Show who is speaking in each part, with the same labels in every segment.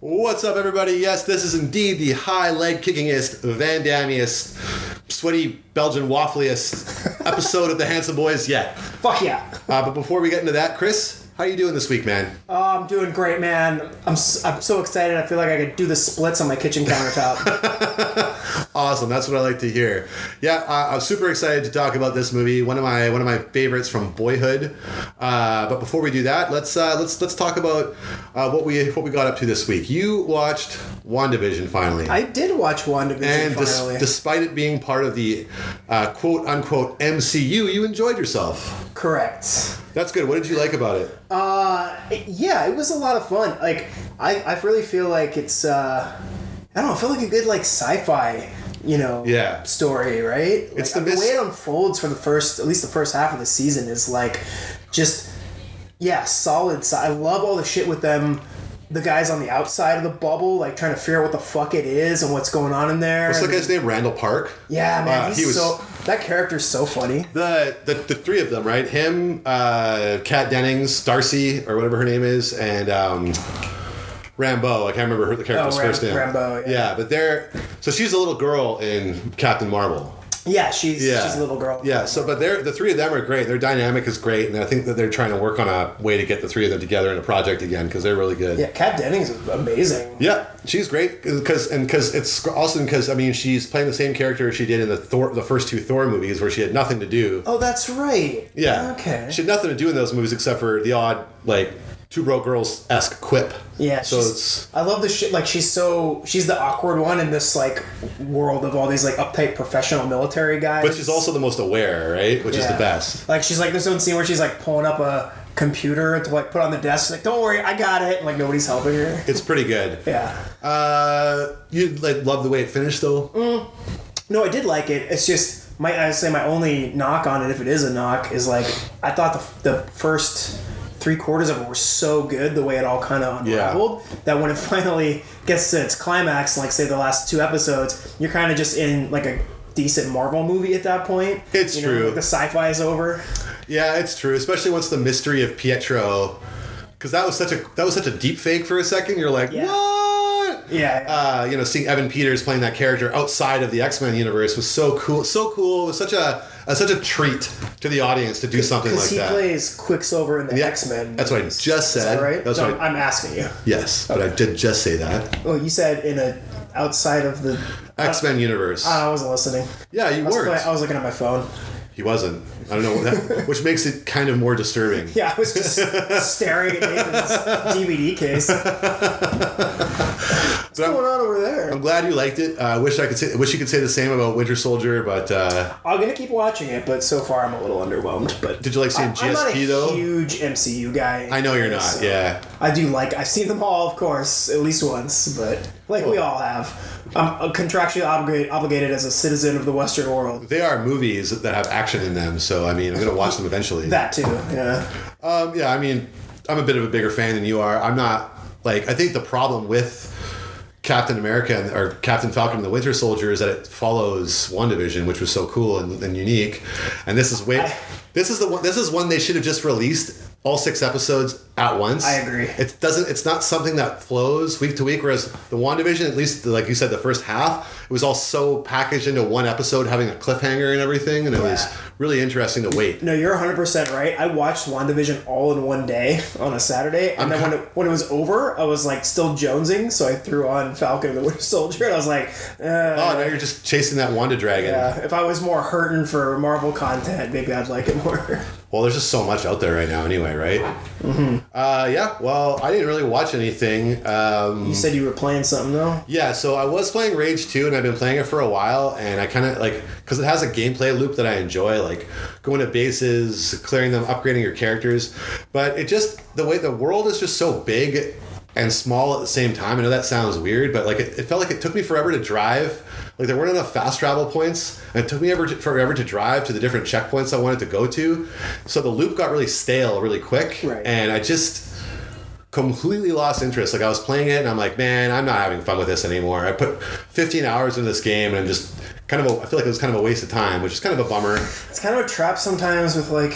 Speaker 1: What's up, everybody? Yes, this is indeed the high leg kickingest, Van Dammiest, sweaty Belgian waffliest episode of the Handsome Boys yet.
Speaker 2: Fuck yeah.
Speaker 1: Uh, but before we get into that, Chris, how you doing this week, man?
Speaker 2: Oh, I'm doing great, man. I'm, s- I'm so excited. I feel like I could do the splits on my kitchen countertop.
Speaker 1: Awesome. That's what I like to hear. Yeah, I, I'm super excited to talk about this movie. One of my one of my favorites from Boyhood. Uh, but before we do that, let's uh, let's let's talk about uh, what we what we got up to this week. You watched WandaVision finally.
Speaker 2: I did watch WandaVision
Speaker 1: and des-
Speaker 2: finally.
Speaker 1: despite it being part of the uh, quote unquote MCU, you enjoyed yourself.
Speaker 2: Correct.
Speaker 1: That's good. What did you like about it?
Speaker 2: It- yeah, it was a lot of fun. Like, I, I really feel like it's, uh, I don't know, I feel like a good, like, sci-fi, you know,
Speaker 1: Yeah.
Speaker 2: story, right?
Speaker 1: It's
Speaker 2: Like,
Speaker 1: the mis-
Speaker 2: way it unfolds for the first, at least the first half of the season is, like, just, yeah, solid. sci- I love all the shit with them. The guys on the outside of the bubble, like trying to figure out what the fuck it is and what's going on in there.
Speaker 1: What's the
Speaker 2: And-
Speaker 1: guy's name? Randall Park.
Speaker 2: Yeah, man,
Speaker 1: Wow,
Speaker 2: he's
Speaker 1: he was-
Speaker 2: so that character's so funny.
Speaker 1: The, the the three of them, right? Him, uh, Kat Dennings, Darcy, or whatever her name is, and um, Rambo. I can't remember her, the character's
Speaker 2: Oh, Ram-
Speaker 1: first name.
Speaker 2: Rambo, yeah.
Speaker 1: but they're so she's a little girl in Captain Marvel.
Speaker 2: Yeah, she's
Speaker 1: Yeah,
Speaker 2: she's a little girl.
Speaker 1: Yeah. So, but they're the three of them are great. Their dynamic is great, and I think that they're trying to work on a way to get the three of them together in a project again because they're really good.
Speaker 2: yeah. Kat Dennings is amazing.
Speaker 1: Yeah, she's great because and because it's also because I mean she's playing the same character she did in the Thor the first two Thor movies where she had nothing to do.
Speaker 2: Oh, that's right.
Speaker 1: yeah,
Speaker 2: Okay.
Speaker 1: she had nothing to do in those movies except for the odd like two broke girls esque quip.
Speaker 2: yeah.
Speaker 1: so
Speaker 2: she's-
Speaker 1: it's
Speaker 2: I love the shit. Like she's so she's the awkward one in this like world of all these like uptight professional military guys.
Speaker 1: but she's also the most aware, right? Which is the
Speaker 2: Yeah.
Speaker 1: best.
Speaker 2: Like she's like this one scene where she's like pulling up a computer to like put on the desk. She's like, don't worry, I got it. And, like nobody's helping her.
Speaker 1: It's pretty good.
Speaker 2: Yeah.
Speaker 1: Uh, you like love the way it finished though.
Speaker 2: Mm. No, I did like it. It's just my I say my only knock on it, if it is a knock, is like I thought the, the first three quarters of it were so good the way it all kind of
Speaker 1: Yeah.
Speaker 2: unraveled that when it finally gets to its climax, like say the last two episodes, you're kind of just in like a decent Marvel movie at that point.
Speaker 1: It's
Speaker 2: you
Speaker 1: true.
Speaker 2: Know, like the sci-fi is over.
Speaker 1: Yeah, it's true. Especially once the mystery of Pietro, because that was such a that was such a deep fake for a second. You're like,
Speaker 2: Yeah.
Speaker 1: what?
Speaker 2: Yeah.
Speaker 1: uh, you know, seeing Evan Peters playing that character outside of the X Men universe was so cool. So cool. It was such a, a such a treat to the audience to do something
Speaker 2: Because
Speaker 1: like
Speaker 2: he
Speaker 1: that.
Speaker 2: plays Quicksilver in the
Speaker 1: Yeah,
Speaker 2: X-Men.
Speaker 1: That's what I just
Speaker 2: Is that
Speaker 1: said.
Speaker 2: right?
Speaker 1: That's
Speaker 2: No,
Speaker 1: what I-
Speaker 2: I'm asking you.
Speaker 1: yes, but I did just say that
Speaker 2: Oh, you said in a outside of the. Ah,
Speaker 1: X Men universe.
Speaker 2: I wasn't listening.
Speaker 1: yeah, you
Speaker 2: I was,
Speaker 1: weren't.
Speaker 2: play- I was looking at my phone.
Speaker 1: he wasn't. I don't know, what that, which makes it kind of more disturbing.
Speaker 2: Yeah, I was just staring at Nathan's DVD case. What's
Speaker 1: But I'm-
Speaker 2: going on over
Speaker 1: I'm
Speaker 2: there?
Speaker 1: glad you liked it. Uh, I wish I could say. I wish you could say the same about Winter Soldier, but uh,
Speaker 2: I'm gonna keep watching it, but so far I'm a little underwhelmed. But
Speaker 1: did you like seeing
Speaker 2: I- I'm not a
Speaker 1: GSP though?
Speaker 2: huge MCU guy.
Speaker 1: I know you're not.
Speaker 2: so-
Speaker 1: Yeah.
Speaker 2: I do like. I've seen them all, of course, at least once. But like we all have, I'm contractually obligated, obligated as a citizen of the Western world.
Speaker 1: They are movies that have action in them, so I mean, I'm gonna watch them eventually.
Speaker 2: That too. Yeah.
Speaker 1: Um, yeah, I mean, I'm a bit of a bigger fan than you are. I'm not like I think the problem with Captain America and, or Captain Falcon and the Winter Soldier is that it follows One Division, which was so cool and, and unique. And this is way this is the one this is one they should have just released all six episodes at once.
Speaker 2: I agree.
Speaker 1: It doesn't it's not something that flows week to week whereas the WandaVision at least like you said the first half it was all so packaged into one episode having a cliffhanger and everything and it was
Speaker 2: Yeah.
Speaker 1: really interesting to wait.
Speaker 2: No, you're 100 percent right. I watched WandaVision all in one day on a Saturday, and then when it, when it was over, I was like still jonesing, so I threw on Falcon and the Winter Soldier, and I was like, uh,
Speaker 1: Oh, now you're just chasing that Wanda dragon.
Speaker 2: yeah, if I was more hurting for Marvel content, maybe I'd like it more.
Speaker 1: Well, there's just so much out there right now, anyway, right? Mm-hmm. Uh, yeah. Well, I didn't really watch anything. Um,
Speaker 2: you said you were playing something though.
Speaker 1: yeah. So I was playing Rage Two, and I've been playing it for a while, and I kind of like because it has a gameplay loop that I enjoy, like going to bases, clearing them, upgrading your characters. But it just the way the world is just so big and small at the same time. I know that sounds weird, but like it, it felt like it took me forever to drive. Like there weren't enough fast travel points, and it took me ever forever to drive to the different checkpoints I wanted to go to. So the loop got really stale really quick,
Speaker 2: Right.
Speaker 1: and I just completely lost interest. Like I was playing it, and I'm like, man, I'm not having fun with this anymore. I put 15 hours into this game, and I'm just kind of a, I feel like it was kind of a waste of time, which is kind of a bummer.
Speaker 2: It's kind of a trap sometimes with like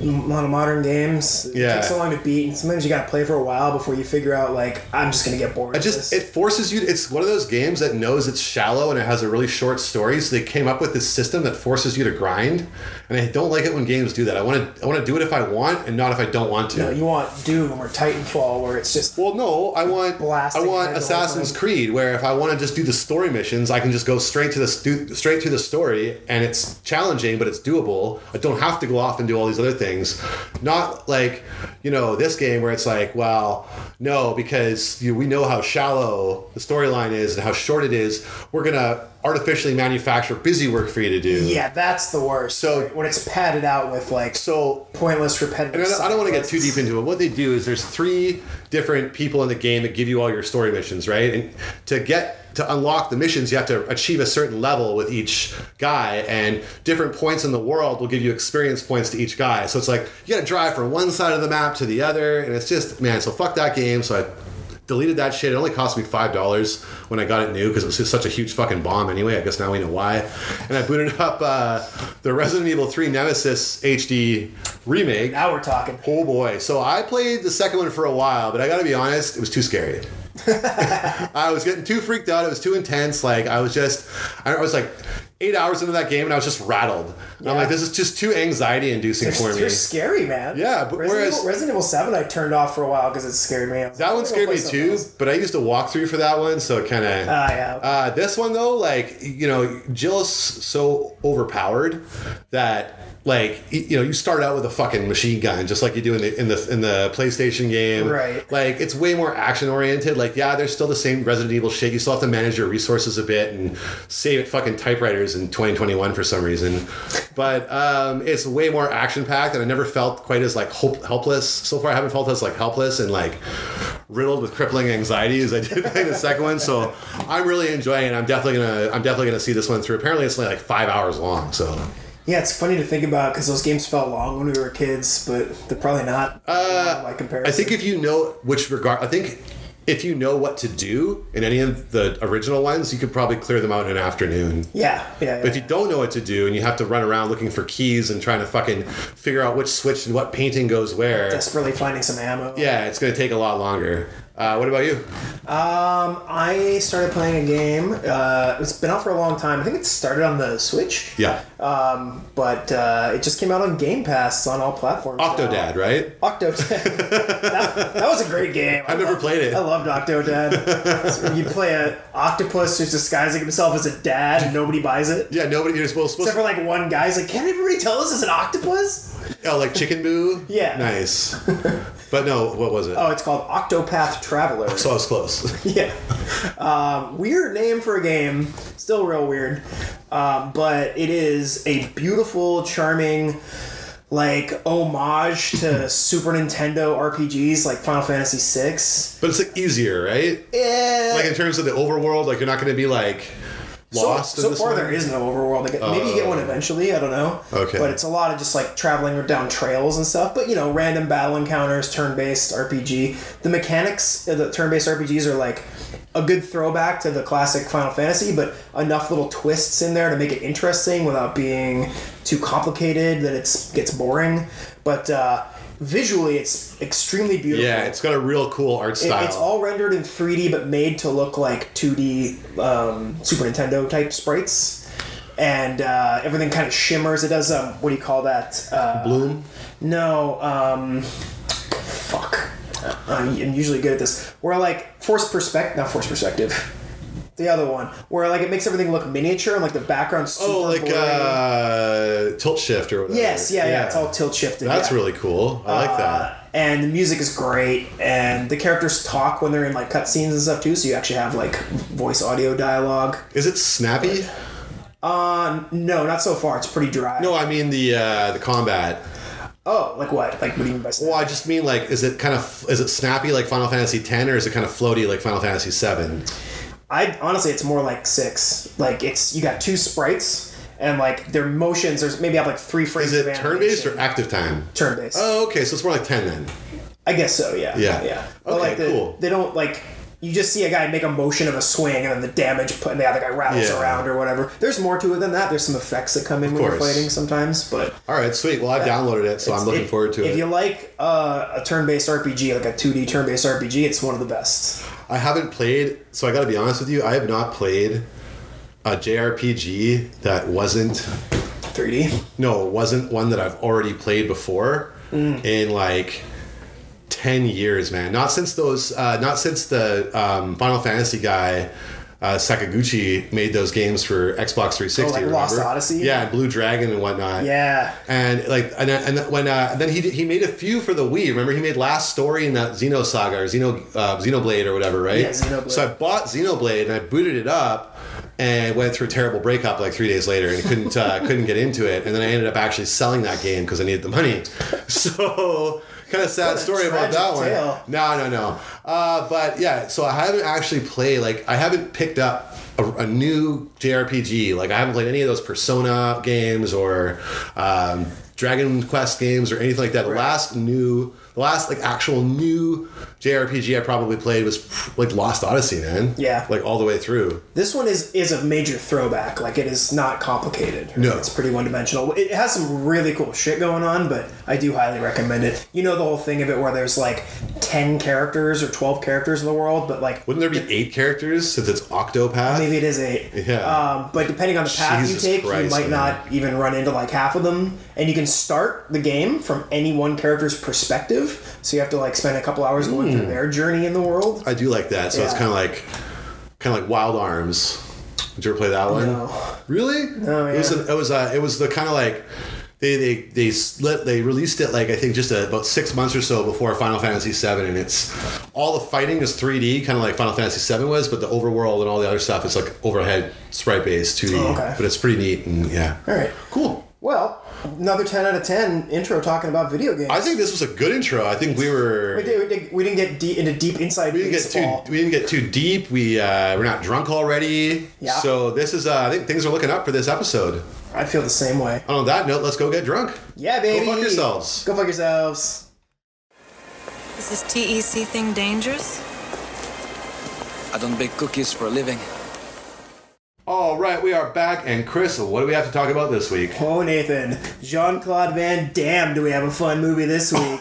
Speaker 2: a lot of modern games. It
Speaker 1: Yeah.
Speaker 2: takes so long to beat, and sometimes you gotta play for a while before you figure out like I'm just gonna get bored.
Speaker 1: It
Speaker 2: of
Speaker 1: just
Speaker 2: this.
Speaker 1: it forces you. To, it's one of those games that knows it's shallow and it has a really short story. So they came up with this system that forces you to grind, and I don't like it when games do that. I want to I want to do it if I want and not if I don't want to.
Speaker 2: you, know, you want Doom or Titanfall where it's just
Speaker 1: well, no, I want
Speaker 2: Blasting
Speaker 1: I want
Speaker 2: it the whole
Speaker 1: Assassin's
Speaker 2: time.
Speaker 1: Creed, where if I want to just do the story missions, I can just go straight to the stu- straight to the story, and it's challenging, but it's doable. I don't have to go off and do all these other things. Not like you know this game where it's like, well, no, because you, we know how shallow the storyline is and how short it is. We're gonna artificially manufacture busy work for you to do.
Speaker 2: yeah, that's the worst.
Speaker 1: So-
Speaker 2: when it's padded out with like
Speaker 1: So
Speaker 2: pointless repetitive.
Speaker 1: And I don't, I don't want to get
Speaker 2: side
Speaker 1: too deep into it. What they do is there's three different people in the game that give you all your story missions, right? And to get to unlock the missions, you have to achieve a certain level with each guy, and different points in the world will give you experience points to each guy. So it's like you got to drive from one side of the map to the other, and it's just man. So fuck that game. So I deleted that shit. It only cost me five dollars when I got it new because it was just such a huge fucking bomb. Anyway, I guess now we know why. And I booted up uh, the Resident Evil 3 Nemesis HD remake.
Speaker 2: Now we're talking.
Speaker 1: Oh boy! So I played the second one for a while, but I gotta be honest, it was too scary. I was getting too freaked out. It was too intense. Like I was just, I was like eight hours into that game, and I was just rattled. And I'm
Speaker 2: Yeah.
Speaker 1: like, this is just too anxiety-inducing
Speaker 2: They're,
Speaker 1: for me.
Speaker 2: they're scary, man.
Speaker 1: Yeah, but
Speaker 2: Resident
Speaker 1: whereas-
Speaker 2: Evil, Resident Evil Seven, I turned off for a while because it scared me. I was like,
Speaker 1: That
Speaker 2: "I'm
Speaker 1: one
Speaker 2: gonna
Speaker 1: scared
Speaker 2: play
Speaker 1: me
Speaker 2: something
Speaker 1: too,
Speaker 2: else."
Speaker 1: but I used a walkthrough for that one, so it kind of.
Speaker 2: Ah, yeah.
Speaker 1: Uh, this one though, like you know, Jill's so overpowered that like y- you know, you start out with a fucking machine gun, just like you do in the in the in the PlayStation game.
Speaker 2: Right.
Speaker 1: Like it's way more action oriented. Like yeah, there's still the same Resident Evil shit. You still have to manage your resources a bit and save at fucking typewriters in 2021 for some reason. But um, it's way more action packed, and I never felt quite as like hope- helpless. So far, I haven't felt as like helpless and like riddled with crippling anxiety as I did playing the second one. So I'm really enjoying it. I'm definitely gonna I'm definitely gonna see this one through. Apparently it's only like five hours long. So
Speaker 2: Yeah, it's funny to think about because those games felt long when we were kids, but they're probably not uh, by comparison.
Speaker 1: I think if you know which regard I think if you know what to do in any of the original ones, you could probably clear them out in an afternoon.
Speaker 2: yeah, yeah. yeah.
Speaker 1: But if you don't know what to do and you have to run around looking for keys and trying to fucking figure out which switch and what painting goes where,
Speaker 2: desperately finding some ammo.
Speaker 1: yeah, it's gonna take a lot longer. Uh, what about you?
Speaker 2: Um, I started playing a game. Uh, it's been out for a long time. I think it started on the Switch.
Speaker 1: Yeah.
Speaker 2: Um, but uh, it just came out on Game Pass it's on all platforms. now.
Speaker 1: Octodad, right?
Speaker 2: Octodad. that, that was a great game.
Speaker 1: I've never
Speaker 2: loved-
Speaker 1: played it.
Speaker 2: I loved Octodad. It's where you play an octopus who's disguising himself as a dad, and nobody buys it.
Speaker 1: Yeah, nobody you're supposed, supposed
Speaker 2: Except for like one guy's like, "Can everybody tell this is an octopus?"
Speaker 1: Oh, like Chicken Boo?
Speaker 2: Yeah.
Speaker 1: Nice. But no, what was it?
Speaker 2: Oh, it's called Octopath Traveler.
Speaker 1: So I was close.
Speaker 2: yeah. Um, weird name for a game. Still real weird. Um, but it is a beautiful, charming, like, homage to Super Nintendo RPGs like Final Fantasy VI.
Speaker 1: But it's like easier, right?
Speaker 2: Eh,
Speaker 1: Like in terms of the overworld, like you're not going to be like lost.
Speaker 2: so,
Speaker 1: in
Speaker 2: so
Speaker 1: this
Speaker 2: far
Speaker 1: one? Oh.
Speaker 2: there is no overworld. Like, maybe you get one eventually. I don't know.
Speaker 1: Okay.
Speaker 2: But it's a lot of just like traveling down trails and stuff. But you know, random battle encounters, turn-based RPG. The mechanics of the turn-based RPGs are like a good throwback to the classic Final Fantasy, but enough little twists in there to make it interesting without being too complicated that it's gets boring. But uh, visually, it's extremely beautiful.
Speaker 1: Yeah, it's got a real cool art
Speaker 2: It-
Speaker 1: style.
Speaker 2: It's all rendered in 3D, but made to look like 2D um, Super Nintendo type sprites, and uh, everything kind of shimmers. It does um, what do you call that? Uh,
Speaker 1: Bloom.
Speaker 2: no, um, fuck. Uh, I'm I'm usually good at this. Where like forced perspective, not forced perspective. The other one, where like it makes everything look miniature and like the background. Super
Speaker 1: Oh, like
Speaker 2: blurry.
Speaker 1: uh, tilt shift or whatever.
Speaker 2: yes, yeah, yeah, It's all tilt shifted.
Speaker 1: That's
Speaker 2: yeah. Uh,
Speaker 1: really cool. I like that.
Speaker 2: and the music is great and the characters talk when they're in like cutscenes and stuff too so you actually have like voice audio dialogue
Speaker 1: Is it snappy?
Speaker 2: no not so far it's pretty dry
Speaker 1: No, I mean the uh, the combat.
Speaker 2: oh like what like what do you mean by
Speaker 1: Well,
Speaker 2: snap?
Speaker 1: I just mean like, is it kind of is it snappy like Final Fantasy X, or is it kind of floaty like Final Fantasy VII?
Speaker 2: i honestly it's more like six like it's you got two sprites and like their motions there's maybe have like three frames
Speaker 1: Is it
Speaker 2: of
Speaker 1: turn based
Speaker 2: animation.
Speaker 1: or active time?
Speaker 2: turn-based
Speaker 1: Oh, okay, so it's more like ten then.
Speaker 2: i guess so yeah
Speaker 1: Yeah.
Speaker 2: yeah But,
Speaker 1: Okay,
Speaker 2: like the,
Speaker 1: cool.
Speaker 2: they don't like you just see a guy make a motion of a swing, and then the damage put, and the other guy rattles
Speaker 1: Yeah.
Speaker 2: around or whatever. There's more to it than that. There's some effects that come in when you're
Speaker 1: course.
Speaker 2: fighting sometimes, but
Speaker 1: All right, sweet. Well, I've downloaded it, so I'm looking
Speaker 2: if-
Speaker 1: forward to
Speaker 2: If
Speaker 1: it.
Speaker 2: you like uh, a turn-based RPG, like a 2D turn-based RPG, it's one of the best.
Speaker 1: I haven't played, so I got to be honest with you. I have not played a JRPG that wasn't
Speaker 2: 3D.
Speaker 1: no, it wasn't one that I've already played before
Speaker 2: Mm.
Speaker 1: in like ten years, man. Not since those, uh, not since the um, Final Fantasy guy. Uh, Sakaguchi made those games for Xbox 360.
Speaker 2: Oh, like Lost
Speaker 1: remember?
Speaker 2: Odyssey?
Speaker 1: yeah, and Blue Dragon and whatnot.
Speaker 2: Yeah.
Speaker 1: and like and, and when uh, and then he did- he made a few for the Wii. Remember he made Last Story in that Xeno Saga or Xeno uh, Xenoblade or whatever, right?
Speaker 2: Yeah, Xenoblade.
Speaker 1: So I bought Xenoblade and I booted it up and went through a terrible breakup like three days later and couldn't uh, couldn't get into it. And then I ended up actually selling that game because I needed the money. So. Kind of sad
Speaker 2: a
Speaker 1: story about
Speaker 2: tragic
Speaker 1: that one.
Speaker 2: tale.
Speaker 1: No, no, no. Uh, but yeah, so I haven't actually played, like, I haven't picked up a, a new JRPG. Like, I haven't played any of those Persona games or um, Dragon Quest games or anything like that. The last new, the last, like, actual new JRPG I probably played was, like, Lost Odyssey, man.
Speaker 2: Yeah.
Speaker 1: Like, all the way through.
Speaker 2: This one is is a major throwback. Like it is not complicated.
Speaker 1: No.
Speaker 2: it's pretty one dimensional. It has some really cool shit going on, but I do highly recommend it. You know the whole thing of it where there's like ten characters or twelve characters in the world, but like
Speaker 1: Wouldn't there be eight characters since it's Octopath?
Speaker 2: maybe it is eight.
Speaker 1: Yeah.
Speaker 2: Um, but depending on the path
Speaker 1: Jesus
Speaker 2: you take, you
Speaker 1: Christ,
Speaker 2: might not even run into like half of them. And you can start the game from any one character's perspective, so you have to like spend a couple hours going through their journey in the world.
Speaker 1: Hmm. I do like that. So it's
Speaker 2: Yeah.
Speaker 1: kind of like, kind of like Wild Arms. Did you ever play that one?
Speaker 2: No.
Speaker 1: Really?
Speaker 2: No,
Speaker 1: It was
Speaker 2: Oh, yeah.
Speaker 1: an, it was uh, it was the kind of like. They, they, they split, they released it like I think just uh about six months or so before Final Fantasy VII, and it's all the fighting is 3D, kind of like Final Fantasy VII was, but the overworld and all the other stuff is like overhead sprite based 2D.
Speaker 2: Oh, okay.
Speaker 1: But it's pretty neat and yeah,
Speaker 2: All right.
Speaker 1: cool.
Speaker 2: Well, another ten out of ten intro talking about video games.
Speaker 1: I think this was a good intro. I think we were
Speaker 2: We, did, we, did, we didn't get deep into deep inside
Speaker 1: We didn't get
Speaker 2: baseball.
Speaker 1: too we didn't get too deep. We uh, we're not drunk already.
Speaker 2: Yeah.
Speaker 1: So this is uh, I think things are looking up for this episode.
Speaker 2: I feel the same way.
Speaker 1: And on that note, let's go get drunk.
Speaker 2: Yeah, baby.
Speaker 1: fuck yourselves.
Speaker 2: Go fuck yourselves.
Speaker 3: Is this TEC thing dangerous?
Speaker 4: I don't bake cookies for a living.
Speaker 1: All right, we are back. And Chris, what do we have to talk about this week?
Speaker 2: Oh, Nathan. Jean Claude Van Damme, do we have a fun movie this week?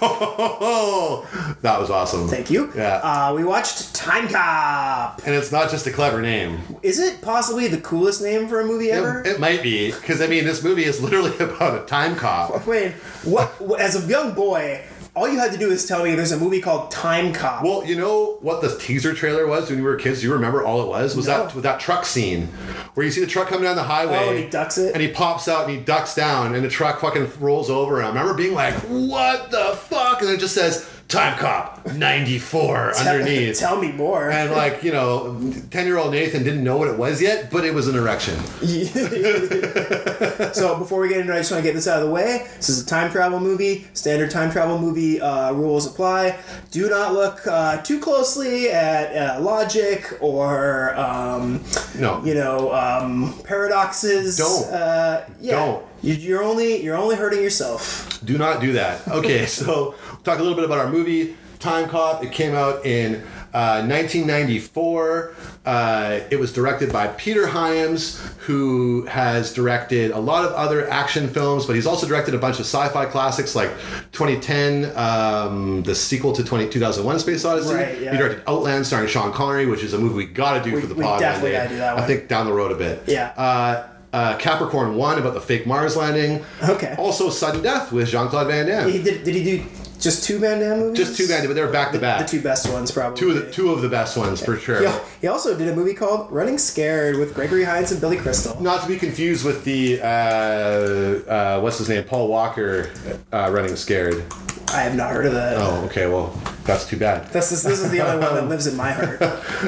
Speaker 1: that was awesome.
Speaker 2: Thank you.
Speaker 1: Yeah.
Speaker 2: Uh, we watched Time Cop.
Speaker 1: And it's not just a clever name.
Speaker 2: Is it possibly the coolest name for a movie ever?
Speaker 1: It, it might be because I mean this movie is literally about a time cop.
Speaker 2: Wait, what, what? As a young boy, all you had to do is tell me there's a movie called Time Cop.
Speaker 1: Well, you know what the teaser trailer was when we were kids. Do you remember all it was? Was
Speaker 2: No.
Speaker 1: that that truck scene where you see the truck coming down the highway?
Speaker 2: Oh, and he ducks it?
Speaker 1: and he pops out and he ducks down, and the truck fucking rolls over him. I remember being like, "What the fuck?" And it just says "Time Cop '94"
Speaker 2: Tell-
Speaker 1: underneath.
Speaker 2: Tell me more.
Speaker 1: and like you know, ten-year-old Nathan didn't know what it was yet, but it was an erection.
Speaker 2: So before we get into it, I just want to get this out of the way. This is a time travel movie. Standard time travel movie uh, rules apply. Do not look uh, too closely at uh, logic or um,
Speaker 1: No,
Speaker 2: you know um, paradoxes.
Speaker 1: Don't.
Speaker 2: Uh, yeah.
Speaker 1: Don't.
Speaker 2: You- You're only you're only hurting yourself.
Speaker 1: Do not do that. Okay, so talk a little bit about our movie, Time Cop. It came out in uh, 1994. Uh, it was directed by Peter Hyams, who has directed a lot of other action films, but he's also directed a bunch of sci fi classics like 2010, um, the sequel to 20, 2001 Space Odyssey.
Speaker 2: Right, yeah.
Speaker 1: He directed Outland starring Sean Connery, which is a movie we gotta do for the
Speaker 2: we
Speaker 1: pod. one
Speaker 2: definitely
Speaker 1: day.
Speaker 2: gotta do that
Speaker 1: I
Speaker 2: one.
Speaker 1: think down the road a bit.
Speaker 2: Yeah.
Speaker 1: Uh, uh, Capricorn 1 about the fake Mars landing.
Speaker 2: Okay.
Speaker 1: Also, Sudden Death with Jean Claude Van Damme.
Speaker 2: He did, did he do just two Van Damme movies?
Speaker 1: Just two bad, but they're back to
Speaker 2: The
Speaker 1: back.
Speaker 2: two best ones probably.
Speaker 1: Two of the two of the best ones for sure.
Speaker 2: He al- He also did a movie called Running Scared with Gregory Hines and Billy Crystal.
Speaker 1: Not to be confused with the uh, uh, what's his name, Paul Walker, uh, running scared.
Speaker 2: I have not heard of that.
Speaker 1: Oh, okay. Well, that's too bad.
Speaker 2: This is, this is the only one that lives in my heart.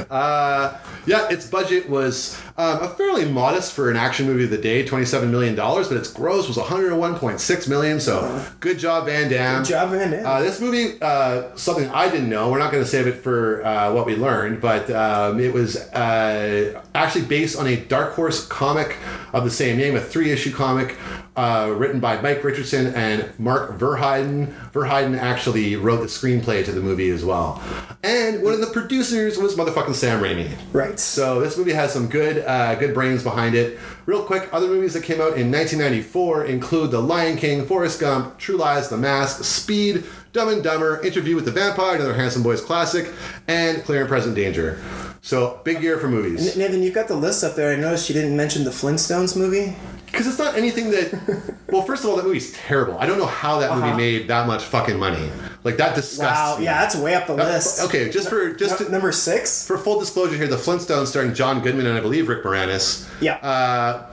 Speaker 1: Uh, yeah, its budget was um, a fairly modest for an action movie of the day, twenty-seven million dollars, but its gross was one hundred one point six million. So good job, Van Damme.
Speaker 2: Uh-huh. Good job, Van Damme.
Speaker 1: Uh, this movie, uh, something I didn't know. We're not going to save it for uh, what we learned, but um, it was uh, actually based on a Dark Horse comic of the same name, a three-issue comic uh, written by Mike Richardson and Mark Verheiden. Verheiden actually wrote the screenplay to the movie as well. And one of the producers was motherfucking Sam Raimi.
Speaker 2: Right.
Speaker 1: So this movie has some good, uh, good brains behind it. Real quick, other movies that came out in 1994 include The Lion King, Forrest Gump, True Lies, The Mask, Speed, Dumb and Dumber, Interview with the Vampire, another Handsome Boys classic, and Clear and Present Danger. So big year for movies.
Speaker 2: Nathan, you've got the list up there. I noticed you didn't mention the Flintstones movie.
Speaker 1: Because it's not anything that. Well, first of all, that movie's terrible. I don't know how that movie
Speaker 2: Uh-huh.
Speaker 1: made that much fucking money. Like that disgusts.
Speaker 2: Wow,
Speaker 1: me.
Speaker 2: yeah, that's way up the
Speaker 1: Uh,
Speaker 2: list.
Speaker 1: Okay, just for just
Speaker 2: No-
Speaker 1: to,
Speaker 2: number six.
Speaker 1: for full disclosure here, the Flintstones starring John Goodman and I believe Rick Moranis.
Speaker 2: Yeah.
Speaker 1: Uh,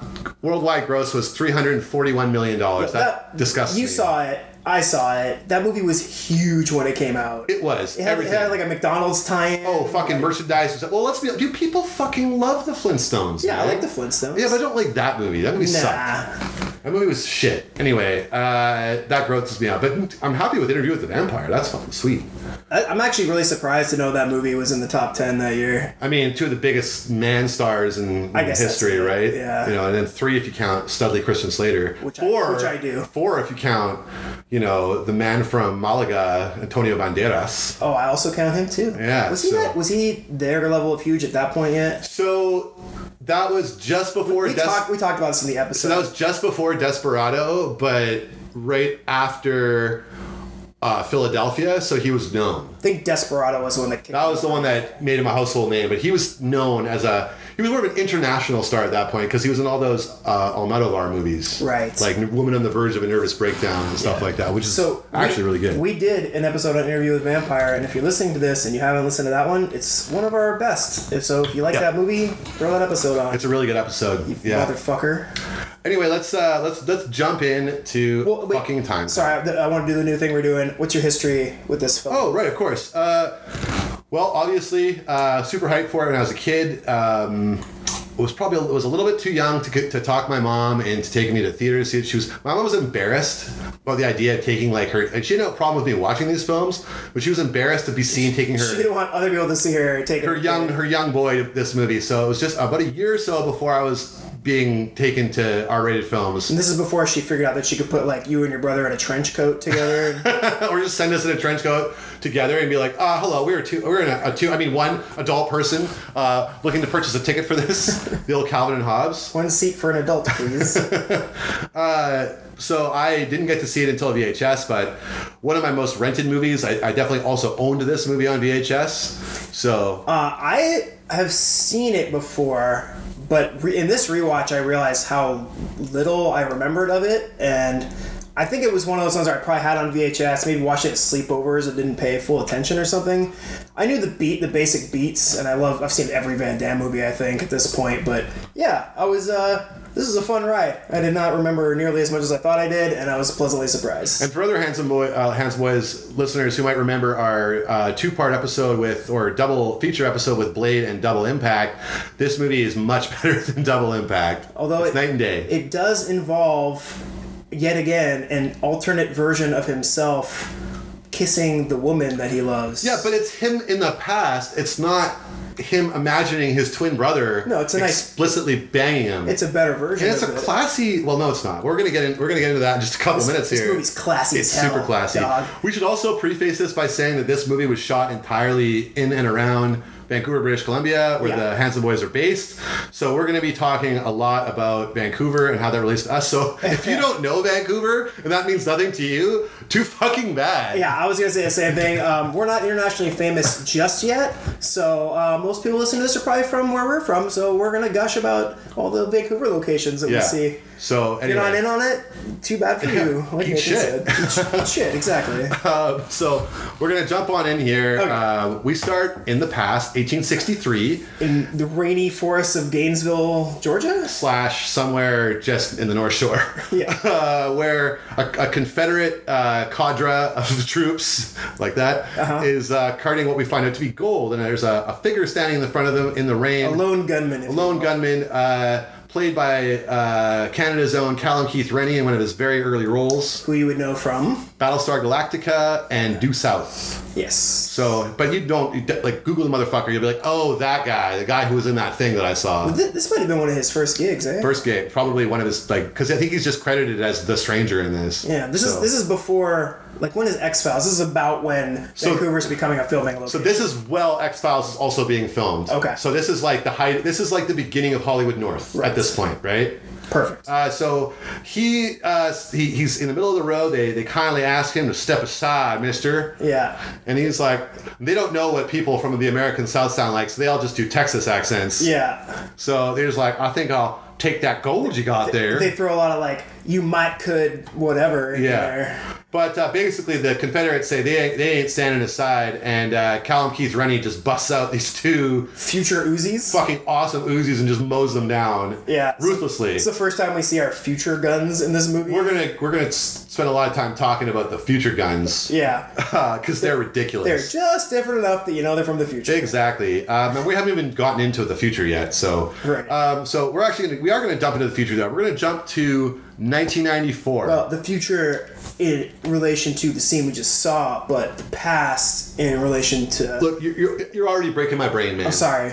Speaker 1: worldwide gross was three hundred forty-one million dollars. That, disgusts
Speaker 2: You
Speaker 1: me.
Speaker 2: saw it. I saw it. That movie was huge when it came out.
Speaker 1: It was
Speaker 2: It had, it
Speaker 1: everything.
Speaker 2: had, like a McDonald's tie-in.
Speaker 1: oh, fucking merchandise. was- Well, let's be. Do people fucking love the Flintstones?
Speaker 2: yeah, I
Speaker 1: man?
Speaker 2: like the Flintstones.
Speaker 1: Yeah, but I don't like that movie. That movie sucked.
Speaker 2: nah.
Speaker 1: That movie was shit. Anyway, uh, that grosses me out. But I'm happy with Interview with the Vampire. That's fucking sweet.
Speaker 2: I, I'm actually really surprised to know that movie was in the top ten that year.
Speaker 1: I mean, two of the biggest man stars in,
Speaker 2: I guess that's
Speaker 1: history,
Speaker 2: it.
Speaker 1: right?
Speaker 2: Yeah.
Speaker 1: You know, and then three if you count Studley Christian Slater.
Speaker 2: Which I-
Speaker 1: four,
Speaker 2: which I do.
Speaker 1: Four if you count, you know, the man from Malaga, Antonio Banderas.
Speaker 2: Oh, I also count him too.
Speaker 1: Yeah,
Speaker 2: Was he
Speaker 1: so-
Speaker 2: that? Was he their level of huge at that point yet?
Speaker 1: So that was just before
Speaker 2: We
Speaker 1: Des-
Speaker 2: talked. We talked about this in the
Speaker 1: So
Speaker 2: episode.
Speaker 1: that was just before Desperado, but right after uh, Philadelphia, so he was known.
Speaker 2: I think Desperado was the one that. Kicked
Speaker 1: That was the one that made him a household name, but he was known as a he was more of an international star at that point because he was in all those uh, Almodovar movies,
Speaker 2: Right.
Speaker 1: Like Woman on the Verge of a Nervous Breakdown and stuff like that, which is
Speaker 2: So
Speaker 1: actually
Speaker 2: we-
Speaker 1: really good.
Speaker 2: We did an episode on Interview with Vampire, and if you're listening to this and you haven't listened to that one, it's one of our best. If so, if you like
Speaker 1: Yeah.
Speaker 2: that movie, throw that episode on.
Speaker 1: it's a really good episode. Yeah.
Speaker 2: Motherfucker.
Speaker 1: Anyway, let's uh, let's let's jump in to
Speaker 2: Well, wait,
Speaker 1: fucking time.
Speaker 2: Sorry, I, I want to do the new thing we're doing. What's your history with this film?
Speaker 1: Oh, right, of course. Uh, well, obviously, uh, super hyped for it when I was a kid. Um, was probably was a little bit too young to, get- to talk my mom into taking me to theaters. She, she was my mom was embarrassed about the idea of taking like her. And she had no problem with me watching these films, but she was embarrassed to be seen taking her
Speaker 2: She didn't want other people to see her take
Speaker 1: her young her young boy to this movie. So it was just about a year or so before I was being taken to R-rated films,
Speaker 2: And this is before she figured out that she could put like you and your brother in a trench coat together.
Speaker 1: or just send us in a trench coat together and be like, "Ah, hello, we're two, we're in a, a two, I mean one adult person uh, looking to purchase a ticket for this, the old Calvin and Hobbes."
Speaker 2: one seat for an adult, please.
Speaker 1: So I didn't get to see it until VHS, but one of my most rented movies. I, I definitely also owned this movie on VHS. So
Speaker 2: Uh, I have seen it before, but re- in this rewatch, I realized how little I remembered of it, and I think it was one of those ones where I probably had on VHS, maybe watched it at sleepovers and didn't pay full attention or something. I knew the beat, the basic beats, and I love. I've seen every Van Damme movie, I think, at this point. But yeah, I was. Uh, this is a fun ride. I did not remember nearly as much as I thought I did, and I was pleasantly surprised.
Speaker 1: And for other handsome boy, uh, handsome boys listeners who might remember our uh, two-part episode with or double feature episode with Blade and Double Impact, this movie is much better than Double Impact.
Speaker 2: Although
Speaker 1: it's
Speaker 2: it,
Speaker 1: night and day.
Speaker 2: it does involve yet again an alternate version of himself kissing the woman that he loves.
Speaker 1: yeah, but it's him in the past. It's not him imagining his twin brother.
Speaker 2: No, it's a nice-
Speaker 1: explicitly banging him.
Speaker 2: it's a better version.
Speaker 1: and it's a
Speaker 2: of it.
Speaker 1: classy. Well, no, it's not. We're gonna get in, we're gonna get into that in just a couple minutes
Speaker 2: this
Speaker 1: here.
Speaker 2: movie's classy
Speaker 1: It's
Speaker 2: as hell,
Speaker 1: super classy.
Speaker 2: dog.
Speaker 1: We should also preface this by saying that this movie was shot entirely in and around Vancouver, British Columbia, where
Speaker 2: Yeah.
Speaker 1: the Handsome Boys are based. So we're going to be talking a lot about Vancouver and how that relates to us. So if you don't know Vancouver and that means nothing to you, too fucking bad.
Speaker 2: Yeah, I was gonna say the same thing. Um, we're not internationally famous just yet, so uh, most people listening to this are probably from where we're from. So we're gonna gush about all the Vancouver locations that
Speaker 1: Yeah.
Speaker 2: we see.
Speaker 1: So
Speaker 2: If you're
Speaker 1: anyway,
Speaker 2: not in on it, too bad for you. Like
Speaker 1: Eat
Speaker 2: Nathan
Speaker 1: shit.
Speaker 2: said. Eat sh- shit, exactly.
Speaker 1: Uh, so we're gonna jump on in here.
Speaker 2: Okay.
Speaker 1: Uh, we start in the past, 1863.
Speaker 2: In the rainy forests of Gainesville, Georgia.
Speaker 1: slash somewhere just in the North Shore.
Speaker 2: Yeah.
Speaker 1: uh, where a, a Confederate uh, cadre of troops like that is
Speaker 2: Uh-huh.
Speaker 1: uh carting what we find out to be gold, and there's a, a figure standing in the front of them in the rain.
Speaker 2: A lone gunman. If
Speaker 1: A lone gunman. Uh, played by uh, Canada's own Callum Keith Rennie in one of his very early roles,
Speaker 2: Who you would know from?
Speaker 1: Battlestar Galactica and Due South.
Speaker 2: Yes.
Speaker 1: So, but you don't you de- like Google the motherfucker. You'll be like, oh, that guy, the guy who was in that thing that I saw.
Speaker 2: Th- this might have been one of his first gigs, eh?
Speaker 1: First game, probably one of his like, because I think he's just credited as the stranger in this.
Speaker 2: yeah, this is
Speaker 1: So-
Speaker 2: this is before like when is X Files? This is about when
Speaker 1: So-
Speaker 2: Vancouver's becoming a filming location.
Speaker 1: So this is well X Files is also being filmed.
Speaker 2: Okay.
Speaker 1: So this is like the height. This is like the beginning of Hollywood North
Speaker 2: Right.
Speaker 1: at this point, right?
Speaker 2: perfect.
Speaker 1: Uh, so he, uh, he he's in the middle of the road. They they kindly ask him to step aside, Mister.
Speaker 2: yeah.
Speaker 1: And he's like, they don't know what people from the American South sound like, so they all just do Texas accents.
Speaker 2: Yeah.
Speaker 1: So they're just like, I think I'll take that gold you got there.
Speaker 2: They throw a lot of like you might could whatever in
Speaker 1: Yeah.
Speaker 2: there.
Speaker 1: But uh, basically, the Confederates say they ain't, they ain't standing aside, and uh, Callum Keith Rennie just busts out these two
Speaker 2: Future Uzis.
Speaker 1: fucking awesome Uzis and just mows them down.
Speaker 2: Yeah.
Speaker 1: ruthlessly.
Speaker 2: It's the first time we see our future guns in this movie.
Speaker 1: we're gonna we're gonna s- spend a lot of time talking about the future guns
Speaker 2: yeah.
Speaker 1: because they're
Speaker 2: They're
Speaker 1: ridiculous.
Speaker 2: just different enough that you know they're from the future.
Speaker 1: Exactly, um, and we haven't even gotten into the future yet. So,
Speaker 2: Right.
Speaker 1: um, so we're actually gonna, we are going to jump into the future though. We're going to jump to 1994.
Speaker 2: Well, the future in relation to the scene we just saw, but the past in relation to.
Speaker 1: Look, you're, you're you're already breaking my brain, man.
Speaker 2: I'm sorry,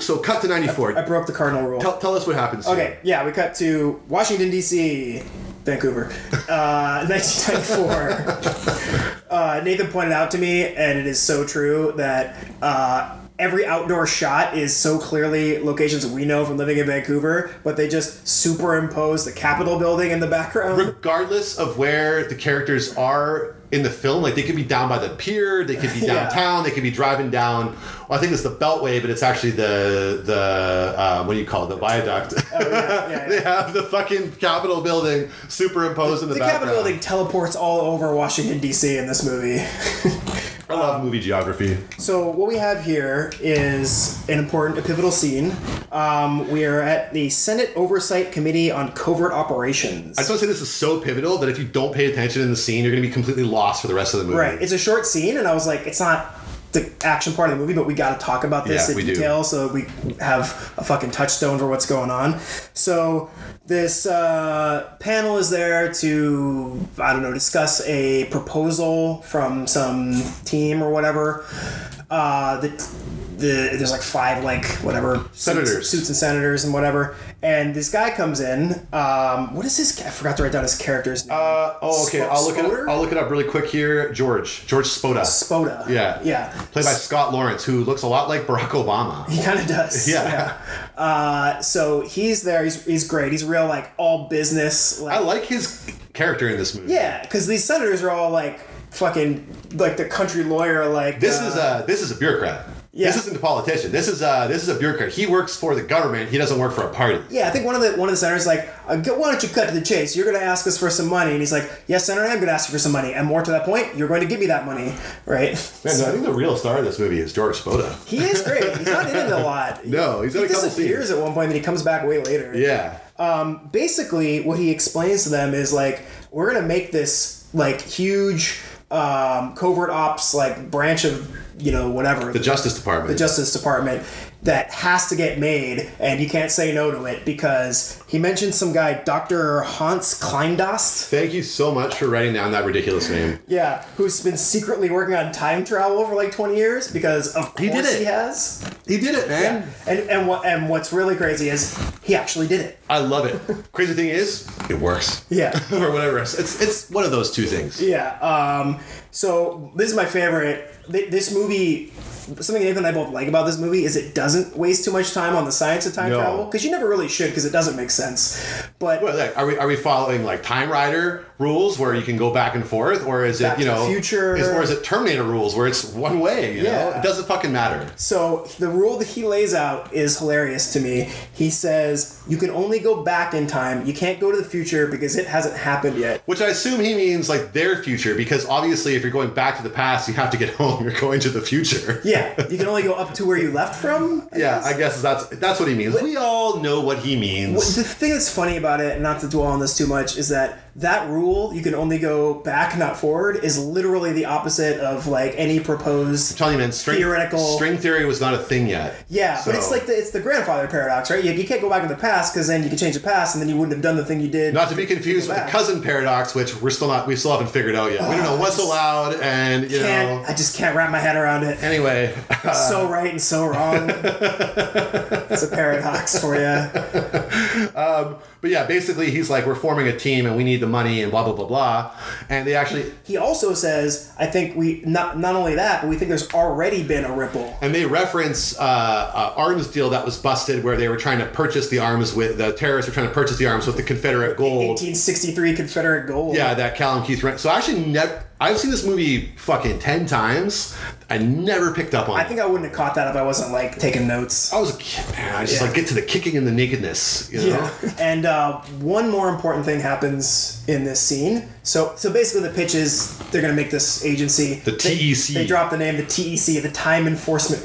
Speaker 1: So cut to 94.
Speaker 2: I broke the cardinal rule.
Speaker 1: tell, tell us what happens.
Speaker 2: Okay, yeah, we cut to Washington D.C., Vancouver, uh, 1994. uh, Nathan pointed out to me, and it is so true that uh, every outdoor shot is so clearly locations we know from living in Vancouver, but they just superimpose the Capitol building in the background.
Speaker 1: regardless of where the characters are in the film, like they could be down by the pier, they could be
Speaker 2: Yeah.
Speaker 1: downtown, they could be driving down. Well, I think it's the Beltway, but it's actually the the uh, what do you call it, the viaduct.
Speaker 2: Oh, yeah, yeah,
Speaker 1: they
Speaker 2: yeah.
Speaker 1: have the fucking Capitol building superimposed in the,
Speaker 2: The
Speaker 1: background.
Speaker 2: Capitol building teleports all over Washington D.C. in this movie.
Speaker 1: I love movie geography.
Speaker 2: So what we have here is an important, a pivotal scene. Um, we are at the Senate Oversight Committee on Covert Operations.
Speaker 1: I just want to say this is so pivotal that if you don't pay attention in the scene, you're going to be completely lost for the rest of the movie.
Speaker 2: right. It's a short scene, and I was like, it's not the action part of the movie, but we got to talk about this
Speaker 1: Yeah,
Speaker 2: in
Speaker 1: we do.
Speaker 2: detail so we have a fucking touchstone for what's going on. So this uh, panel is there to I don't know discuss a proposal from some team or whatever. Uh, the the, there's like five like whatever suits-
Speaker 1: Senators.
Speaker 2: suits and senators and whatever and this guy comes in um, what is his I forgot to write down his character's name
Speaker 1: Uh, oh, okay.
Speaker 2: Sp-
Speaker 1: I'll look it
Speaker 2: Spoder?
Speaker 1: up. I'll look it up really quick here. George. George Spoda.
Speaker 2: Spoda
Speaker 1: yeah.
Speaker 2: yeah
Speaker 1: Played by Scott Lawrence, who looks a lot like Barack Obama.
Speaker 2: He kind of does.
Speaker 1: Yeah.
Speaker 2: yeah. Uh, so he's there. He's, he's great. He's real, like, all business. Like,
Speaker 1: I like his character in this movie.
Speaker 2: Yeah, because these senators are all, like, fucking, like, the country lawyer, like.
Speaker 1: This
Speaker 2: uh,
Speaker 1: is a this is a bureaucrat.
Speaker 2: Yeah.
Speaker 1: This isn't a politician. This is a this is a bureaucrat. He works for the government. He doesn't work for a party.
Speaker 2: Yeah, I think one of the one of the senators is like, uh, g- why don't you cut to the chase? You're going to ask us for some money, and he's like, yes, senator, I'm going to ask you for some money, and more to that point, you're going to give me that money, right?
Speaker 1: Man, I think the real star of this movie is George Spoda.
Speaker 2: he is great. He's not in it a lot.
Speaker 1: No, he's
Speaker 2: he
Speaker 1: in a couple
Speaker 2: disappears
Speaker 1: scenes.
Speaker 2: at one point, then he comes back way later.
Speaker 1: Yeah.
Speaker 2: basically what he explains to them is like we're gonna make this like huge um, covert ops like branch of you know whatever
Speaker 1: the Justice Department.
Speaker 2: the Justice Department that has to get made, and you can't say no to it because he mentioned some guy, Doctor Hans Kleindost,
Speaker 1: Thank you so much for writing down that ridiculous name.
Speaker 2: yeah, who's been secretly working on time travel for like twenty years because of course
Speaker 1: He did it.
Speaker 2: he has,
Speaker 1: He did it, man.
Speaker 2: and and what and what's really crazy is he actually did it,
Speaker 1: I love it. Crazy thing is, it works.
Speaker 2: yeah.
Speaker 1: or whatever. It's it's one of those two things.
Speaker 2: Yeah. Um, so this is my favorite. Th- This movie, something Nathan and I both like about this movie is it doesn't waste too much time on the science of time
Speaker 1: No.
Speaker 2: travel because you never really should because it doesn't make sense. But
Speaker 1: Well, like, are we are we following like Time Rider rules where you can go back and forth, or is it
Speaker 2: Back
Speaker 1: you
Speaker 2: to the
Speaker 1: know
Speaker 2: Future.
Speaker 1: is, or is it Terminator rules where it's one way? You know,
Speaker 2: Yeah.
Speaker 1: it doesn't fucking matter.
Speaker 2: so the rule that he lays out is hilarious to me. He says you can only go back in time. You can't go to the future because it hasn't happened yet.
Speaker 1: Which I assume he means like their future, because obviously, if you're going back to the past, you have to get home. You're going to the future.
Speaker 2: Yeah, you can only go up to where you left from. I
Speaker 1: Yeah,
Speaker 2: guess.
Speaker 1: I guess that's that's what he means. We all know what he means.
Speaker 2: Well, the thing that's funny about it, and not to dwell on this too much, is that that rule you can only go back, not forward, is literally the opposite of like any proposed.
Speaker 1: telling you, man, string,
Speaker 2: Theoretical-
Speaker 1: string theory was not a thing yet.
Speaker 2: Yeah,
Speaker 1: So-
Speaker 2: but it's like the, it's the grandfather paradox, right? You, you can't go back in the past because then you can change the past, and then you wouldn't have done the thing you did.
Speaker 1: Not to be confused with the
Speaker 2: back. Oh,
Speaker 1: cousin paradox, which we're still not, we still haven't figured out yet. we don't know what's allowed, and you
Speaker 2: Can't-
Speaker 1: know.
Speaker 2: I just can't wrap my head around it.
Speaker 1: Anyway,
Speaker 2: so right and so wrong. it's a paradox for you.
Speaker 1: but yeah, basically he's like, we're forming a team and we need the money and blah blah blah blah, and they actually
Speaker 2: He also says, I think we not not only that, but we think there's already been a ripple.
Speaker 1: and they reference uh, uh, arms deal that was busted where they were trying to purchase the arms with the terrorists were trying to purchase the arms with the Confederate gold.
Speaker 2: 1863 Confederate gold.
Speaker 1: Yeah, that Callum Keith. Ran- so I actually, never I've seen this movie fucking ten times. I never picked up on.
Speaker 2: I think I wouldn't have caught that if I wasn't like taking notes.
Speaker 1: I was a kid, man. I just
Speaker 2: Yeah.
Speaker 1: like get to the kicking and the nakedness, you know.
Speaker 2: and uh, one more important thing happens in this scene. So, so basically, the pitch is they're going to make this agency.
Speaker 1: The E TEC.
Speaker 2: They, they drop the name the TEC, the Time Enforcement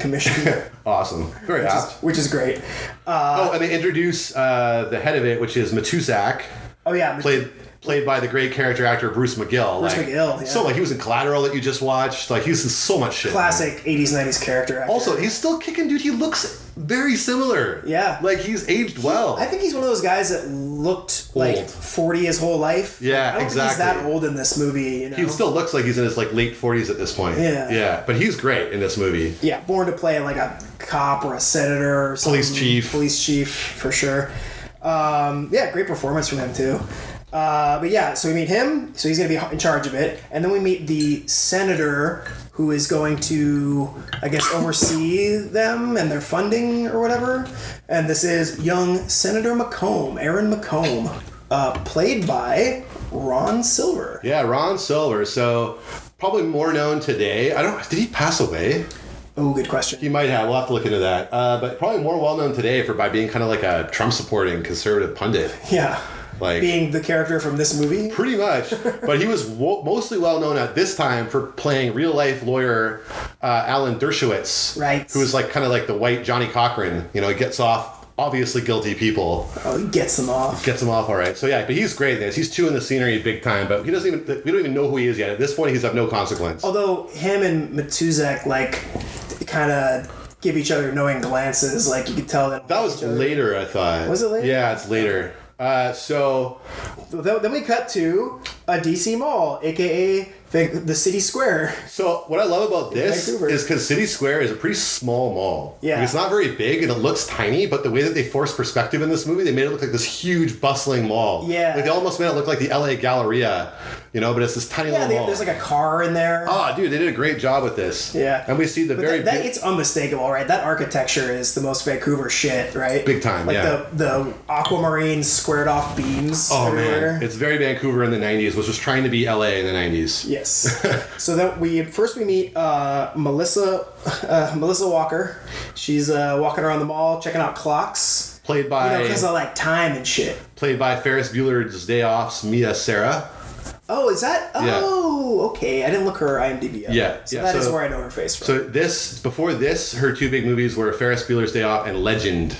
Speaker 2: Commission,
Speaker 1: Awesome, very apt.
Speaker 2: which is great.
Speaker 1: oh, and they introduce uh, the head of it, which is Matusak,
Speaker 2: Oh yeah,
Speaker 1: played played by the great character actor Bruce McGill.
Speaker 2: Bruce
Speaker 1: like,
Speaker 2: McGill, yeah.
Speaker 1: So like he was in Collateral that you just watched. Like he's in so much shit. man.
Speaker 2: classic 80s 90s character actor.
Speaker 1: Also, he's still kicking, dude. He looks very similar.
Speaker 2: Yeah.
Speaker 1: like he's aged well.
Speaker 2: I think he's one of those guys that looked like
Speaker 1: Old.
Speaker 2: 40 his whole life.
Speaker 1: Yeah,
Speaker 2: I don't
Speaker 1: exactly.
Speaker 2: Think he's that old in this movie, you know.
Speaker 1: he still looks like he's in his like late forties at this point.
Speaker 2: Yeah.
Speaker 1: yeah, but he's great in this movie.
Speaker 2: yeah, born to play like a cop or a senator or something.
Speaker 1: Police chief.
Speaker 2: Police chief, for sure. Um, yeah, great performance from him, too. Uh, but yeah, so we meet him, so he's going to be in charge of it. And then we meet the senator who is going to, I guess, oversee them and their funding or whatever. And this is young Senator McComb, Aaron McComb, uh, played by Ron Silver.
Speaker 1: Yeah, Ron Silver. So probably more known today. I don't. Did he pass away?
Speaker 2: Oh, good question.
Speaker 1: He might have. We'll have to look into that. Uh, but probably more well known today for by being kind of like a Trump supporting conservative pundit.
Speaker 2: Yeah.
Speaker 1: Like
Speaker 2: Being the character from this movie.
Speaker 1: pretty much. but he was wo- mostly well known at this time for playing real life lawyer uh, Alan Dershowitz,
Speaker 2: Right.
Speaker 1: Who was like kind of like the white Johnny Cochran. You know, he gets off obviously guilty people.
Speaker 2: Oh, he gets them off.
Speaker 1: gets him off all right. So yeah, but he's great in this. He's two in the scenery big time, but he doesn't even we don't even know who he is yet. At this point, he's of no consequence.
Speaker 2: Although him and Matuzak like kind of give each other knowing glances, like you could tell that.
Speaker 1: that was
Speaker 2: each other-
Speaker 1: later, I thought.
Speaker 2: Was it later?
Speaker 1: Yeah, it's later. Uh, so
Speaker 2: Then then we cut to a DC mall, aka Van- the city square.
Speaker 1: so what I love about this
Speaker 2: Vancouver.
Speaker 1: is because City Square is a pretty small mall.
Speaker 2: Yeah.
Speaker 1: Like, it's not very big and it looks tiny, but the way that they forced perspective in this movie, they made it look like this huge bustling mall.
Speaker 2: Yeah.
Speaker 1: Like they almost made it look like the LA Galleria, you know, but it's this tiny
Speaker 2: Yeah,
Speaker 1: little
Speaker 2: they,
Speaker 1: mall.
Speaker 2: there's like a car in there.
Speaker 1: Ah, dude, they did a great job with this.
Speaker 2: Yeah.
Speaker 1: And we see the
Speaker 2: But
Speaker 1: very
Speaker 2: that, that-
Speaker 1: big-
Speaker 2: it's unmistakable, right? That architecture is the most Vancouver shit, right?
Speaker 1: Big time,
Speaker 2: Like
Speaker 1: yeah.
Speaker 2: the the aquamarine squared off beams.
Speaker 1: Oh
Speaker 2: everywhere.
Speaker 1: man, it's very Vancouver in the '90s, which was trying to be LA in the '90s.
Speaker 2: Yes. so that we first we meet uh, Melissa uh, Melissa Walker. She's uh, walking around the mall checking out clocks.
Speaker 1: Played
Speaker 2: You know,
Speaker 1: by
Speaker 2: because of like time and shit.
Speaker 1: played by Ferris Bueller's Day Off's Mia Sarah.
Speaker 2: Oh, is that?
Speaker 1: Yeah.
Speaker 2: Oh, okay. I didn't look her IMDb up.
Speaker 1: Yeah,
Speaker 2: So
Speaker 1: yeah,
Speaker 2: that is
Speaker 1: so-
Speaker 2: where I know her face from.
Speaker 1: So this before this, her two big movies were Ferris Bueller's Day Off and Legend.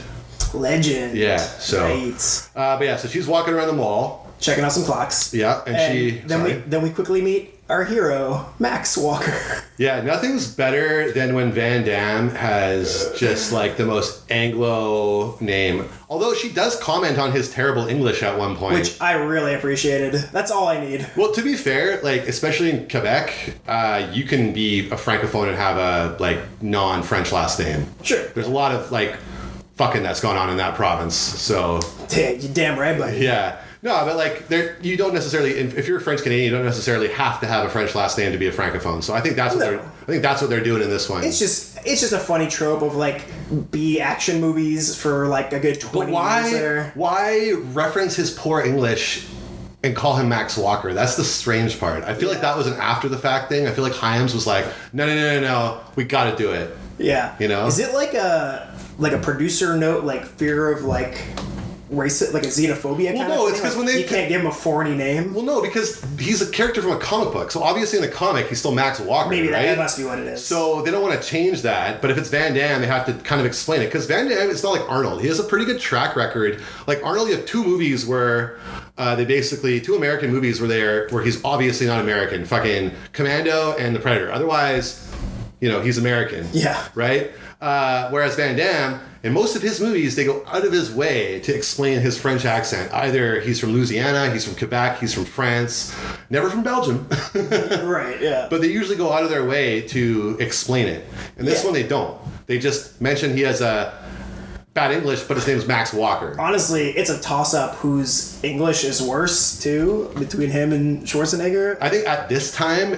Speaker 2: Legend.
Speaker 1: Yeah, so-
Speaker 2: Right.
Speaker 1: Uh, but yeah, so she's walking around the mall.
Speaker 2: Checking out some clocks.
Speaker 1: Yeah, and,
Speaker 2: And
Speaker 1: she
Speaker 2: then we
Speaker 1: sorry.
Speaker 2: then we quickly meet our hero Max Walker.
Speaker 1: yeah, nothing's better than when Van Damme has just like the most Anglo name. Although she does comment on his terrible English at one point,
Speaker 2: Which I really appreciated. That's all I need.
Speaker 1: Well, to be fair, like especially in Quebec, uh, you can be a francophone and have a like non-French last name.
Speaker 2: Sure.
Speaker 1: There's a lot of like fucking that's going on in that province. So
Speaker 2: Damn, you damn right, buddy.
Speaker 1: yeah, no, but like there, you don't necessarily if you're French Canadian, you don't necessarily have to have a French last name to be a francophone. So I think that's what
Speaker 2: No.
Speaker 1: they're I think that's what they're doing in this one.
Speaker 2: it's just it's just a funny trope of like B action movies for like a good
Speaker 1: but
Speaker 2: twenty years
Speaker 1: why
Speaker 2: there.
Speaker 1: why reference his poor English? And call him Max Walker. That's the strange part. I feel like that was an after the fact thing. I feel like Hyams was like, no, no, no, no, no. We got to do it.
Speaker 2: Yeah,
Speaker 1: You know?
Speaker 2: is it like a like a producer note, like fear of like racist, like a xenophobia.
Speaker 1: Well,
Speaker 2: kind
Speaker 1: no,
Speaker 2: of
Speaker 1: it's
Speaker 2: thing?
Speaker 1: 'cause
Speaker 2: Like,
Speaker 1: when they-
Speaker 2: you can't give him a foreign name.
Speaker 1: Well, no, because he's a character from a comic book. So obviously in the comic, he's still Max Walker,
Speaker 2: Maybe that,
Speaker 1: right?
Speaker 2: that must be what it is.
Speaker 1: So they don't want to change that, but if it's Van Damme, they have to kind of explain it because Van Damme, it's not like Arnold. He has a pretty good track record. Like Arnold, you have two movies where uh, they basically two American movies where they're where he's obviously not American. Fucking Commando and The Predator. Otherwise, you know, he's American.
Speaker 2: Yeah.
Speaker 1: Right. Uh, whereas Van Damme, in most of his movies, they go out of his way to explain his French accent. Either he's from Louisiana, he's from Quebec, he's from France, never from Belgium.
Speaker 2: right, yeah.
Speaker 1: But they usually go out of their way to explain it. And this
Speaker 2: Yeah.
Speaker 1: one they don't. They just mention he has a bad English, but his name's Max Walker.
Speaker 2: honestly, it's a toss up whose English is worse too between him and Schwarzenegger.
Speaker 1: I think at this time,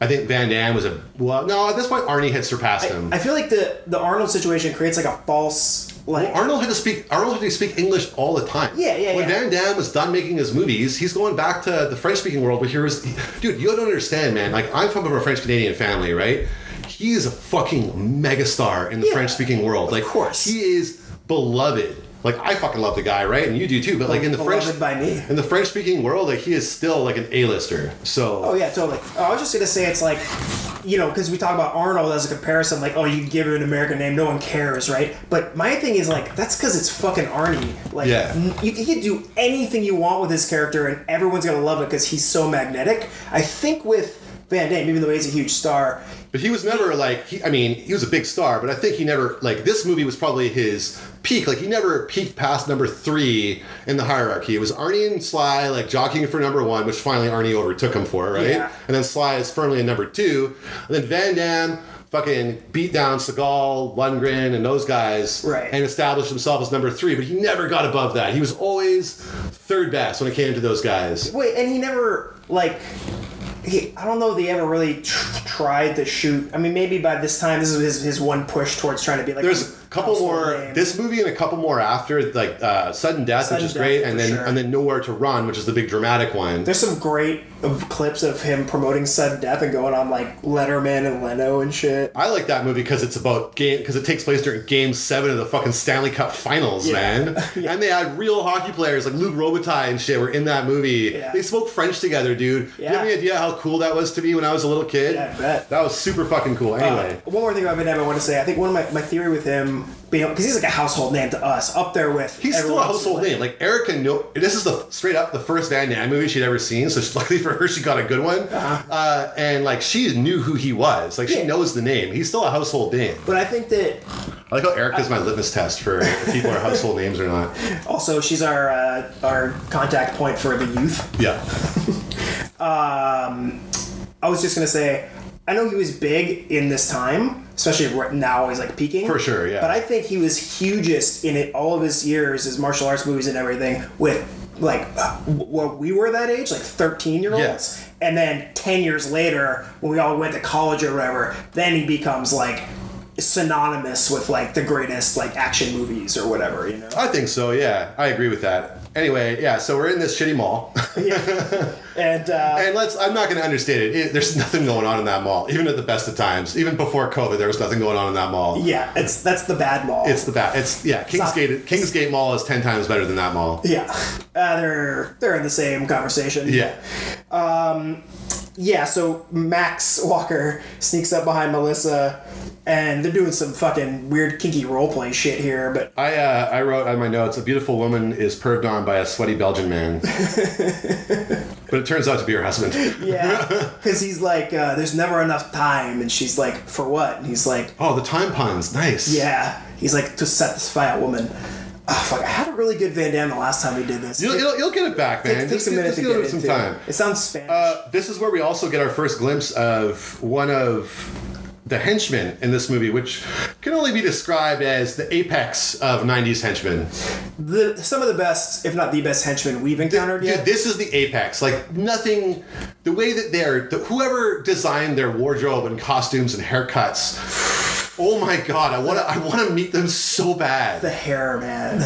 Speaker 1: I think Van Damme was a well. No, at this point, Arnie had surpassed him.
Speaker 2: I feel like the the Arnold situation creates like a false like
Speaker 1: Arnold had to speak. Arnold had to speak English all the time.
Speaker 2: Yeah, yeah,
Speaker 1: When
Speaker 2: yeah.
Speaker 1: Van Damme was done making his movies, he's going back to the French-speaking world. But here was, dude, you don't understand, man. Like I'm from a French Canadian family, right? He is a fucking megastar in the
Speaker 2: Yeah,
Speaker 1: French-speaking world. Like,
Speaker 2: course.
Speaker 1: he is beloved. Like I fucking love the guy, right? And you do too. But like in the
Speaker 2: Beloved
Speaker 1: French,
Speaker 2: by me.
Speaker 1: in the French-speaking world, like he is still like an A-lister. So
Speaker 2: Oh yeah, totally. I was just gonna say it's like, you know, because we talk about Arnold as a comparison, like, oh, you can give him an American name, no one cares, right? But my thing is like, that's because it's fucking Arnie. Like,
Speaker 1: Yeah.
Speaker 2: n- you, you can do anything you want with his character, and everyone's gonna love it because he's so magnetic. I think with Van Damme, even though he's a huge star,
Speaker 1: But he was never like he, I mean, he was a big star, but I think he never like this movie was probably his peak. Like he never peaked past number three in the hierarchy. It was Arnie and Sly like jockeying for number one, which finally Arnie overtook him for, right?
Speaker 2: Yeah.
Speaker 1: And then Sly is firmly in number two, and then Van Damme fucking beat down Seagal, Lundgren, and those guys,
Speaker 2: Right.
Speaker 1: And established himself as number three. But he never got above that. He was always third best when it came to those guys.
Speaker 2: wait, and he never like. He, I don't know if they ever really tr- tried to shoot. I mean, maybe by this time, this is his, his one push towards trying to be like.
Speaker 1: There's a couple
Speaker 2: household
Speaker 1: more.
Speaker 2: name.
Speaker 1: This movie and a couple more after, like uh, sudden death,
Speaker 2: Sudden
Speaker 1: which is
Speaker 2: Death,
Speaker 1: great, and
Speaker 2: for
Speaker 1: then
Speaker 2: sure.
Speaker 1: and then nowhere to run, which is the big dramatic one.
Speaker 2: There's some great of clips of him promoting sudden death and going on like Letterman and Leno and shit.
Speaker 1: I like that movie because it's about game because it takes place during Game Seven of the fucking Stanley Cup Finals, man. And they had real hockey players like Luke Robitaille and shit were in that movie.
Speaker 2: Yeah.
Speaker 1: They spoke French together, dude. Do you have
Speaker 2: Yeah.
Speaker 1: any idea how cool that was to me when I was a little kid?
Speaker 2: Yeah, I bet. Uh,
Speaker 1: That was super fucking cool. Anyway,
Speaker 2: One more thing about Van Damme I want to say. I think one of my, my theory with him being because he's like a household name to us, up there with
Speaker 1: He's still a
Speaker 2: everyone else.
Speaker 1: household name. Like Erica, no, this is the straight up the first Van Damme movie she'd ever seen. So she- luckily for her, she got a good one. uh and like she knew who he was. Like she
Speaker 2: Uh-huh. Yeah.
Speaker 1: knows the name. He's still a household name.
Speaker 2: But I think that
Speaker 1: I like how Erica's my litmus test for if people are household names or not.
Speaker 2: also she's our uh, our contact point for the youth.
Speaker 1: Yeah,
Speaker 2: I was just gonna say, I know he was big in this time, especially right now he's like peaking
Speaker 1: For sure, yeah.
Speaker 2: But I think he was hugest in it all of his years, his martial arts movies and everything, with like uh, what we were that age, like thirteen year olds,
Speaker 1: Yes.
Speaker 2: and then ten years later when we all went to college or whatever, then he becomes like synonymous with like the greatest like action movies or whatever, you know.
Speaker 1: I think so. Yeah, I agree with that. Anyway, yeah. So we're in this shitty mall,
Speaker 2: And uh,
Speaker 1: and let's. I'm not going to understate it. it. There's nothing going on in that mall, even at the best of times. Even before COVID, there was nothing going on in that mall.
Speaker 2: yeah, it's that's the bad mall.
Speaker 1: It's the bad. It's yeah. Kingsgate. Kingsgate Mall is ten times better than that mall.
Speaker 2: yeah, uh, they're they're in the same conversation.
Speaker 1: Yeah.
Speaker 2: yeah, so Max Walker sneaks up behind Melissa, and they're doing some fucking weird kinky roleplay shit here. But
Speaker 1: I, uh, I wrote on my notes, a beautiful woman is perved on by a sweaty Belgian man. but it turns out to be her husband.
Speaker 2: yeah, because he's like, uh, "There's never enough time," and she's like, "For what?" And he's like,
Speaker 1: Oh, the time puns. Nice.
Speaker 2: "Yeah." He's like, "To satisfy a woman." Oh, fuck, I had a really good Van Damme the last time we did this.
Speaker 1: You'll, you'll, you'll get it back, man.
Speaker 2: it takes
Speaker 1: Just
Speaker 2: a
Speaker 1: give-
Speaker 2: minute
Speaker 1: just
Speaker 2: to
Speaker 1: give
Speaker 2: get
Speaker 1: it some
Speaker 2: into.
Speaker 1: time.
Speaker 2: It sounds Spanish.
Speaker 1: Uh, this is where we also get our first glimpse of one of the henchmen in this movie, which can only be described as the apex of 90s henchmen.
Speaker 2: the, some of the best, if not the best, henchmen we've encountered
Speaker 1: Dude,
Speaker 2: yet.
Speaker 1: this is the apex. Like nothing, the way that they're the, whoever designed their wardrobe and costumes and haircuts. Oh my god, I want to I want to meet them so bad.
Speaker 2: the hair, man.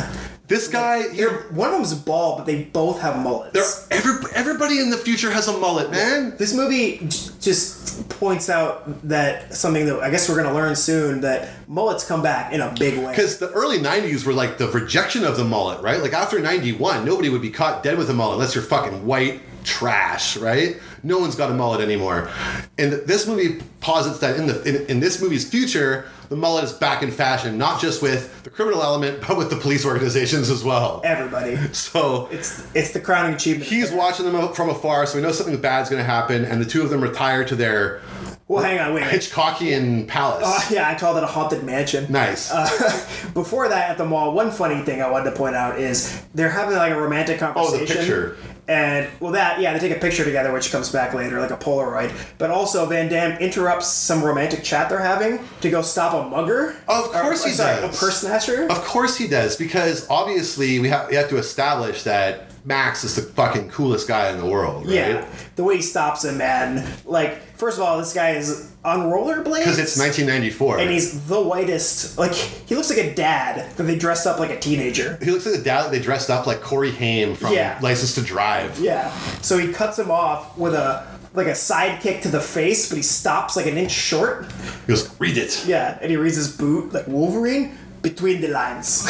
Speaker 1: This guy,
Speaker 2: They're,
Speaker 1: you're,
Speaker 2: one of them's bald, but they both have mullets.
Speaker 1: they're, every, everybody in the future has a mullet, man.
Speaker 2: This movie j- just points out that something that I guess we're going to learn soon that mullets come back in a big way.
Speaker 1: Because the early 90s were like the rejection of the mullet, right? Like after 91, nobody would be caught dead with a mullet unless you're fucking white trash, right? No one's got a mullet anymore. And this movie posits that in the in, in this movie's future, the mullet is back in fashion, not just with the criminal element, but with the police organizations as well.
Speaker 2: Everybody.
Speaker 1: So
Speaker 2: It's it's the crowning achievement.
Speaker 1: he's watching them from afar, so we know something bad's going to happen, and the two of them retire to their
Speaker 2: well, hang on, wait. wait.
Speaker 1: Hitchcockian palace.
Speaker 2: Uh, yeah, I called it a haunted mansion.
Speaker 1: nice.
Speaker 2: Before that, at the mall, one funny thing I wanted to point out is they're having like a romantic conversation.
Speaker 1: Oh, picture.
Speaker 2: And well, that yeah, they take a picture together, which comes back later, like a Polaroid. But also, Van Damme interrupts some romantic chat they're having to go stop a mugger.
Speaker 1: Of
Speaker 2: Or,
Speaker 1: course he
Speaker 2: sorry,
Speaker 1: does.
Speaker 2: A purse snatcher.
Speaker 1: Of course he does, because obviously we have, we have to establish that Max is the fucking coolest guy in the world, right?
Speaker 2: Yeah, the way he stops him, man. Like, first of all, this guy is on rollerblades.
Speaker 1: Because it's 1994.
Speaker 2: And he's the whitest. Like, he looks like a dad that they dressed up like a teenager.
Speaker 1: he looks like the dad that they dressed up like Corey Haim from
Speaker 2: Yeah.
Speaker 1: License to Drive.
Speaker 2: Yeah. So he cuts him off with a like a side kick to the face, but he stops like an inch short.
Speaker 1: He goes, read it.
Speaker 2: Yeah, and he reads his boot like Wolverine between the lines.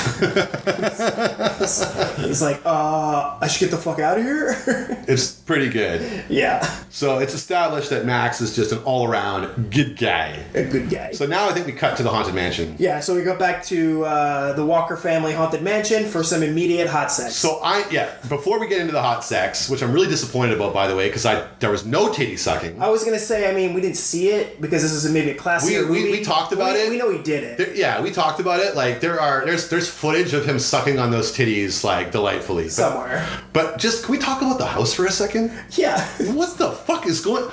Speaker 2: he's like, uh, I should get the fuck out of here.
Speaker 1: It's pretty good.
Speaker 2: yeah,
Speaker 1: So it's established that Max is just an all around good guy.
Speaker 2: a good guy.
Speaker 1: So now I think we cut to the Haunted Mansion.
Speaker 2: yeah, so we go back to uh, the Walker family haunted mansion for some immediate hot sex.
Speaker 1: So I yeah, before we get into the hot sex, which I'm really disappointed about by the way, because I there was no titty sucking.
Speaker 2: I was gonna say, I mean, we didn't see it because this is maybe a classic.
Speaker 1: We- we- we talked about it.
Speaker 2: We know he did it.
Speaker 1: There- yeah, we talked about it. Like there are there's there's footage of him sucking on those titties like delightfully. But-
Speaker 2: Somewhere.
Speaker 1: But just can we talk about the house for a second?
Speaker 2: yeah.
Speaker 1: What the fuck is going?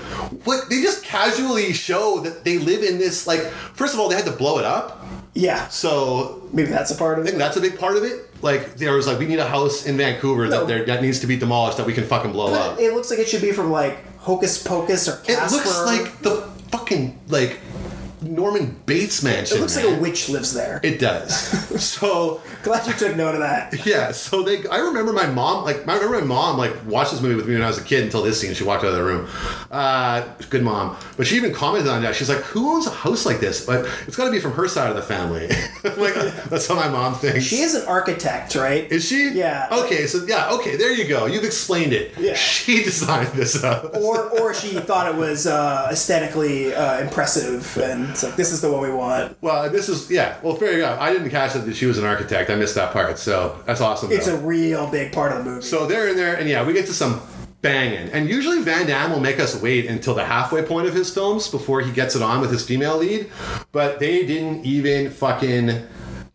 Speaker 1: What they just casually show that they live in this like. First of all, they had to blow it up,
Speaker 2: Yeah.
Speaker 1: so
Speaker 2: Maybe that's a part of
Speaker 1: I
Speaker 2: it.
Speaker 1: think that's a big part of it. Like there was like we need a house in Vancouver
Speaker 2: No.
Speaker 1: that there that needs to be demolished that we can fucking blow up.
Speaker 2: But it looks like it should be from like Hocus Pocus or
Speaker 1: It
Speaker 2: Casper.
Speaker 1: looks like the fucking like Norman Bates mansion.
Speaker 2: it looks like
Speaker 1: man.
Speaker 2: a witch lives there.
Speaker 1: It does. so
Speaker 2: Glad you took note of that.
Speaker 1: yeah, so they. I remember my mom. Like I remember my mom like watched this movie with me when I was a kid until this scene. She walked out of the room. Uh, good mom, but she even commented on that. She's like, "Who owns a house like this?" But it's got to be from her side of the family. I'm like that's how my mom thinks.
Speaker 2: She is an architect, right?
Speaker 1: Is she?
Speaker 2: Yeah.
Speaker 1: Okay, so yeah, okay, there you go. You've explained it.
Speaker 2: Yeah.
Speaker 1: She designed this house.
Speaker 2: or, or she thought it was uh, aesthetically uh, impressive, and it's like this is the one we want.
Speaker 1: Well, this is yeah. Well, fair enough. I didn't catch that she was an architect. I missed that part. So that's awesome.
Speaker 2: It's
Speaker 1: though.
Speaker 2: a real big part of the movie.
Speaker 1: So they're in there, and yeah, we get to some banging. And usually Van Damme will make us wait until the halfway point of his films before he gets it on with his female lead, but they didn't even fucking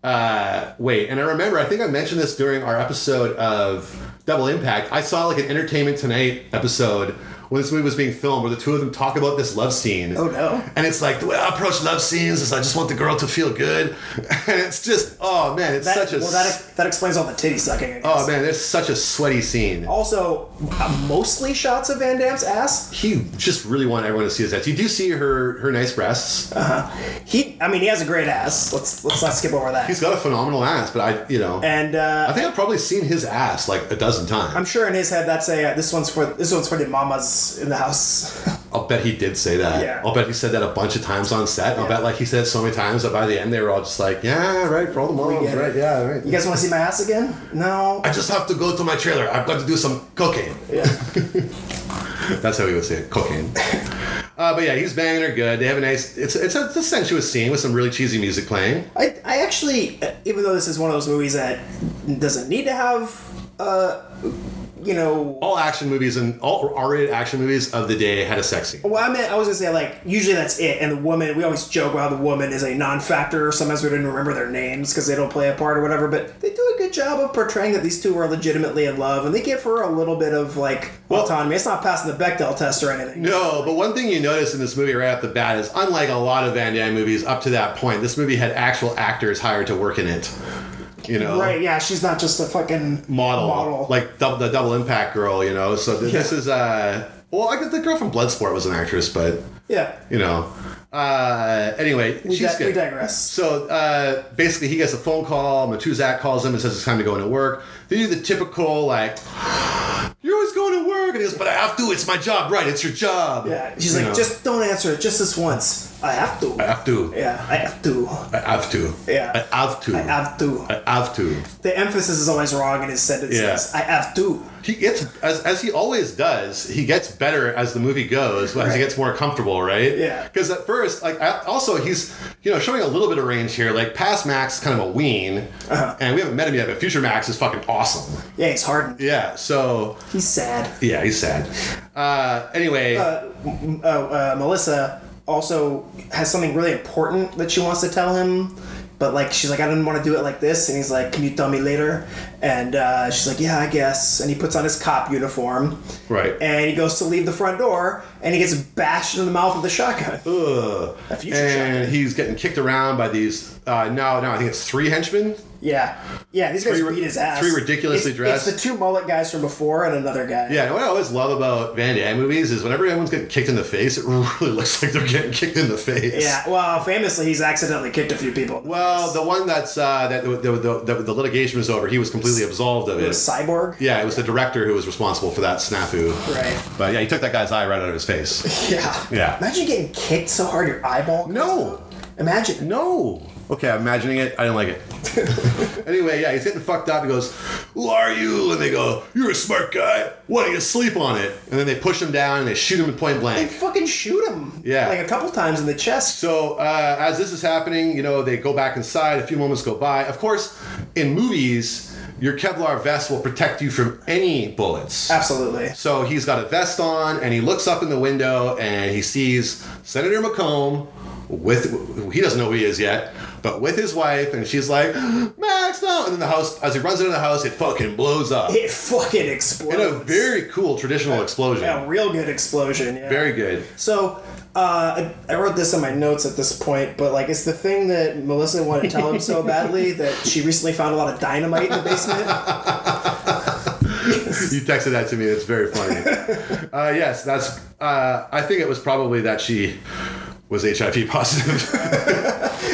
Speaker 1: uh, wait. And I remember, I think I mentioned this during our episode of Double Impact. I saw like an Entertainment Tonight episode. When this movie was being filmed, where the two of them talk about this love scene.
Speaker 2: Oh, no.
Speaker 1: And it's like the way I approach love scenes is I just want the girl to feel good, and it's just oh man, it's
Speaker 2: that,
Speaker 1: such a
Speaker 2: well, that, that explains all the titty sucking. I guess.
Speaker 1: oh man, there's such a sweaty scene.
Speaker 2: Also, uh, mostly shots of Van Damme's ass.
Speaker 1: he just really wanted everyone to see his ass. You do see her her nice breasts.
Speaker 2: He, I mean, he has a great ass. Let's let's not skip over that.
Speaker 1: He's got a phenomenal ass, but I you know
Speaker 2: and uh,
Speaker 1: I think I've probably seen his ass like a dozen times.
Speaker 2: I'm sure in his head that's a uh, this one's for this one's for the mamas in the house.
Speaker 1: I'll bet he did say that.
Speaker 2: Yeah.
Speaker 1: I'll bet he said that a bunch of times on set. I'll
Speaker 2: Yeah.
Speaker 1: bet like he said it so many times that by the end they were all just like, yeah, right for all the moms,
Speaker 2: get it.
Speaker 1: right, yeah, right.
Speaker 2: You guys want to see my ass again? No.
Speaker 1: I just have to go to my trailer. I've got to do some cocaine.
Speaker 2: Yeah.
Speaker 1: That's how he would say it, cocaine. uh, but yeah, he's banging her good. They have a nice. It's it's a, it's a sensuous scene with some really cheesy music playing.
Speaker 2: I, I actually, uh, even though this is one of those movies that doesn't need to have, uh, you know,
Speaker 1: All action movies and all R-rated action movies of the day had a sex scene.
Speaker 2: well, I meant I was gonna say like usually that's it, and the woman we always joke about how the woman is a non-factor. Sometimes we don't even remember their names because they don't play a part or whatever. But they do a good job of portraying that these two are legitimately in love, and they give her a little bit of like autonomy. It's not passing the Bechdel test or anything.
Speaker 1: No, but one thing you notice in this movie right off the bat is unlike a lot of Van Damme movies up to that point, this movie had actual actors hired to work in it. You know,
Speaker 2: Right? Yeah, she's not just a fucking
Speaker 1: model,
Speaker 2: Model.
Speaker 1: like dou- the double impact girl. You know, so th- this
Speaker 2: Yeah.
Speaker 1: is uh, Well, I guess the girl from Bloodsport was an actress, but
Speaker 2: Yeah.
Speaker 1: you know. Uh, anyway,
Speaker 2: We,
Speaker 1: she's
Speaker 2: di-
Speaker 1: good.
Speaker 2: we digress.
Speaker 1: So uh, basically, he gets a phone call. Matuzak calls him and says it's time to go into work. They do the typical like, "You're always going to work," and he goes, "But I have to. It's my job, right? It's your job."
Speaker 2: Yeah. She's
Speaker 1: You
Speaker 2: like,
Speaker 1: know,
Speaker 2: just don't answer it just this once. I have to.
Speaker 1: I have to.
Speaker 2: yeah, I have to.
Speaker 1: I have to.
Speaker 2: Yeah.
Speaker 1: I have to.
Speaker 2: I have to.
Speaker 1: Oh. I have to.
Speaker 2: The emphasis is always wrong in his sentences.
Speaker 1: Yeah.
Speaker 2: I have to.
Speaker 1: He gets as, as he always does. He gets better as the movie goes, as
Speaker 2: Right.
Speaker 1: he gets more comfortable, right?
Speaker 2: Yeah.
Speaker 1: Because at first, like I, also he's you know showing a little bit of range here. Like past Max, is kind of a wean,
Speaker 2: Uh-huh.
Speaker 1: and we haven't met him yet. But future Max is fucking awesome.
Speaker 2: Yeah, he's hardened.
Speaker 1: Yeah. So
Speaker 2: He's sad.
Speaker 1: yeah, he's sad. Uh, anyway,
Speaker 2: uh, uh, Melissa also has something really important that she wants to tell him, but like she's like, I didn't want to do it like this, and he's like, Can you tell me later? And uh, she's like, Yeah, I guess. And he puts on his cop uniform,
Speaker 1: right.
Speaker 2: and he goes to leave the front door, and he gets bashed in the mouth with a shotgun. A future shotgun.
Speaker 1: and he's getting kicked around by these. Uh, no, no, I think it's three henchmen.
Speaker 2: Yeah, yeah. These guys
Speaker 1: Three ri-
Speaker 2: beat his ass.
Speaker 1: three ridiculously
Speaker 2: It's-
Speaker 1: dressed-
Speaker 2: It's the two mullet guys from before and another guy.
Speaker 1: Yeah, and what I always love about Van Damme movies is whenever anyone's getting kicked in the face, it really looks like they're getting kicked in the face.
Speaker 2: Yeah. Well, famously, he's accidentally kicked a few people.
Speaker 1: Well, the one that's uh, that the, the, the, the litigation was over, he was completely absolved of
Speaker 2: The
Speaker 1: it.
Speaker 2: cyborg.
Speaker 1: Yeah, it was the director who was responsible for that snafu.
Speaker 2: Right.
Speaker 1: But yeah, he took that guy's eye right out of his face.
Speaker 2: Yeah.
Speaker 1: Yeah.
Speaker 2: Imagine getting kicked so hard your eyeball. comes
Speaker 1: No.
Speaker 2: out. Imagine.
Speaker 1: No. Okay, I'm imagining it. I didn't like it. anyway, yeah, he's getting fucked up. He goes, "Who are you?" And they go, "You're a smart guy. Why don't you sleep on it?" And then they push him down and they shoot him at point
Speaker 2: They
Speaker 1: blank.
Speaker 2: fucking shoot him.
Speaker 1: Yeah.
Speaker 2: Like a couple times in the chest.
Speaker 1: So uh, as this is happening, you know they go back inside. A few moments go by. Of course, in movies, your Kevlar vest will protect you from any bullets.
Speaker 2: Absolutely.
Speaker 1: So he's got a vest on, and he looks up in the window, and he sees Senator Macomb with he doesn't know who he is yet, but with his wife, and she's like, "Max, no!" And then the house, as he runs into the house, it fucking blows up
Speaker 2: It fucking
Speaker 1: in
Speaker 2: explodes.
Speaker 1: a very cool traditional explosion.
Speaker 2: yeah, real good explosion. Yeah.
Speaker 1: Very good.
Speaker 2: So, uh, I, I wrote this in my notes at this point, but like it's the thing that Melissa wanted to tell him so badly that she recently found a lot of dynamite in the basement.
Speaker 1: You texted that to me. That's very funny. uh, yes, that's. Uh, I think it was probably that she was HIV positive.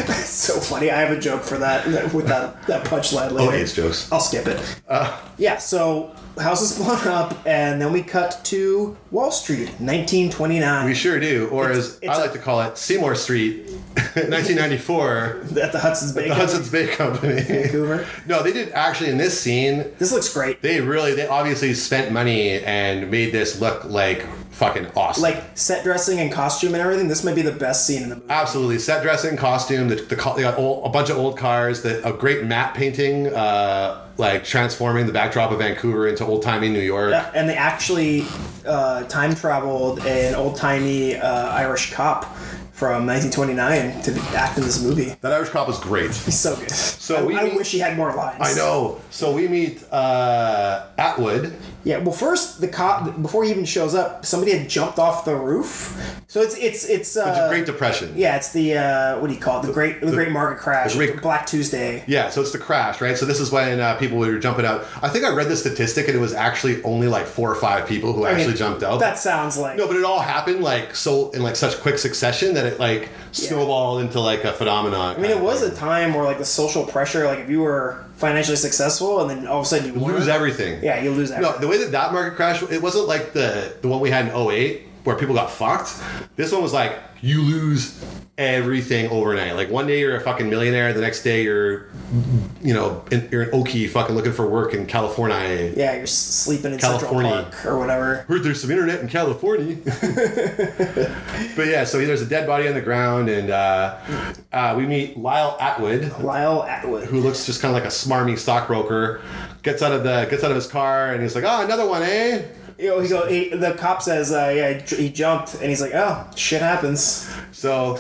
Speaker 2: It's so funny. I have a joke for that that- with that that punchline
Speaker 1: oh,
Speaker 2: later.
Speaker 1: AIDS jokes.
Speaker 2: I'll skip it. Uh, yeah, so house is blown up, and then we cut to Wall Street, 1929,
Speaker 1: We sure do, or as
Speaker 2: it's
Speaker 1: I
Speaker 2: a-
Speaker 1: like to call it, Seymour Street, 1994.
Speaker 2: at the Hudson's Bay.
Speaker 1: The
Speaker 2: Company,
Speaker 1: Hudson's Bay Company.
Speaker 2: Vancouver.
Speaker 1: No, they did actually in this scene.
Speaker 2: This looks great.
Speaker 1: They really, they obviously spent money and made this look like fucking awesome.
Speaker 2: Like set dressing and costume and everything. This might be the best scene in the movie.
Speaker 1: absolutely set dressing, costume. The, the co- they got old, a bunch of old cars. The, a great matte painting, uh, like transforming the backdrop of Vancouver into old timey New York.
Speaker 2: Yeah, and they actually uh, time traveled an old timey uh, Irish cop from 1929 to act in this movie.
Speaker 1: That Irish cop was great.
Speaker 2: He's so good. So I,
Speaker 1: we
Speaker 2: I
Speaker 1: meet-
Speaker 2: wish he had more lines.
Speaker 1: I know. So we meet uh, Atwood.
Speaker 2: Yeah, well, first the cop before he even shows up, somebody had jumped off the roof. So it's it's it's uh,
Speaker 1: Great Depression.
Speaker 2: yeah, it's the uh, what do you call it? The great the, Great Market Crash,
Speaker 1: the great-
Speaker 2: Black Tuesday.
Speaker 1: Yeah, so it's the crash, right? So this is when uh, people were jumping out. I think I read the statistic, and it was actually only like four or five people who actually
Speaker 2: mean,
Speaker 1: jumped out.
Speaker 2: That sounds like
Speaker 1: no, but it all happened like so in like such quick succession that it like snowballed into like a phenomenon.
Speaker 2: I mean, it was a time where like the social pressure, like if you were financially successful and then all of a sudden you
Speaker 1: lose
Speaker 2: weren't-
Speaker 1: everything.
Speaker 2: Yeah, you lose everything.
Speaker 1: No, the way that that market crash, it wasn't like the the one we had in 08 where people got fucked. This one was like you lose everything overnight. Like one day you're a fucking millionaire, the next day you're, you know, in, you're in Okie fucking looking for work in California.
Speaker 2: yeah, you're s- sleeping in
Speaker 1: California.
Speaker 2: Central Park or whatever.
Speaker 1: heard there's some internet in California. but yeah, so there's a dead body on the ground, and uh, uh, we meet Lyle Atwood,
Speaker 2: Lyle Atwood.
Speaker 1: who looks just kind of like a smarmy stockbroker. Gets out of the gets out of his car, and he's like, "Oh, another one, eh?"
Speaker 2: You know, he go. He, the cop says, uh, "Yeah, he j- he jumped," and he's like, "Oh, shit happens."
Speaker 1: So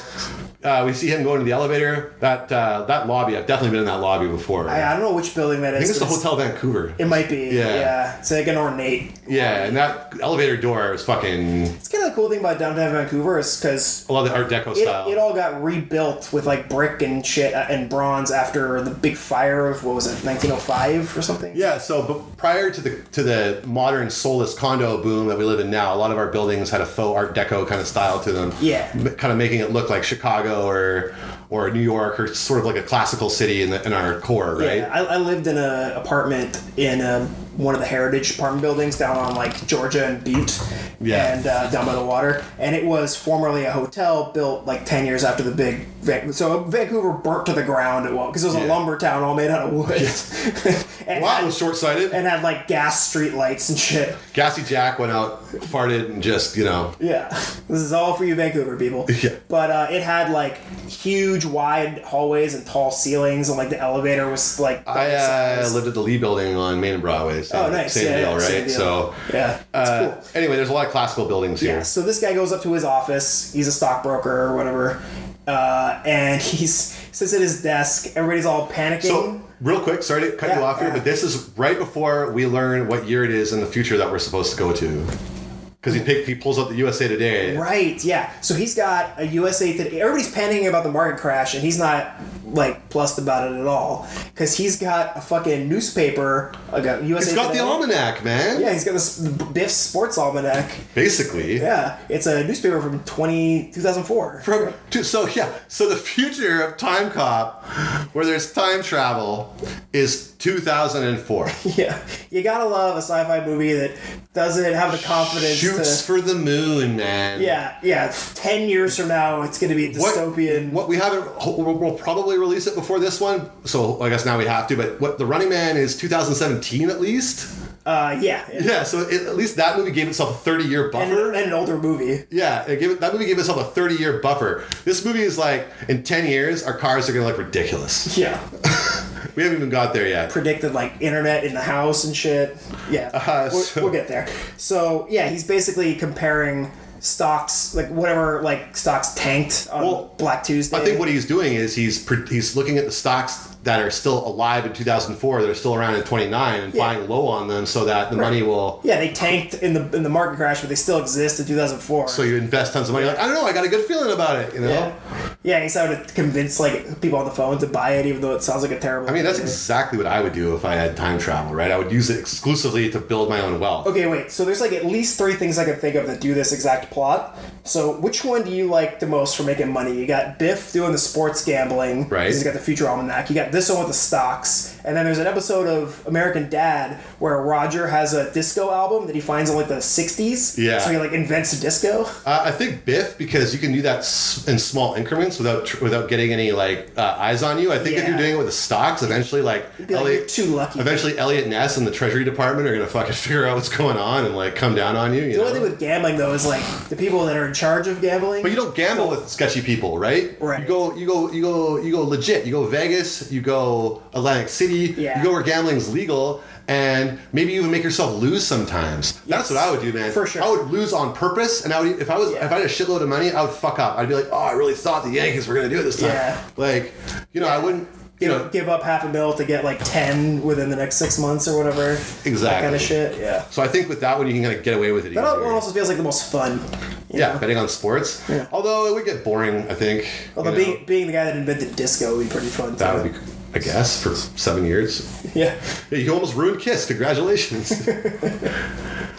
Speaker 1: uh, we see him go into the elevator. That uh, that lobby, I've definitely been in that lobby before.
Speaker 2: I, I don't know which building that is.
Speaker 1: I think it's the
Speaker 2: but
Speaker 1: Hotel Vancouver.
Speaker 2: It might be.
Speaker 1: Yeah.
Speaker 2: Yeah. It's like an ornate.
Speaker 1: Yeah, and that elevator door is fucking
Speaker 2: It's kind of the cool thing about downtown Vancouver is because
Speaker 1: a lot of the Art Deco
Speaker 2: it,
Speaker 1: style.
Speaker 2: it all got rebuilt with like brick and shit uh, and bronze after the big fire of what was it, 1905 or something?
Speaker 1: Yeah, so but prior to the to the modern soulless condo boom that we live in now, a lot of our buildings had a faux Art Deco kind of style to them.
Speaker 2: Yeah.
Speaker 1: M- kind of making it look like Chicago or or New York or sort of like a classical city in, the, in our core, right?
Speaker 2: Yeah, I, I lived in an apartment in um, one of the heritage apartment buildings down on like Georgia and Butte,
Speaker 1: Yeah.
Speaker 2: and uh, down by the water. And it was formerly a hotel built like ten years after the big Vancouver. So Vancouver burnt to the ground at one because it was
Speaker 1: Yeah.
Speaker 2: a lumber town all made out of wood. and
Speaker 1: Wow, it
Speaker 2: had-
Speaker 1: was short sighted.
Speaker 2: and had like gas street lights and shit.
Speaker 1: Gassy Jack went out, farted, and just, you know,
Speaker 2: Yeah, this is all for you, Vancouver people.
Speaker 1: Yeah.
Speaker 2: But uh, it had like huge, wide hallways and tall ceilings, and like the elevator was like.
Speaker 1: I uh,
Speaker 2: double-sized.
Speaker 1: lived at the Lee building on Main and Broadway. Same,
Speaker 2: Oh, nice.
Speaker 1: Same
Speaker 2: yeah,
Speaker 1: deal,
Speaker 2: yeah,
Speaker 1: right?
Speaker 2: same deal.
Speaker 1: So,
Speaker 2: yeah, it's
Speaker 1: uh,
Speaker 2: cool.
Speaker 1: anyway, there's a lot of classical buildings here.
Speaker 2: Yeah, so this guy goes up to his office. He's a stockbroker or whatever, uh, and he's sits at his desk. Everybody's all panicking.
Speaker 1: So, real quick, sorry to cut you
Speaker 2: Yeah,
Speaker 1: off here,
Speaker 2: yeah.
Speaker 1: but this is right before we learn what year it is in the future that we're supposed to go to. Because he, pick- he pulls up the USA Today.
Speaker 2: right, yeah. So he's got a USA Today. Everybody's panicking about the market crash, and he's not like plussed about it at all because he's got a fucking newspaper. Like a USA
Speaker 1: He's got the
Speaker 2: Today.
Speaker 1: almanac, man.
Speaker 2: Yeah, he's got this Biff's Sports Almanac.
Speaker 1: Basically.
Speaker 2: Yeah, it's a newspaper from 20, 2004.
Speaker 1: From, to, so yeah, so the future of Time Cop, where there's time travel, is 2004.
Speaker 2: Yeah, you gotta love a sci-fi movie that doesn't have the confidence
Speaker 1: Shoots
Speaker 2: to.
Speaker 1: for the moon, man.
Speaker 2: Yeah, yeah. Ten years from now, it's going to be dystopian.
Speaker 1: What, what we haven't, we'll we'll probably release it before this one. So I guess now we have to. But what the Running Man is 2017 at least.
Speaker 2: Uh, yeah, and,
Speaker 1: Yeah. So it, at least that movie gave itself a 30 year buffer.
Speaker 2: and an older movie.
Speaker 1: yeah, it gave, that movie gave itself a 30 year buffer. This movie is like in 10 years, our cars are gonna look ridiculous.
Speaker 2: Yeah,
Speaker 1: We haven't even got there yet.
Speaker 2: predicted like internet in the house and shit. Yeah,
Speaker 1: Uh,
Speaker 2: we'll,
Speaker 1: so-
Speaker 2: we'll get there. So yeah, he's basically comparing stocks, like whatever, like stocks tanked on
Speaker 1: Well,
Speaker 2: Black Tuesday.
Speaker 1: I think what he's doing is he's pr- he's looking at the stocks that are still alive in 2004, that are still around in 29, and
Speaker 2: Yeah.
Speaker 1: buying low on them so that the money will.
Speaker 2: yeah, they tanked in the in the market crash, but they still exist in 2004.
Speaker 1: So you invest tons of money. Like I don't know, I got a good feeling about it. You know.
Speaker 2: yeah. yeah, he's having to convince like people on the phone to buy it, even though it sounds like a terrible.
Speaker 1: I mean, that's
Speaker 2: idea.
Speaker 1: exactly what I would do if I had time travel, right? I would use it exclusively to build my own wealth.
Speaker 2: Okay, wait. So there's like at least three things I can think of that do this exact plot. So which one do you like the most for making money? You got Biff doing the sports gambling. 'cause
Speaker 1: Right.
Speaker 2: He's got the future almanac. You got this one with the stocks. And then there's an episode of American Dad where Roger has a disco album that he finds in like the 60s.
Speaker 1: Yeah.
Speaker 2: So he like invents disco.
Speaker 1: Uh, I think Biff, because you can do that s- in small increments without tr- without getting any like uh, eyes on you. I think if
Speaker 2: Yeah.
Speaker 1: you're doing it with the stocks, eventually like
Speaker 2: be like, "You're too lucky."
Speaker 1: Eventually, Elliot Ness and the Treasury Department are gonna fucking figure out what's going on and like come down on you. you
Speaker 2: The
Speaker 1: know?
Speaker 2: only thing with gambling though is like the people that are in charge of gambling.
Speaker 1: But you don't gamble with sketchy people, right?
Speaker 2: Right.
Speaker 1: You go, you go, you go, you go legit. You go Vegas. You go Atlantic City.
Speaker 2: Yeah.
Speaker 1: You go where gambling's legal, and maybe even make yourself lose sometimes. That's
Speaker 2: Yes.
Speaker 1: what I would do, man.
Speaker 2: For sure.
Speaker 1: I would lose on purpose, and I would if I was
Speaker 2: Yeah.
Speaker 1: if I had a shitload of money, I would fuck up. I'd be like, oh, I really thought the Yankees were gonna do it this time.
Speaker 2: Yeah.
Speaker 1: Like, you know, I wouldn't. You
Speaker 2: You
Speaker 1: know,
Speaker 2: know, give up half a mil to get like ten within the next six months or whatever. That kind
Speaker 1: Exactly.
Speaker 2: of shit. Yeah.
Speaker 1: so I think with that one, you can kind of get away with it.
Speaker 2: That
Speaker 1: easier.
Speaker 2: one also feels like the most fun. you
Speaker 1: yeah,
Speaker 2: know?
Speaker 1: betting on sports.
Speaker 2: Yeah.
Speaker 1: Although it would get boring, I think.
Speaker 2: Although
Speaker 1: you know.
Speaker 2: being, being the guy that invented disco would be pretty fun.
Speaker 1: that
Speaker 2: too.
Speaker 1: would be, I guess, for seven years.
Speaker 2: yeah.
Speaker 1: Yeah, you almost ruined Kiss. Congratulations.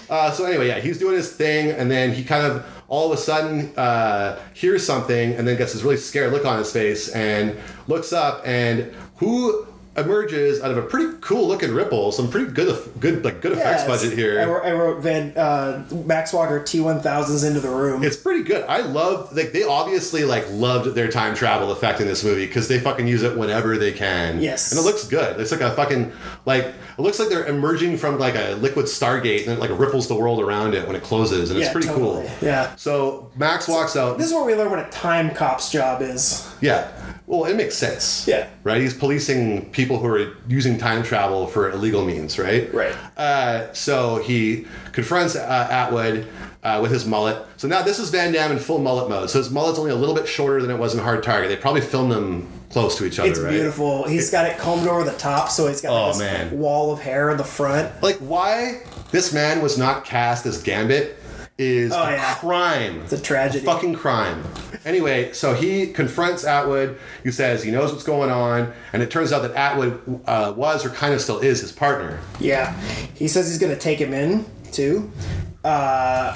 Speaker 1: uh, so anyway, yeah, he's doing his thing, and then he kind of all of a sudden uh, hears something, and then gets this really scared look on his face, and looks up, and who emerges out of a pretty cool looking ripple? Some pretty good, good, like good effects
Speaker 2: Yeah,
Speaker 1: budget
Speaker 2: it's-
Speaker 1: here.
Speaker 2: I wrote, I wrote Van uh, Max Walker T1000s into the room.
Speaker 1: It's pretty good. I love like they obviously like loved their time travel effect in this movie because they fucking use it whenever they can.
Speaker 2: Yes.
Speaker 1: and it looks good. It's like a fucking like it looks like they're emerging from like a liquid stargate and it like ripples the world around it when it closes, and it's
Speaker 2: Yeah,
Speaker 1: pretty
Speaker 2: totally.
Speaker 1: cool.
Speaker 2: Yeah.
Speaker 1: So Max walks out.
Speaker 2: This is where we learn what a time cop's job is.
Speaker 1: yeah. Well, it makes sense.
Speaker 2: Yeah.
Speaker 1: Right. He's policing people who are using time travel for illegal means. Right. Uh, so he confronts uh, Atwood uh, with his mullet. So now this is Van Damme in full mullet mode. So his mullet's only a little bit shorter than it was in Hard Target. They probably filmed them close to each other,
Speaker 2: It's
Speaker 1: right?
Speaker 2: beautiful. He's got it combed over the top, so he's got like,
Speaker 1: Oh,
Speaker 2: this
Speaker 1: man.
Speaker 2: wall of hair in the front.
Speaker 1: Like, why this man was not cast as Gambit is
Speaker 2: Oh,
Speaker 1: a
Speaker 2: yeah.
Speaker 1: crime.
Speaker 2: It's a tragedy.
Speaker 1: fucking crime. Anyway, so he confronts Atwood. He says he knows what's going on, and it turns out that Atwood uh, was or kind of still is his partner.
Speaker 2: Yeah. He says he's going to take him in, too. Uh,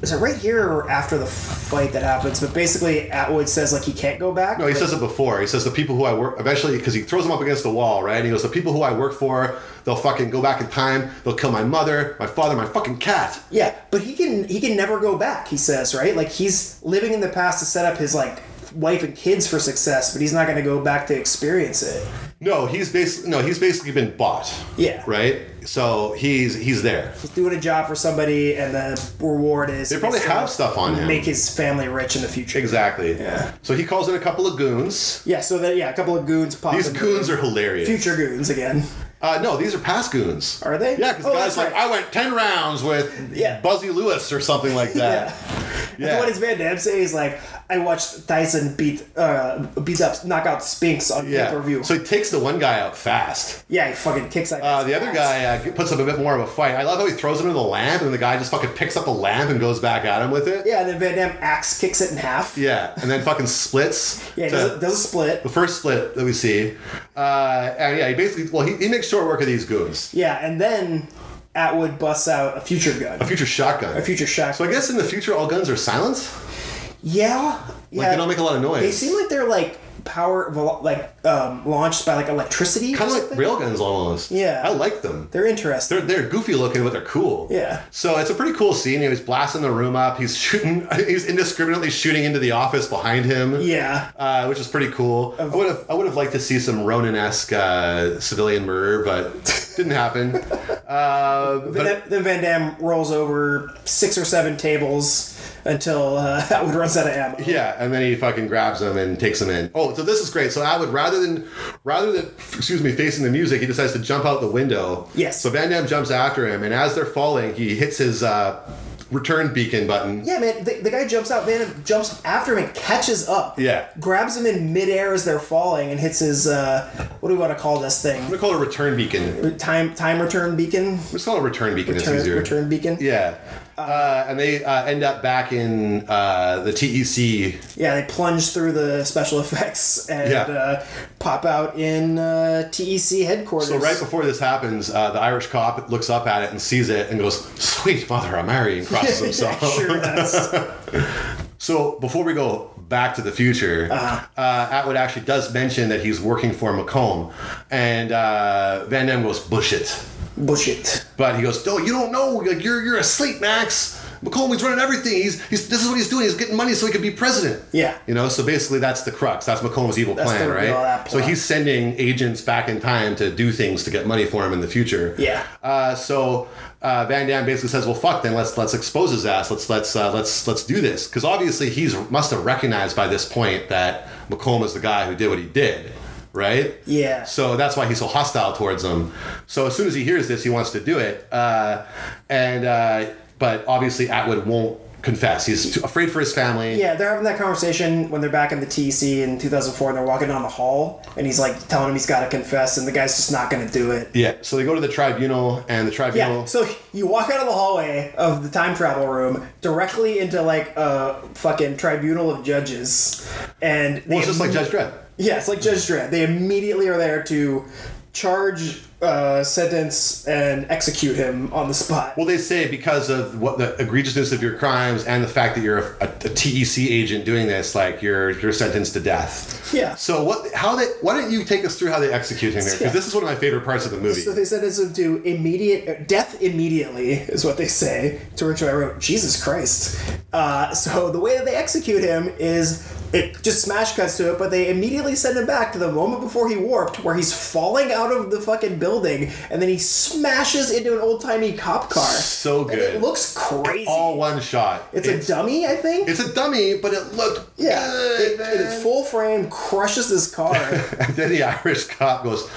Speaker 2: Is it right here or after the fight that happens? But basically, Atwood says like he can't go back.
Speaker 1: No, Oh, he says it before. He says the people who I work eventually because he throws them up against the wall, right? And he goes, the people who I work for, they'll fucking go back in time. They'll kill my mother, my father, my fucking cat.
Speaker 2: Yeah, but he can he can never go back. He says right, like he's living in the past to set up his like wife and kids for success, but he's not going to go back to experience it.
Speaker 1: No, he's basically no, he's basically been bought.
Speaker 2: Yeah.
Speaker 1: Right. So he's he's there.
Speaker 2: He's doing a job for somebody, and the reward is
Speaker 1: They probably
Speaker 2: he's
Speaker 1: have
Speaker 2: gonna
Speaker 1: stuff on him.
Speaker 2: Make his family rich in the future.
Speaker 1: Exactly.
Speaker 2: Yeah.
Speaker 1: So he calls in a couple of goons.
Speaker 2: Yeah, so that yeah, a couple of goons pop.
Speaker 1: These
Speaker 2: in.
Speaker 1: goons are hilarious.
Speaker 2: future goons again.
Speaker 1: Uh, no, these are past goons.
Speaker 2: Are they?
Speaker 1: Yeah, because
Speaker 2: Oh,
Speaker 1: guys
Speaker 2: that's
Speaker 1: like
Speaker 2: right.
Speaker 1: I went ten rounds with
Speaker 2: Yeah.
Speaker 1: Buzzy Lewis or something like that. yeah.
Speaker 2: What does Van Damme say? He's like, I watched Tyson beat uh beat up knock out Spinks on
Speaker 1: yeah.
Speaker 2: pay per view.
Speaker 1: So he takes the one guy out fast.
Speaker 2: yeah, he fucking kicks that.
Speaker 1: Uh,
Speaker 2: guy's
Speaker 1: the other
Speaker 2: ass.
Speaker 1: guy uh, puts up a bit more of a fight. I love how he throws him in the lamp, and the guy just fucking picks up the lamp and goes back at him with it.
Speaker 2: Yeah, and then Van Damme axe kicks it in half.
Speaker 1: Yeah, and then fucking splits.
Speaker 2: Yeah, he
Speaker 1: to-
Speaker 2: does, a- does a split.
Speaker 1: the first split that we see. Uh, and yeah, he basically well he, he makes short work of these goons.
Speaker 2: Yeah, and then Atwood busts out a future gun,
Speaker 1: A future shotgun.
Speaker 2: a future shotgun.
Speaker 1: So I guess in the future all guns are silent.
Speaker 2: yeah, yeah.
Speaker 1: Like they don't make a lot of noise.
Speaker 2: They seem like they're like power velo- like um, launched by like electricity. or
Speaker 1: kind of like
Speaker 2: something.
Speaker 1: railguns almost.
Speaker 2: Yeah.
Speaker 1: I like them.
Speaker 2: They're interesting.
Speaker 1: They're, they're goofy looking, but they're cool.
Speaker 2: Yeah.
Speaker 1: So it's a pretty cool scene. He was blasting the room up. He's shooting. He's indiscriminately shooting into the office behind him.
Speaker 2: yeah.
Speaker 1: Uh, which is pretty cool. I would have I would have liked to see some Ronin-esque uh, civilian murder, but didn't happen. Uh,
Speaker 2: But
Speaker 1: but
Speaker 2: then, then Van Damme rolls over six or seven tables until uh, Atwood runs out of ammo.
Speaker 1: Yeah, and then he fucking grabs him and takes him in. Oh, so this is great. So I would rather than rather than excuse me facing the music, he decides to jump out the window.
Speaker 2: Yes.
Speaker 1: So Van Damme jumps after him, and as they're falling, he hits his uh, return beacon button.
Speaker 2: Yeah, man, the, the guy jumps out, Van Damme jumps after him and catches up.
Speaker 1: Yeah.
Speaker 2: Grabs him in midair as they're falling and hits his, uh, what do we want to call this
Speaker 1: I'm
Speaker 2: thing?
Speaker 1: gonna call it a return beacon.
Speaker 2: Time time return beacon?
Speaker 1: Let's call it a return beacon.
Speaker 2: Return,
Speaker 1: it's easier.
Speaker 2: return beacon?
Speaker 1: Yeah. Uh, and they uh, end up back in uh, the TEC.
Speaker 2: Yeah, they plunge through the special effects and
Speaker 1: Yeah.
Speaker 2: uh, pop out in uh, TEC headquarters.
Speaker 1: So right before this happens, uh, the Irish cop looks up at it and sees it and goes, "Sweet mother of Mary," and crosses himself.
Speaker 2: sure does.
Speaker 1: So before we go back to the future,
Speaker 2: Uh-huh.
Speaker 1: uh Atwood actually does mention that he's working for Macomb, and uh, Van Damme goes bush it,
Speaker 2: Bush it.
Speaker 1: but he goes, "No, you don't know. Like you're you're asleep, Max. Macomb, he's running everything. He's, he's this is what he's doing. He's getting money so he could be president."
Speaker 2: Yeah.
Speaker 1: You know, so basically that's the crux. That's Macomb's evil
Speaker 2: That's
Speaker 1: plan,
Speaker 2: the-
Speaker 1: right?
Speaker 2: all that
Speaker 1: So
Speaker 2: plot.
Speaker 1: he's sending agents back in time to do things to get money for him in the future.
Speaker 2: Yeah.
Speaker 1: Uh, so uh, Van Damme basically says, "Well, fuck, then let's let's expose his ass. Let's let's uh, let's let's do this." Because obviously he's must have recognized by this point that Macomb is the guy who did what he did, right?
Speaker 2: Yeah.
Speaker 1: So that's why he's so hostile towards him. So as soon as he hears this, he wants to do it. Uh, and uh, but obviously Atwood won't confess. He's too afraid for his family.
Speaker 2: Yeah, they're having that conversation when they're back in the TC in 2004 and they're walking down the hall and he's like telling him he's got to confess and the guy's just not going to do it.
Speaker 1: Yeah, so they go to the tribunal, and the
Speaker 2: Yeah,
Speaker 1: tribunal.
Speaker 2: so you walk out of the hallway of the time travel room directly into like a fucking tribunal of judges and they
Speaker 1: well, it's just like Judge Dredd.
Speaker 2: Yeah, it's like Judge Dredd. They immediately are there to charge, uh, sentence, and execute him on the spot.
Speaker 1: Well, they say because of what the egregiousness of your crimes and the fact that you're a, a, a TEC agent doing this, like you're you're sentenced to death.
Speaker 2: yeah.
Speaker 1: So what? How they? Why don't you take us through how they execute him there? Because
Speaker 2: Yeah.
Speaker 1: this is one of my favorite parts of the movie.
Speaker 2: So they sentence him to immediate uh, death immediately is what they say. To which I wrote, Jesus Christ. Uh, so the way that they execute him is it just smash cuts to it, but they immediately send him back to the moment before he warped, where he's falling out of the fucking building, and then he smashes into an old timey cop car.
Speaker 1: So
Speaker 2: And
Speaker 1: good.
Speaker 2: it looks crazy.
Speaker 1: All one shot.
Speaker 2: it's, a dummy, I think.
Speaker 1: it's a dummy, but it looked
Speaker 2: Yeah,
Speaker 1: good.
Speaker 2: it, it
Speaker 1: man.
Speaker 2: full frame crushes this car.
Speaker 1: and then the Irish cop goes,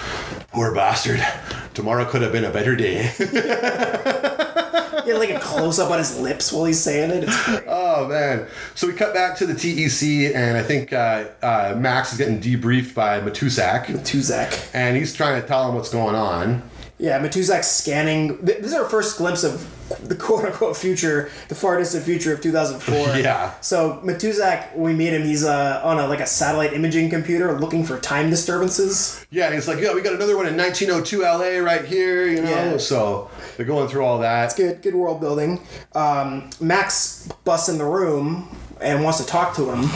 Speaker 1: "Poor bastard. Tomorrow could have been a better day."
Speaker 2: yeah, like a close up on his lips while he's saying it. It's great.
Speaker 1: Oh man! So we cut back to the TEC, and I think uh, uh, Max is getting debriefed by Matusak,
Speaker 2: Matuzak.
Speaker 1: and he's trying to tell him what's going on.
Speaker 2: Yeah, Matuzak's scanning. th- This is our first glimpse of the quote unquote future, the far distant future of 2004.
Speaker 1: Yeah.
Speaker 2: So Matuzak, we meet him. He's uh, on a like a satellite imaging computer looking for time disturbances.
Speaker 1: Yeah, and it's like, yeah, we got another one in 1902 LA right here, you know?
Speaker 2: Yeah.
Speaker 1: So they're going through all that.
Speaker 2: Good, good world building. Um, Max busts in the room and wants to talk to him.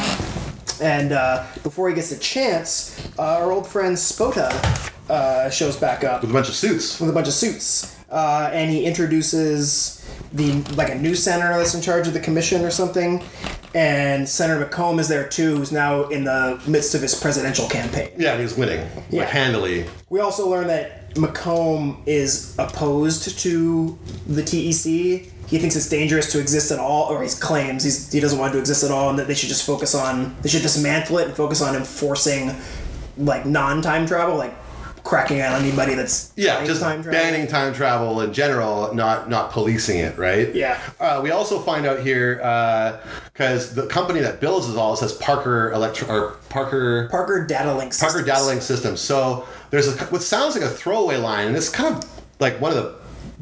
Speaker 2: And uh, before he gets a chance, uh, our old friend Spota uh, shows back up.
Speaker 1: With a bunch of suits.
Speaker 2: with a bunch of suits, uh, and he introduces the like a new senator that's in charge of the commission or something, and Senator McComb is there too, who's now in the midst of his presidential campaign.
Speaker 1: Yeah, and he's winning.
Speaker 2: Yeah.
Speaker 1: Like handily.
Speaker 2: We also learn that McComb is opposed to the TEC. He thinks it's dangerous to exist at all, or he claims he's, he doesn't want to exist at all, and that they should just focus on they should dismantle it and focus on enforcing like non-time travel, like cracking out on anybody that's
Speaker 1: Yeah,
Speaker 2: trying
Speaker 1: just
Speaker 2: travel.
Speaker 1: banning time travel in general, not not policing it, right?
Speaker 2: Yeah.
Speaker 1: Uh, we also find out here because the company that builds this all says Parker Electro or Parker
Speaker 2: Parker Data Link Systems.
Speaker 1: Parker Data Link Systems. So there's a, what sounds like a throwaway line, and it's kind of like one of the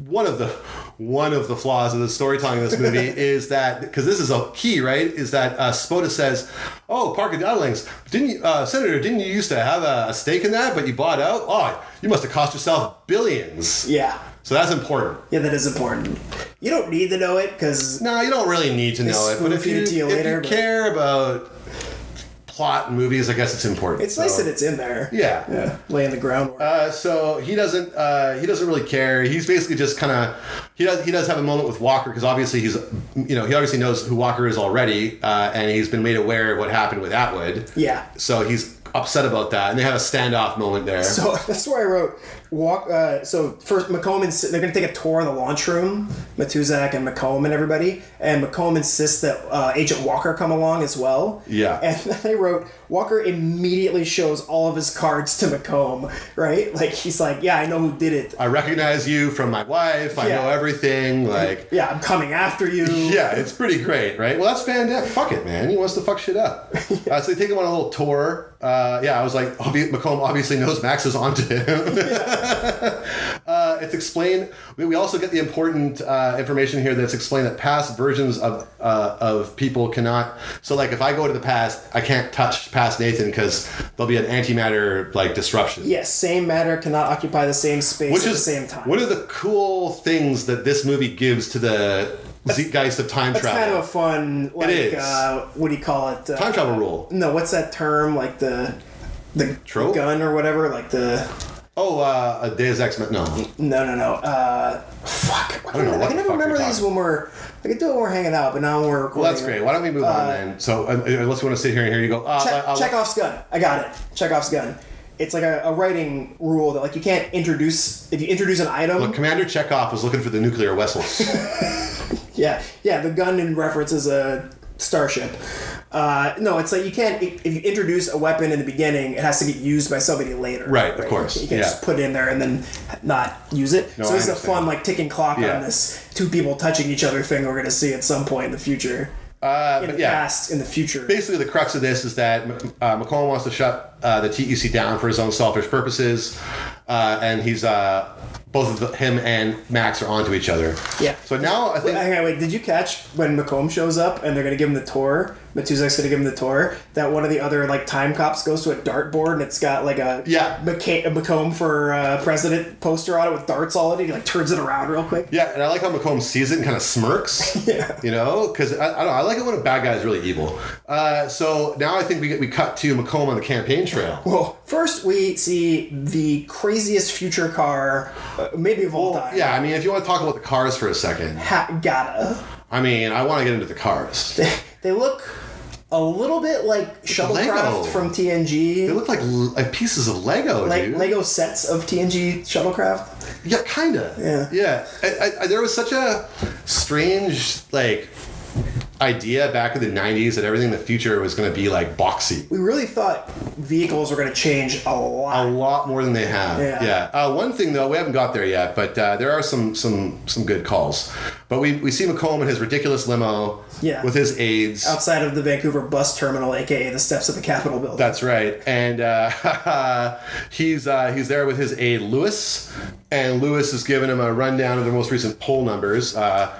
Speaker 1: one of the one of the flaws of the storytelling of this movie is that because this is a key, right? Is that uh, Spota says, "Oh, Parker Data Links, didn't you, uh, Senator? Didn't you used to have a, a stake in that, but you bought out? Oh, you must have cost yourself billions.
Speaker 2: Yeah.
Speaker 1: So that's important.
Speaker 2: Yeah, that is important. You don't need to know it because
Speaker 1: No, you don't really need to know it, but if
Speaker 2: spoon
Speaker 1: you,
Speaker 2: feed it to you
Speaker 1: if you
Speaker 2: later, but-
Speaker 1: care about plot and movies, I guess it's important.
Speaker 2: it's nice
Speaker 1: So-
Speaker 2: that it's in there.
Speaker 1: yeah.
Speaker 2: Yeah. Laying the groundwork.
Speaker 1: Uh, so he doesn't uh, he doesn't really care. He's basically just kind of he does he does have a moment with Walker because obviously he's you know he obviously knows who Walker is already uh, and he's been made aware of what happened with Atwood.
Speaker 2: yeah.
Speaker 1: So he's upset about that and they have a standoff moment there.
Speaker 2: So that's where I wrote walk. Uh, so first, McComb insi- they're going to take a tour of the launch room, Matuzak and McComb and everybody. And McComb insists that uh, Agent Walker come along as well.
Speaker 1: Yeah.
Speaker 2: And then I wrote Walker immediately shows all of his cards to McComb. Right? Like he's like, yeah, I know who did it.
Speaker 1: I recognize you from my wife. I
Speaker 2: Yeah.
Speaker 1: know everything. Like
Speaker 2: Yeah, I'm coming after you.
Speaker 1: yeah, it's pretty great, right? Well, that's Van Damme. Fuck it, man. He wants to fuck shit up. Uh, so they take him on a little tour. Uh, yeah, I was like, obvi- Macomb obviously knows Max is onto him. uh, it's explained. We, we also get the important uh, information here that's explained that past versions of uh, of people cannot. So, like, if I go to the past, I can't touch past Nathan because there'll be an antimatter like disruption.
Speaker 2: Yes, same matter cannot occupy the same space
Speaker 1: Which
Speaker 2: at
Speaker 1: is
Speaker 2: the same time.
Speaker 1: What are the cool things that this movie gives to the zeitgeist of time
Speaker 2: That's
Speaker 1: travel?
Speaker 2: kind of a fun, like,
Speaker 1: is.
Speaker 2: Uh, what do you call it? Uh,
Speaker 1: time travel rule.
Speaker 2: No, what's that term? Like the the
Speaker 1: Trope?
Speaker 2: gun or whatever. Like the
Speaker 1: Oh, uh, a Deus Ex Machina. No,
Speaker 2: no, no, no. Uh, fuck. I,
Speaker 1: don't know
Speaker 2: can,
Speaker 1: what
Speaker 2: I can
Speaker 1: the
Speaker 2: never
Speaker 1: fuck
Speaker 2: remember
Speaker 1: you're
Speaker 2: these
Speaker 1: talking
Speaker 2: when we're. I can do it when we're hanging out, but now when we're recording.
Speaker 1: well, that's great. Why don't we move on then? So, uh, unless you want to sit here and here you go. Uh,
Speaker 2: Check,
Speaker 1: uh, uh,
Speaker 2: Chekhov's gun. I got it. Chekhov's gun. It's like a, a writing rule that like you can't introduce if you introduce an item.
Speaker 1: Look, Commander Chekhov was looking for the nuclear vessels.
Speaker 2: Yeah, yeah. The gun in reference is a starship. Uh, no, it's like you can't. If you introduce a weapon in the beginning, it has to get used by somebody later.
Speaker 1: Right, of course,
Speaker 2: You can't
Speaker 1: yeah.
Speaker 2: just put it in there and then not use it.
Speaker 1: No,
Speaker 2: so
Speaker 1: I
Speaker 2: this is a
Speaker 1: understand.
Speaker 2: fun like ticking clock
Speaker 1: Yeah.
Speaker 2: on this two people touching each other thing we're gonna see at some point in the future.
Speaker 1: Uh,
Speaker 2: in
Speaker 1: but
Speaker 2: the
Speaker 1: yeah.
Speaker 2: past, in the future.
Speaker 1: Basically, the crux of this is that uh, McCollum wants to shut uh, the TEC down for his own selfish purposes, uh, and he's uh, both of the, him and Max are onto each other.
Speaker 2: Yeah.
Speaker 1: So now I think
Speaker 2: Hang on, wait. Did you catch when McComb shows up and they're gonna give him the tour? Matuzak's gonna give him the tour. That one of the other like time cops goes to a dartboard and it's got like a
Speaker 1: Yeah.
Speaker 2: McCa- a McComb for uh, president poster on it with darts all in it. He like turns it around real quick.
Speaker 1: Yeah, and I like how McComb sees it and kind of smirks. yeah. You know, because I, I don't know, I like it when a bad guy is really evil. Uh, so now I think we, get, we cut to McComb on the campaign trail.
Speaker 2: Well, first we see the craziest future car, uh, maybe of all time.
Speaker 1: Yeah, I mean, if you want to talk about the cars for a second,
Speaker 2: Ha- gotta.
Speaker 1: I mean, I want to get into the cars.
Speaker 2: They look a little bit like
Speaker 1: Lego.
Speaker 2: shuttlecraft from
Speaker 1: They
Speaker 2: TNG.
Speaker 1: look like, l- like pieces of Lego,
Speaker 2: Like
Speaker 1: dude.
Speaker 2: Lego sets of TNG shuttlecraft.
Speaker 1: Yeah, kinda.
Speaker 2: Yeah.
Speaker 1: Yeah. I, I, I, there was such a strange like idea back in the '90s that everything in the future was going to be like boxy.
Speaker 2: we really thought vehicles were going to change a
Speaker 1: a
Speaker 2: lot.
Speaker 1: lot more than they have.
Speaker 2: Yeah.
Speaker 1: Uh, one thing though, we haven't got there yet, but uh, there are some some some good calls. But we, we see McComb in his ridiculous limo.
Speaker 2: Yeah. Oh,
Speaker 1: with his aides.
Speaker 2: outside of the Vancouver bus terminal, aka the steps of the Capitol building.
Speaker 1: That's right, and uh, he's uh, he's there with his aide Lewis, and Lewis is giving him a rundown of their most recent poll numbers. Uh,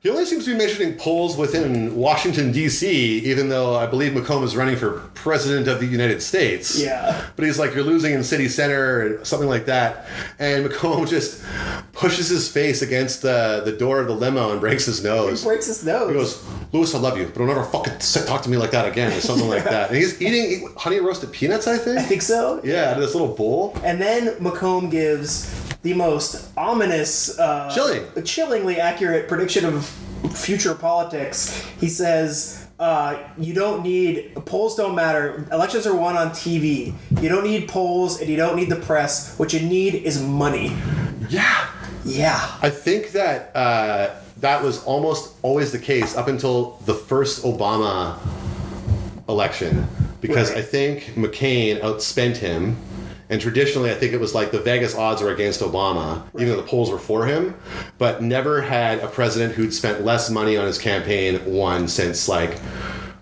Speaker 1: he only seems to be mentioning polls within Washington D.C., even though I believe McComb is running for president of the United States.
Speaker 2: Yeah.
Speaker 1: but he's like you're losing in city center or something like that, and McComb just pushes his face against the the door of the limo and breaks his nose.
Speaker 2: he breaks his nose.
Speaker 1: He goes, Lewis, I love you, but don't ever fucking sit- talk to me like that again, or something like that. And he's eating honey roasted peanuts, I think.
Speaker 2: I think so.
Speaker 1: Yeah, out of this little bowl.
Speaker 2: And then Macomb gives the most ominous, uh,
Speaker 1: Chilling.
Speaker 2: chillingly accurate prediction of future politics. He says, uh, "You don't need polls. Don't matter. Elections are won on TV. You don't need polls, and you don't need the press. What you need is money."
Speaker 1: Yeah.
Speaker 2: Yeah.
Speaker 1: I think that uh, that was almost always the case up until the first Obama election, because
Speaker 2: Right.
Speaker 1: I think McCain outspent him. And traditionally, I think it was like the Vegas odds were against Obama, even though the polls were for him. But never had a president who'd spent less money on his campaign won since like,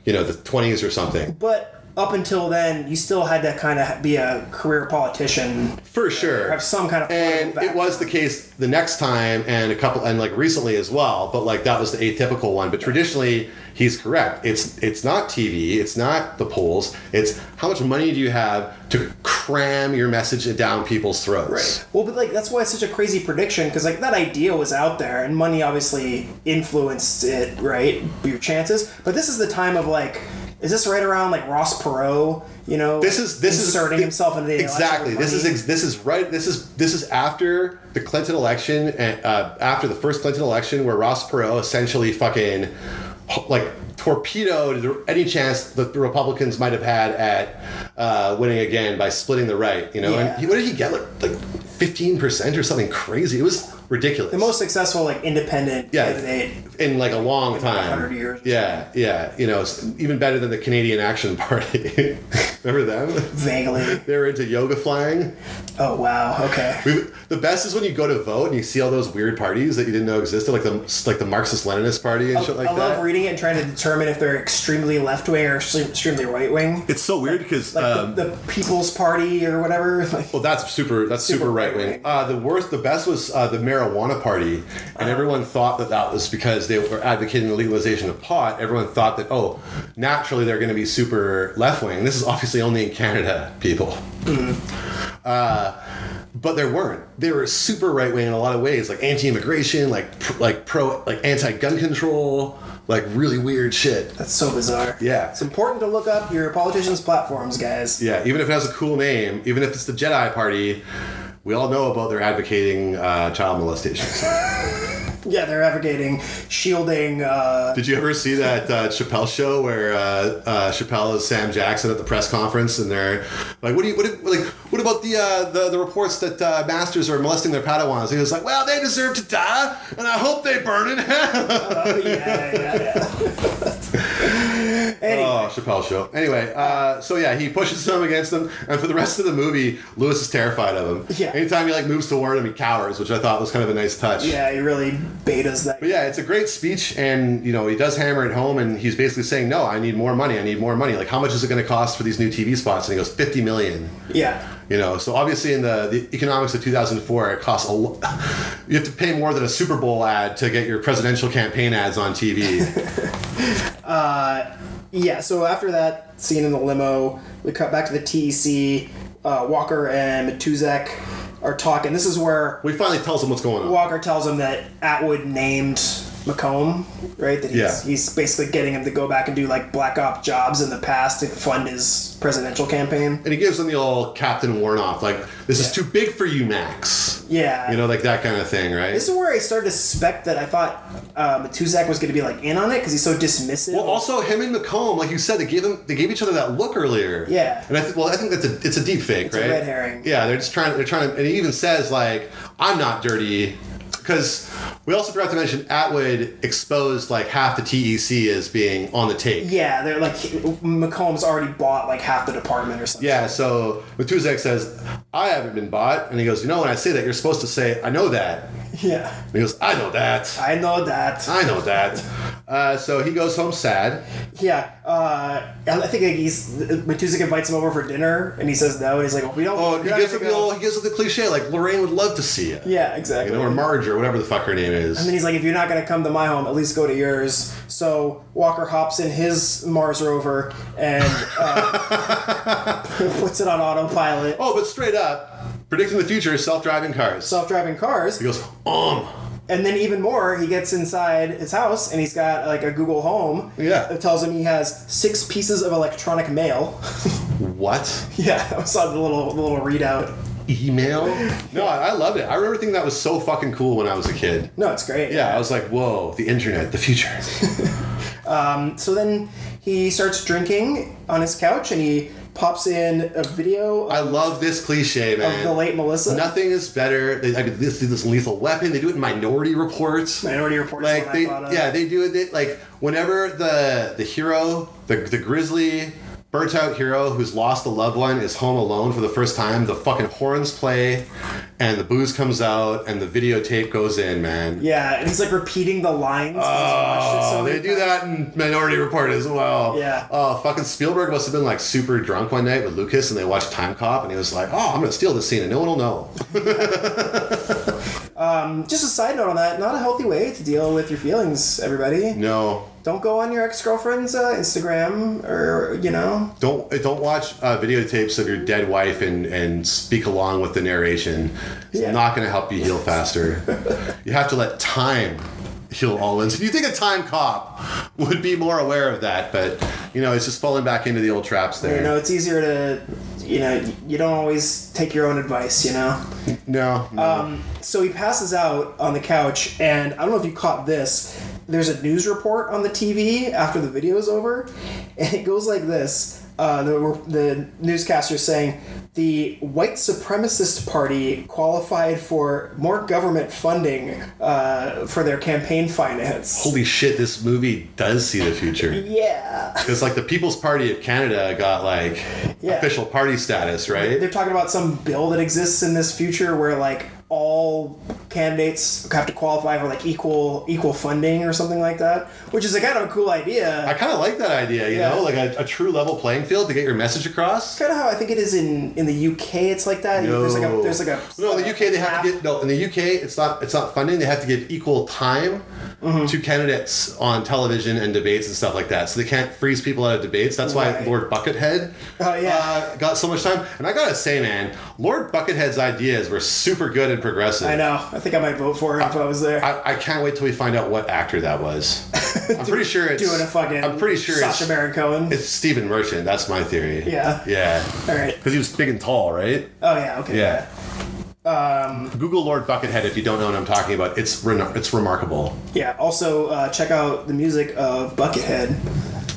Speaker 1: you know, the 20s or something.
Speaker 2: But up until then, you still had to kind of be a career politician,
Speaker 1: For sure.
Speaker 2: have some kind of political
Speaker 1: and it was the case the next time and a couple and like recently as well but like that was the atypical one but traditionally he's correct it's it's not tv it's not the polls it's how much money do you have to cram your message down people's throats
Speaker 2: Well, but like that's why it's such a crazy prediction because like that idea was out there, and money obviously influenced it, right? Your chances. But this is the time of like, is this right around like Ross Perot? You know,
Speaker 1: this is this is
Speaker 2: inserting himself into the election
Speaker 1: exactly
Speaker 2: with
Speaker 1: this is
Speaker 2: money?
Speaker 1: ex- this is right this is this is after the Clinton election and uh, after the first Clinton election where Ross Perot essentially fucking like torpedoed any chance that the Republicans might have had at uh, winning again by splitting the right you know
Speaker 2: Yeah.
Speaker 1: and he, what did he get like like fifteen percent or something crazy it was ridiculous
Speaker 2: the most successful like independent
Speaker 1: Yeah.
Speaker 2: candidate.
Speaker 1: in like a long
Speaker 2: like
Speaker 1: time
Speaker 2: 100 years or
Speaker 1: yeah yeah you know it's even better than the Canadian Action Party remember them
Speaker 2: Vaguely.
Speaker 1: they were into yoga flying.
Speaker 2: Oh wow. Okay.
Speaker 1: We, the best is when you go to vote and you see all those weird parties that you didn't know existed, like the like the Marxist Leninist Party and shit like
Speaker 2: I
Speaker 1: that.
Speaker 2: love reading it and trying to determine if they're extremely left wing or extre- extremely right wing.
Speaker 1: it's so weird because
Speaker 2: Like the, the People's Party or whatever. Like,
Speaker 1: well, that's super that's super,
Speaker 2: Super
Speaker 1: right wing.
Speaker 2: right-wing.
Speaker 1: Uh, the worst, the best was uh, the marijuana party,
Speaker 2: Uh-huh.
Speaker 1: and everyone thought that that was because they were advocating the legalization of pot. Everyone thought that oh, naturally they're going to be super left wing. This is obviously only in Canada, people.
Speaker 2: Mm-hmm.
Speaker 1: Uh, but there weren't. They were super right wing in a lot of ways, like anti-immigration, like pr- like pro, like anti-gun control, like really weird shit.
Speaker 2: that's so bizarre.
Speaker 1: Yeah.
Speaker 2: It's important to look up your politicians' platforms, guys.
Speaker 1: Yeah, even if it has a cool name, even if it's the Jedi Party, we all know about their advocating uh, child molestation.
Speaker 2: Yeah, they're advocating shielding. Uh,
Speaker 1: Did you ever see that uh, Chappelle show where uh, uh, Chappelle is Sam Jackson at the press conference and they're like, "What do you what if, like what about the, uh, the the reports that uh, masters are molesting their padawans?" He was like, "Well, they deserve to die, and I hope they burn in hell."
Speaker 2: yeah, yeah, yeah. anyway,
Speaker 1: Oh, Chappelle show. Anyway, uh, so yeah, he pushes them against them, and for the rest of the movie, Lewis is terrified of him.
Speaker 2: Yeah.
Speaker 1: Anytime he like moves toward him, he cowers, which I thought was kind of a nice touch.
Speaker 2: yeah, he really betas that.
Speaker 1: But yeah, it's a great speech, and you know he does hammer it home, and he's basically saying, "No, I need more money. I need more money. Like, how much is it going to cost for these new TV spots?" And he goes, 50 million.
Speaker 2: Yeah,
Speaker 1: You know, so obviously in the, the economics of 2004, it costs a lot. You have to pay more than a Super Bowl ad to get your presidential campaign ads on TV.
Speaker 2: yeah. So after that scene in the limo, we cut back to the TEC. Uh, Walker and Matuzak are talking. This is where
Speaker 1: we finally tells them what's going on.
Speaker 2: Walker tells him that Atwood named Macomb, right? That he's,
Speaker 1: Yeah.
Speaker 2: he's basically getting him to go back and do like black op jobs in the past to fund his presidential campaign.
Speaker 1: and he gives them the old Captain Warnoff, like, this is too big for you, Max.
Speaker 2: Yeah.
Speaker 1: You know, like that kind of thing, right?
Speaker 2: This is where I started to suspect that I thought uh, Matuzak was going to be like in on it because he's so dismissive.
Speaker 1: well, also him and Macomb, like you said, they gave them, they gave each other that look earlier.
Speaker 2: Yeah.
Speaker 1: And I think, well, I think that's a, it's a deep fake,
Speaker 2: a
Speaker 1: right?
Speaker 2: red herring.
Speaker 1: Yeah, they're just trying, they're trying to, and he even says like, I'm not dirty, because we also forgot to mention Atwood exposed like half the TEC as being on the tape.
Speaker 2: yeah, they're like McCombs already bought like half the department or something.
Speaker 1: Yeah, so Matuzak says, I haven't been bought. And he goes, You know, when I say that, you're supposed to say, I know that.
Speaker 2: yeah.
Speaker 1: And he goes, I know that.
Speaker 2: I know that.
Speaker 1: I know that. Uh, so he goes home sad.
Speaker 2: Yeah, uh, I think like, he's Matuzik invites him over for dinner, and he says no, and he's like, well, "We don't."
Speaker 1: Oh,
Speaker 2: we're
Speaker 1: he
Speaker 2: not
Speaker 1: gives him
Speaker 2: gonna
Speaker 1: the
Speaker 2: go.
Speaker 1: old, he gives him the cliche like Lorraine would love to see you.
Speaker 2: Yeah, exactly.
Speaker 1: You know, or Marge or whatever the fuck her name is.
Speaker 2: And then he's like, if you're not going to come to my home, at least go to yours. So Walker hops in his Mars rover and uh, puts it on autopilot.
Speaker 1: oh, but straight up, predicting the future is self-driving cars.
Speaker 2: Self driving cars.
Speaker 1: he goes, um,
Speaker 2: And then, even more, he gets inside his house and he's got like a Google Home.
Speaker 1: Yeah.
Speaker 2: It tells him he has six pieces of electronic mail.
Speaker 1: what?
Speaker 2: yeah, I saw the little, the little readout.
Speaker 1: Email? No, I, I loved it. I remember thinking that was so fucking cool when I was a kid.
Speaker 2: No, it's great.
Speaker 1: Yeah, I was like, whoa, the internet, the future.
Speaker 2: So then he starts drinking on his couch and he pops in a video
Speaker 1: I
Speaker 2: of,
Speaker 1: love this cliche, man.
Speaker 2: of the late Melissa.
Speaker 1: Nothing is better. They, I mean, this this lethal weapon. They do it in Minority Reports.
Speaker 2: Minority Report. is
Speaker 1: Like
Speaker 2: one I
Speaker 1: they,
Speaker 2: thought of.
Speaker 1: yeah, they do it. They, like whenever the the hero, the the grizzly, burnt out hero who's lost a loved one is home alone for the first time. The fucking horns play, and the booze comes out, and the videotape goes in. Man,
Speaker 2: Yeah, and he's like repeating the lines.
Speaker 1: Oh, they do that in Minority Report as well.
Speaker 2: Yeah.
Speaker 1: Oh, fucking Spielberg must have been like super drunk one night with Lucas, and they watched Time Cop, and he was like, "Oh, I'm gonna steal this scene, and no one will know."
Speaker 2: Just a side note on that, not a healthy way to deal with your feelings, everybody.
Speaker 1: no,
Speaker 2: Don't go on your ex girlfriend's uh, Instagram or, you know.
Speaker 1: don't don't watch uh, videotapes of your dead wife and and speak along with the narration. It's
Speaker 2: Yeah.
Speaker 1: not gonna help you heal faster. you have to let time heal all wounds. You think a Time Cop would be more aware of that, but you know, it's just falling back into the old traps there.
Speaker 2: You know, it's easier to, you know, you don't always take your own advice, you know.
Speaker 1: no, no.
Speaker 2: uh, So he passes out on the couch, and I don't know if you caught this. There's a news report on the TV after the video is over, and it goes like this. Uh, the, the newscaster saying the white supremacist party qualified for more government funding uh, for their campaign finance.
Speaker 1: holy shit, this movie does see the future.
Speaker 2: yeah,
Speaker 1: Because like the People's Party of Canada got like
Speaker 2: Yeah.
Speaker 1: official party status, right?
Speaker 2: they're talking about some bill that exists in this future where like all candidates have to qualify for like equal equal funding or something like that, which is a kind of a cool idea.
Speaker 1: I kind of like that idea, you
Speaker 2: Yeah.
Speaker 1: know, like a, a true level playing field to get your message across.
Speaker 2: kind of how I think it is in in the UK. It's like that. There's like a there's like a
Speaker 1: no in the UK they have to get no in the UK it's not it's not funding. They have to give equal time
Speaker 2: Mm-hmm.
Speaker 1: to candidates on television and debates and stuff like that. So they can't freeze people out of debates. That's why
Speaker 2: Right.
Speaker 1: Lord Buckethead
Speaker 2: Oh, yeah.
Speaker 1: uh, got so much time. And I gotta say, man, Lord Buckethead's ideas were super good and progressive.
Speaker 2: I know. I think I might vote for it if I was there.
Speaker 1: I, I can't wait till we find out what actor that was. I'm pretty sure it's
Speaker 2: Doing a fucking
Speaker 1: I'm pretty sure
Speaker 2: Sasha
Speaker 1: it's,
Speaker 2: Baron Cohen.
Speaker 1: it's Stephen Merchant. That's my theory.
Speaker 2: Yeah.
Speaker 1: Yeah.
Speaker 2: All right.
Speaker 1: Because he was big and tall, right?
Speaker 2: Oh yeah. Okay.
Speaker 1: Yeah. Um, Google Lord Buckethead if you don't know what I'm talking about. It's rena- it's remarkable.
Speaker 2: Yeah. Also, uh, check out the music of Buckethead.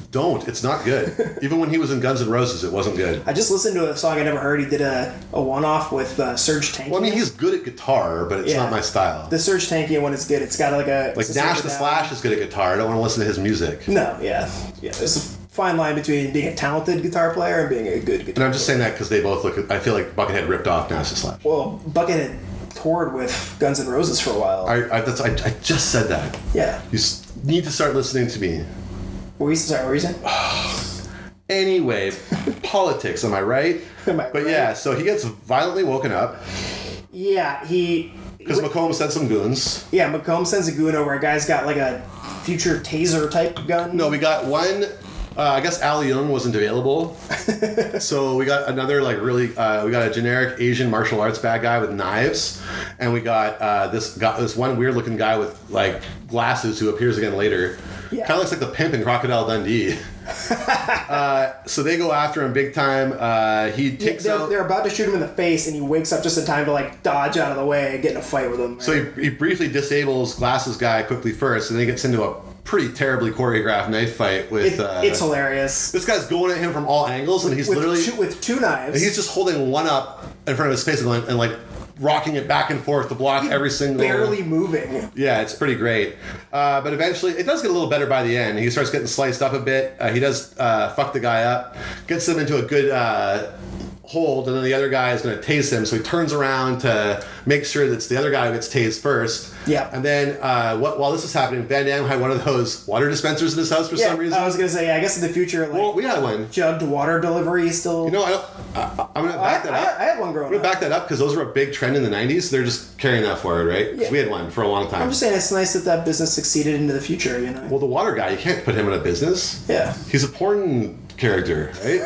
Speaker 1: Don't. It's not good. Even when he was in Guns N' Roses, it wasn't good.
Speaker 2: I just listened to a song I never heard. He did a, a one off with uh, Serge Tankian.
Speaker 1: Well, I mean, he's good at guitar, but it's
Speaker 2: Yeah.
Speaker 1: not my style.
Speaker 2: the Serge Tankian one is good. It's got like a
Speaker 1: like
Speaker 2: it's a
Speaker 1: Nash
Speaker 2: sort
Speaker 1: the
Speaker 2: of-
Speaker 1: Slash is good at guitar. I don't want to listen to his music.
Speaker 2: No. Yeah. Yeah. There's a fine line between being a talented guitar player and being a good guitar.
Speaker 1: And I'm just saying that because they both look. I feel like Buckethead ripped off Nash the Slash.
Speaker 2: Well, Buckethead toured with Guns N' Roses for a while.
Speaker 1: I, I, that's, I, I just said that.
Speaker 2: yeah.
Speaker 1: You s- need to start listening to me.
Speaker 2: What were you sorry? What were you saying?
Speaker 1: Anyway, politics, am I right?
Speaker 2: Am I
Speaker 1: but
Speaker 2: right?
Speaker 1: yeah, so he gets violently woken up
Speaker 2: Yeah, he.
Speaker 1: because Macomb sent some goons.
Speaker 2: Yeah, McComb sends a goon over. A guy's got like a future taser type gun.
Speaker 1: No, we got one. Uh, I guess Al Young wasn't available, so we got another like really. Uh, we got a generic Asian martial arts bad guy with knives, and we got uh, this got this one weird looking guy with like glasses who appears again later.
Speaker 2: Yeah.
Speaker 1: Kind of looks like the pimp in Crocodile Dundee. uh, so they go after him big time. Uh, he
Speaker 2: They're,
Speaker 1: takes out.
Speaker 2: they're about to shoot him in the face, and he wakes up just in time to like dodge out of the way and get in a fight with him.
Speaker 1: So he, he briefly disables Glasses Guy quickly first, and then he gets into a pretty terribly choreographed knife fight with.
Speaker 2: It-
Speaker 1: uh,
Speaker 2: it's hilarious.
Speaker 1: this guy's going at him from all angles, and he's
Speaker 2: with
Speaker 1: literally
Speaker 2: two, with two knives,
Speaker 1: he's just holding one up in front of his face and, like- and like rocking it back and forth to block every single.
Speaker 2: barely moving.
Speaker 1: Yeah, it's pretty great. Uh, but eventually, it does get a little better by the end. He starts getting sliced up a bit. Uh, he does uh, fuck the guy up, gets them into a good. Uh, hold, and then the other guy is going to tase him. So he turns around to make sure that it's the other guy who gets tased first.
Speaker 2: Yeah.
Speaker 1: And then uh, what, while this is happening, Van Damme had one of those water dispensers in his house for
Speaker 2: Yeah, uh,
Speaker 1: some reason.
Speaker 2: I was gonna say, I guess in the future, like
Speaker 1: well, we had one.
Speaker 2: jugged water delivery is still.
Speaker 1: You know, I don't, I, I'm going to
Speaker 2: I,
Speaker 1: back that
Speaker 2: I,
Speaker 1: up.
Speaker 2: I had one
Speaker 1: I'm
Speaker 2: growing
Speaker 1: gonna
Speaker 2: up.
Speaker 1: back that up because those were a big trend in the '90s. they're just carrying that forward, right? 'Cause
Speaker 2: Yeah.
Speaker 1: We had one for a long time.
Speaker 2: I'm just saying, it's nice that that business succeeded into the future. You know.
Speaker 1: well, the water guy, you can't put him in a business.
Speaker 2: yeah.
Speaker 1: He's a porn character, right?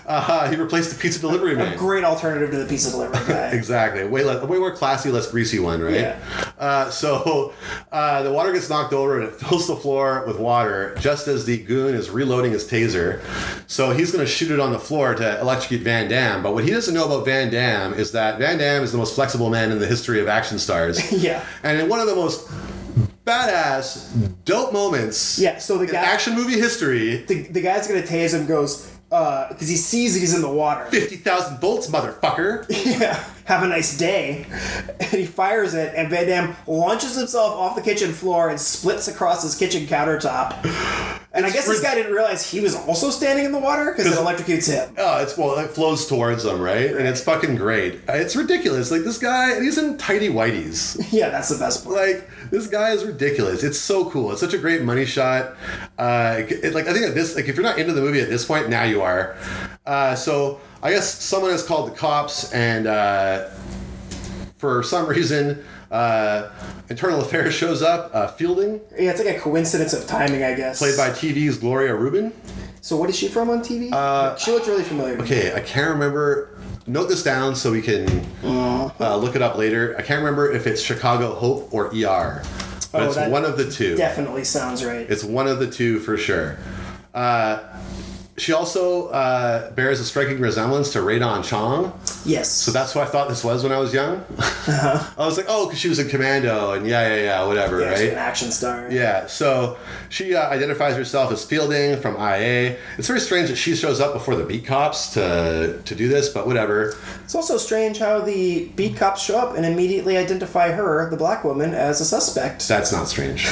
Speaker 1: uh, he replaced the pizza delivery man.
Speaker 2: Great alternative to the pizza delivery guy.
Speaker 1: Exactly. Way less, way more classy, less greasy one, right?
Speaker 2: Yeah.
Speaker 1: Uh, so uh, the water gets knocked over and it fills the floor with water just as the goon is reloading his taser. So he's going to shoot it on the floor to electrocute Van Damme. But what he doesn't know about Van Damme is that Van Damme is the most flexible man in the history of action stars.
Speaker 2: Yeah.
Speaker 1: And in one of the most badass, dope moments
Speaker 2: Yeah, so the
Speaker 1: in
Speaker 2: guy-
Speaker 1: action movie history.
Speaker 2: The, the guy's gonna tase him goes because he sees that he's in the water.
Speaker 1: 50,000 volts, motherfucker.
Speaker 2: Yeah. Have a nice day. And he fires it, and Van Damme launches himself off the kitchen floor and splits across his kitchen countertop. And I guess this
Speaker 1: rid-
Speaker 2: guy didn't realize he was also standing in the water because it electrocutes him.
Speaker 1: Oh, it's well, it flows towards them, right? And it's fucking great. Uh, It's ridiculous. Like this guy, and he's in tidy whities.
Speaker 2: Yeah, that's the best part.
Speaker 1: Like this guy is ridiculous. It's so cool. It's such a great money shot. Uh, it, like I think at this, like if you're not into the movie at this point, now you are. Uh, so I guess someone has called the cops, and uh, for some reason, uh, internal affairs shows up. Uh, Fielding,
Speaker 2: Yeah, it's like a coincidence of timing, I guess.
Speaker 1: played by TV's Gloria Rubin.
Speaker 2: So, what is she from on TV? she looks really familiar. to me.
Speaker 1: Uh, Okay, I can't remember. Note this down so we can
Speaker 2: Uh-huh.
Speaker 1: uh, look it up later. I can't remember if it's Chicago Hope or ER, but
Speaker 2: Oh,
Speaker 1: it's
Speaker 2: that-
Speaker 1: one of the two.
Speaker 2: Definitely sounds right.
Speaker 1: It's one of the two for sure. Uh, she also uh, bears a striking resemblance to Radon Chong,
Speaker 2: yes.
Speaker 1: so that's who I thought this was when I was young. I was like, oh, because she was in Commando, and yeah, yeah, yeah, whatever,
Speaker 2: yeah, she's
Speaker 1: right?
Speaker 2: an action star.
Speaker 1: Yeah, so she uh, identifies herself as Fielding from IA. It's very strange that she shows up before the beat cops to to do this, but whatever.
Speaker 2: It's also strange how the beat cops show up and immediately identify her, the black woman, as a suspect.
Speaker 1: That's not strange.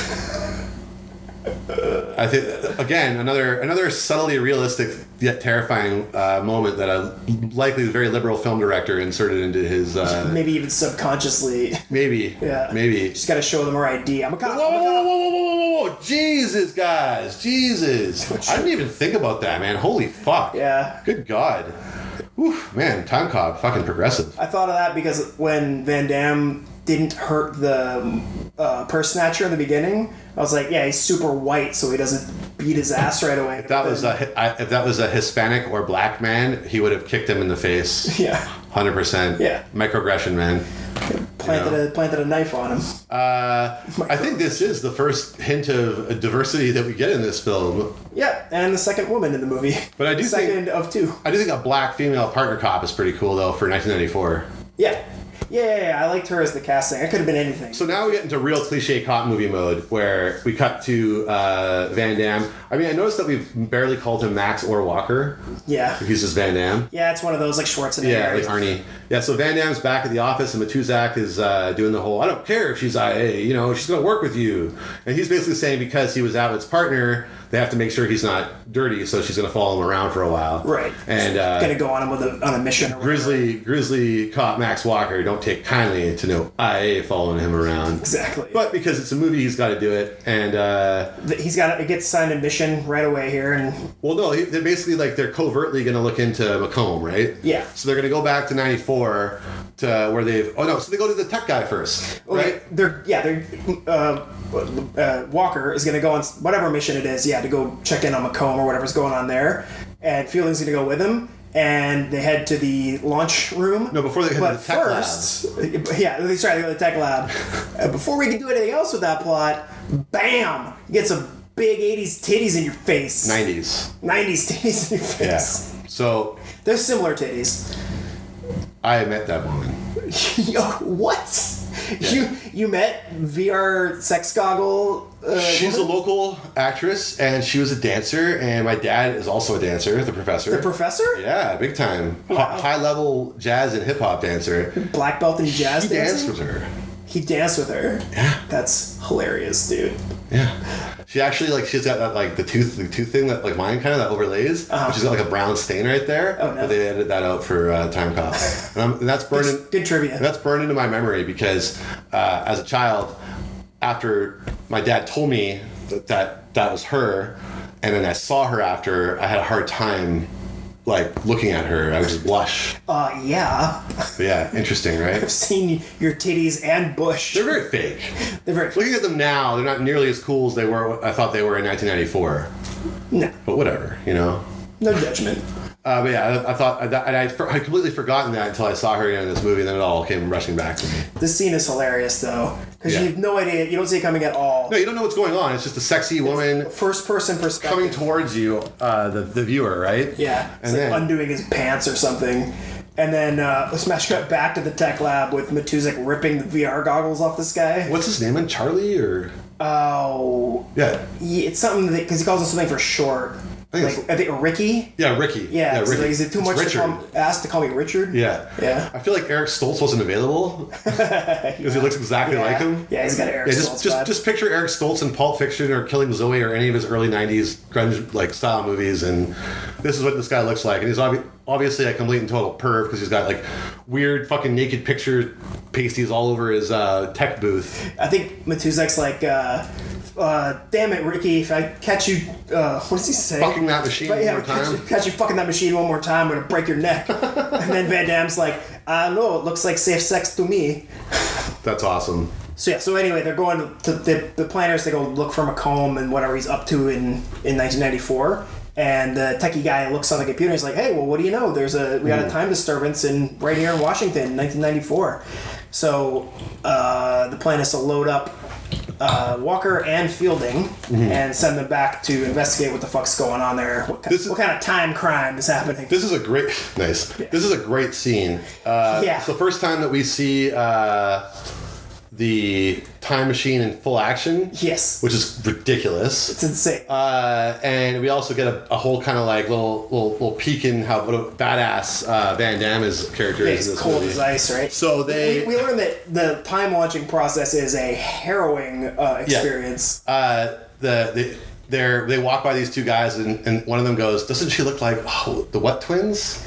Speaker 1: I think again another another subtly realistic yet terrifying uh, moment that a likely very liberal film director inserted into his uh,
Speaker 2: Maybe even subconsciously.
Speaker 1: maybe
Speaker 2: Yeah.
Speaker 1: maybe.
Speaker 2: Just gotta show them her ID. I'm a cop.
Speaker 1: Whoa,
Speaker 2: I'm a
Speaker 1: whoa, whoa,
Speaker 2: cop.
Speaker 1: whoa, whoa, whoa, whoa, Jesus, guys, Jesus! I didn't even think about that, man. Holy fuck!
Speaker 2: Yeah.
Speaker 1: Good God. Oof, man, time cop, fucking progressive.
Speaker 2: I thought of that because when Van Damme didn't hurt the uh, purse snatcher in the beginning, I was like, yeah, he's super white, so he doesn't beat his ass right away.
Speaker 1: If that was a hi- I- if that was a Hispanic or black man, he would have kicked him in the face.
Speaker 2: yeah,
Speaker 1: Hundred percent.
Speaker 2: Yeah.
Speaker 1: Microaggression, man.
Speaker 2: planted
Speaker 1: know.
Speaker 2: a planted a knife on him.
Speaker 1: Uh, I think this is the first hint of diversity that we get in this film.
Speaker 2: Yeah, and the second woman in the movie.
Speaker 1: But I do think-
Speaker 2: second of two.
Speaker 1: I do think a black female partner cop is pretty cool though for 1994.
Speaker 2: Yeah. Yeah, yeah, yeah, I liked her as the casting. I could have been anything.
Speaker 1: So now we get into real cliche cop movie mode where we cut to uh, Van Damme. I mean, I noticed that we've barely called him Max or Walker.
Speaker 2: yeah.
Speaker 1: He's just Van Damme.
Speaker 2: Yeah, it's one of those like Schwarzenegger.
Speaker 1: Yeah, like Arnie. Yeah, so Van Damme's back at the office, and Matuzak is uh, doing the whole "I don't care if she's IA, you know, she's gonna work with you." And he's basically saying because he was out with his partner, they have to make sure he's not dirty, so she's gonna follow him around for a while.
Speaker 2: Right.
Speaker 1: And uh,
Speaker 2: gonna go on him with a, on a mission. Or whatever.
Speaker 1: Grizzly Grizzly caught Max Walker. Don't take kindly to no IA following him around.
Speaker 2: Exactly.
Speaker 1: But because it's a movie, he's got to do it. And uh,
Speaker 2: Th- he's got it gets signed a mission right away here, and
Speaker 1: Well, no, they're basically like they're covertly going to look into Macomb, right?
Speaker 2: Yeah.
Speaker 1: So they're going to go back to '94 to where they've. Oh no, so they go to the tech guy first,
Speaker 2: Oh,
Speaker 1: right?
Speaker 2: They're yeah, they're uh, uh, Walker is gonna go on s- whatever mission it is, yeah, to go check in on Macomb or whatever's going on there, and Fielding's gonna go with him. And they head to the launch room.
Speaker 1: No, before they head to
Speaker 2: but
Speaker 1: the tech lab.
Speaker 2: first, yeah, they try to go to the tech lab. Uh, before we can do anything else with that plot, bam! He gets a big '80s titties in your face.
Speaker 1: '90s.
Speaker 2: '90s titties in your
Speaker 1: Yeah.
Speaker 2: face.
Speaker 1: So
Speaker 2: They're similar titties.
Speaker 1: I met that woman.
Speaker 2: Yo, what? You you met VR sex goggle? Uh,
Speaker 1: She's a local actress, and she was a dancer, and my dad is also a dancer, the professor.
Speaker 2: the Oh, professor?
Speaker 1: yeah, big time, high level jazz and hip hop dancer.
Speaker 2: Black belt in jazz
Speaker 1: He danced
Speaker 2: dancing?
Speaker 1: with her.
Speaker 2: He danced with her. That's hilarious, dude.
Speaker 1: Yeah. She actually like she's got that like the tooth the tooth thing that like mine kind of that overlays.
Speaker 2: Uh-huh.
Speaker 1: She's got like a brown stain right there.
Speaker 2: Oh, no.
Speaker 1: But they edited that out for uh, time cop. and, I'm, and that's burning.
Speaker 2: Good trivia.
Speaker 1: And that's burned into my memory because uh, as a child, after my dad told me that, that that was her, and then I saw her after, I had a hard time like looking at her. I would just blush.
Speaker 2: Uh, yeah.
Speaker 1: But yeah, interesting,
Speaker 2: I've
Speaker 1: right?
Speaker 2: seen your titties and bush.
Speaker 1: They're very fake.
Speaker 2: They're very.
Speaker 1: Looking at them now, they're not nearly as cool as they were. I thought they were in 1994.
Speaker 2: No,
Speaker 1: But whatever, you know.
Speaker 2: no judgment.
Speaker 1: Uh, but yeah, I, I thought I, I, I completely forgotten that until I saw her again in this movie, and then it all came rushing back to me.
Speaker 2: This scene is hilarious though, because
Speaker 1: Yeah.
Speaker 2: you have no idea. You don't see it coming at all.
Speaker 1: No, you don't know what's going on. It's just a sexy woman
Speaker 2: First person perspective.
Speaker 1: coming towards you, uh, the, the viewer, right?
Speaker 2: Yeah, it's
Speaker 1: And
Speaker 2: like
Speaker 1: then,
Speaker 2: undoing his pants or something. And then uh, Smash cut back to the tech lab with Matuzik ripping the VR goggles off this guy.
Speaker 1: what's his name? And Charlie or
Speaker 2: Oh,
Speaker 1: yeah,
Speaker 2: yeah, it's something because he calls him something for short.
Speaker 1: think
Speaker 2: Like
Speaker 1: it's-
Speaker 2: I think Ricky.
Speaker 1: yeah, Ricky.
Speaker 2: Yeah, so,
Speaker 1: Ricky.
Speaker 2: like, is it too
Speaker 1: It's
Speaker 2: much to
Speaker 1: Richard.
Speaker 2: call, ask to call me Richard?
Speaker 1: yeah,
Speaker 2: Yeah.
Speaker 1: I feel like Eric Stoltz wasn't available because he looks exactly
Speaker 2: Yeah.
Speaker 1: like him.
Speaker 2: Yeah, he's got an Eric
Speaker 1: Yeah, just
Speaker 2: Stoltz
Speaker 1: just
Speaker 2: vibe.
Speaker 1: just picture Eric Stoltz in Pulp Fiction or Killing Zoe or any of his early '90s grunge like style movies, and this is what this guy looks like. And he's obvi- obviously a complete and total perv because he's got like weird fucking naked picture pasties all over his uh, tech booth.
Speaker 2: I think Matuzek's like, uh, uh, damn it, Ricky, if I catch you, uh, what does he say?
Speaker 1: Fucking that machine
Speaker 2: But, yeah,
Speaker 1: one more
Speaker 2: catch you-
Speaker 1: time.
Speaker 2: Catch, you fucking that machine one more time, I'm gonna break your neck. and then Van Damme's like, I know, it looks like safe sex to me.
Speaker 1: That's awesome.
Speaker 2: So yeah, so anyway, they're going to the, the planners. They go look for Macomb and whatever he's up to in in 1994. And the techie guy looks on the computer. and He's like, "Hey, well, what do you know? There's a
Speaker 1: Hmm.
Speaker 2: we got a time disturbance in right here in Washington, 1994." So uh, the plan is to load up uh, Walker and Fielding
Speaker 1: Mm-hmm.
Speaker 2: and send them back to investigate what the fuck's going on there. What, ki-
Speaker 1: This is-
Speaker 2: what kind of time crime is happening?
Speaker 1: This is a great nice. This is a great scene. Uh,
Speaker 2: Yeah.
Speaker 1: It's the first time that we see uh, the time machine in full action.
Speaker 2: yes,
Speaker 1: Which is ridiculous,
Speaker 2: it's insane.
Speaker 1: uh, and we also get a, a whole kind of like little, little little peek in how what a badass uh, Van Damme's character is
Speaker 2: it's
Speaker 1: in this
Speaker 2: cold
Speaker 1: movie.
Speaker 2: as ice, right?
Speaker 1: So they
Speaker 2: we, we learned that the time launching process is a harrowing uh, experience.
Speaker 1: uh, the, the they're, they walk by these two guys, and, and one of them goes, "Doesn't she look like oh, the Wet Twins?"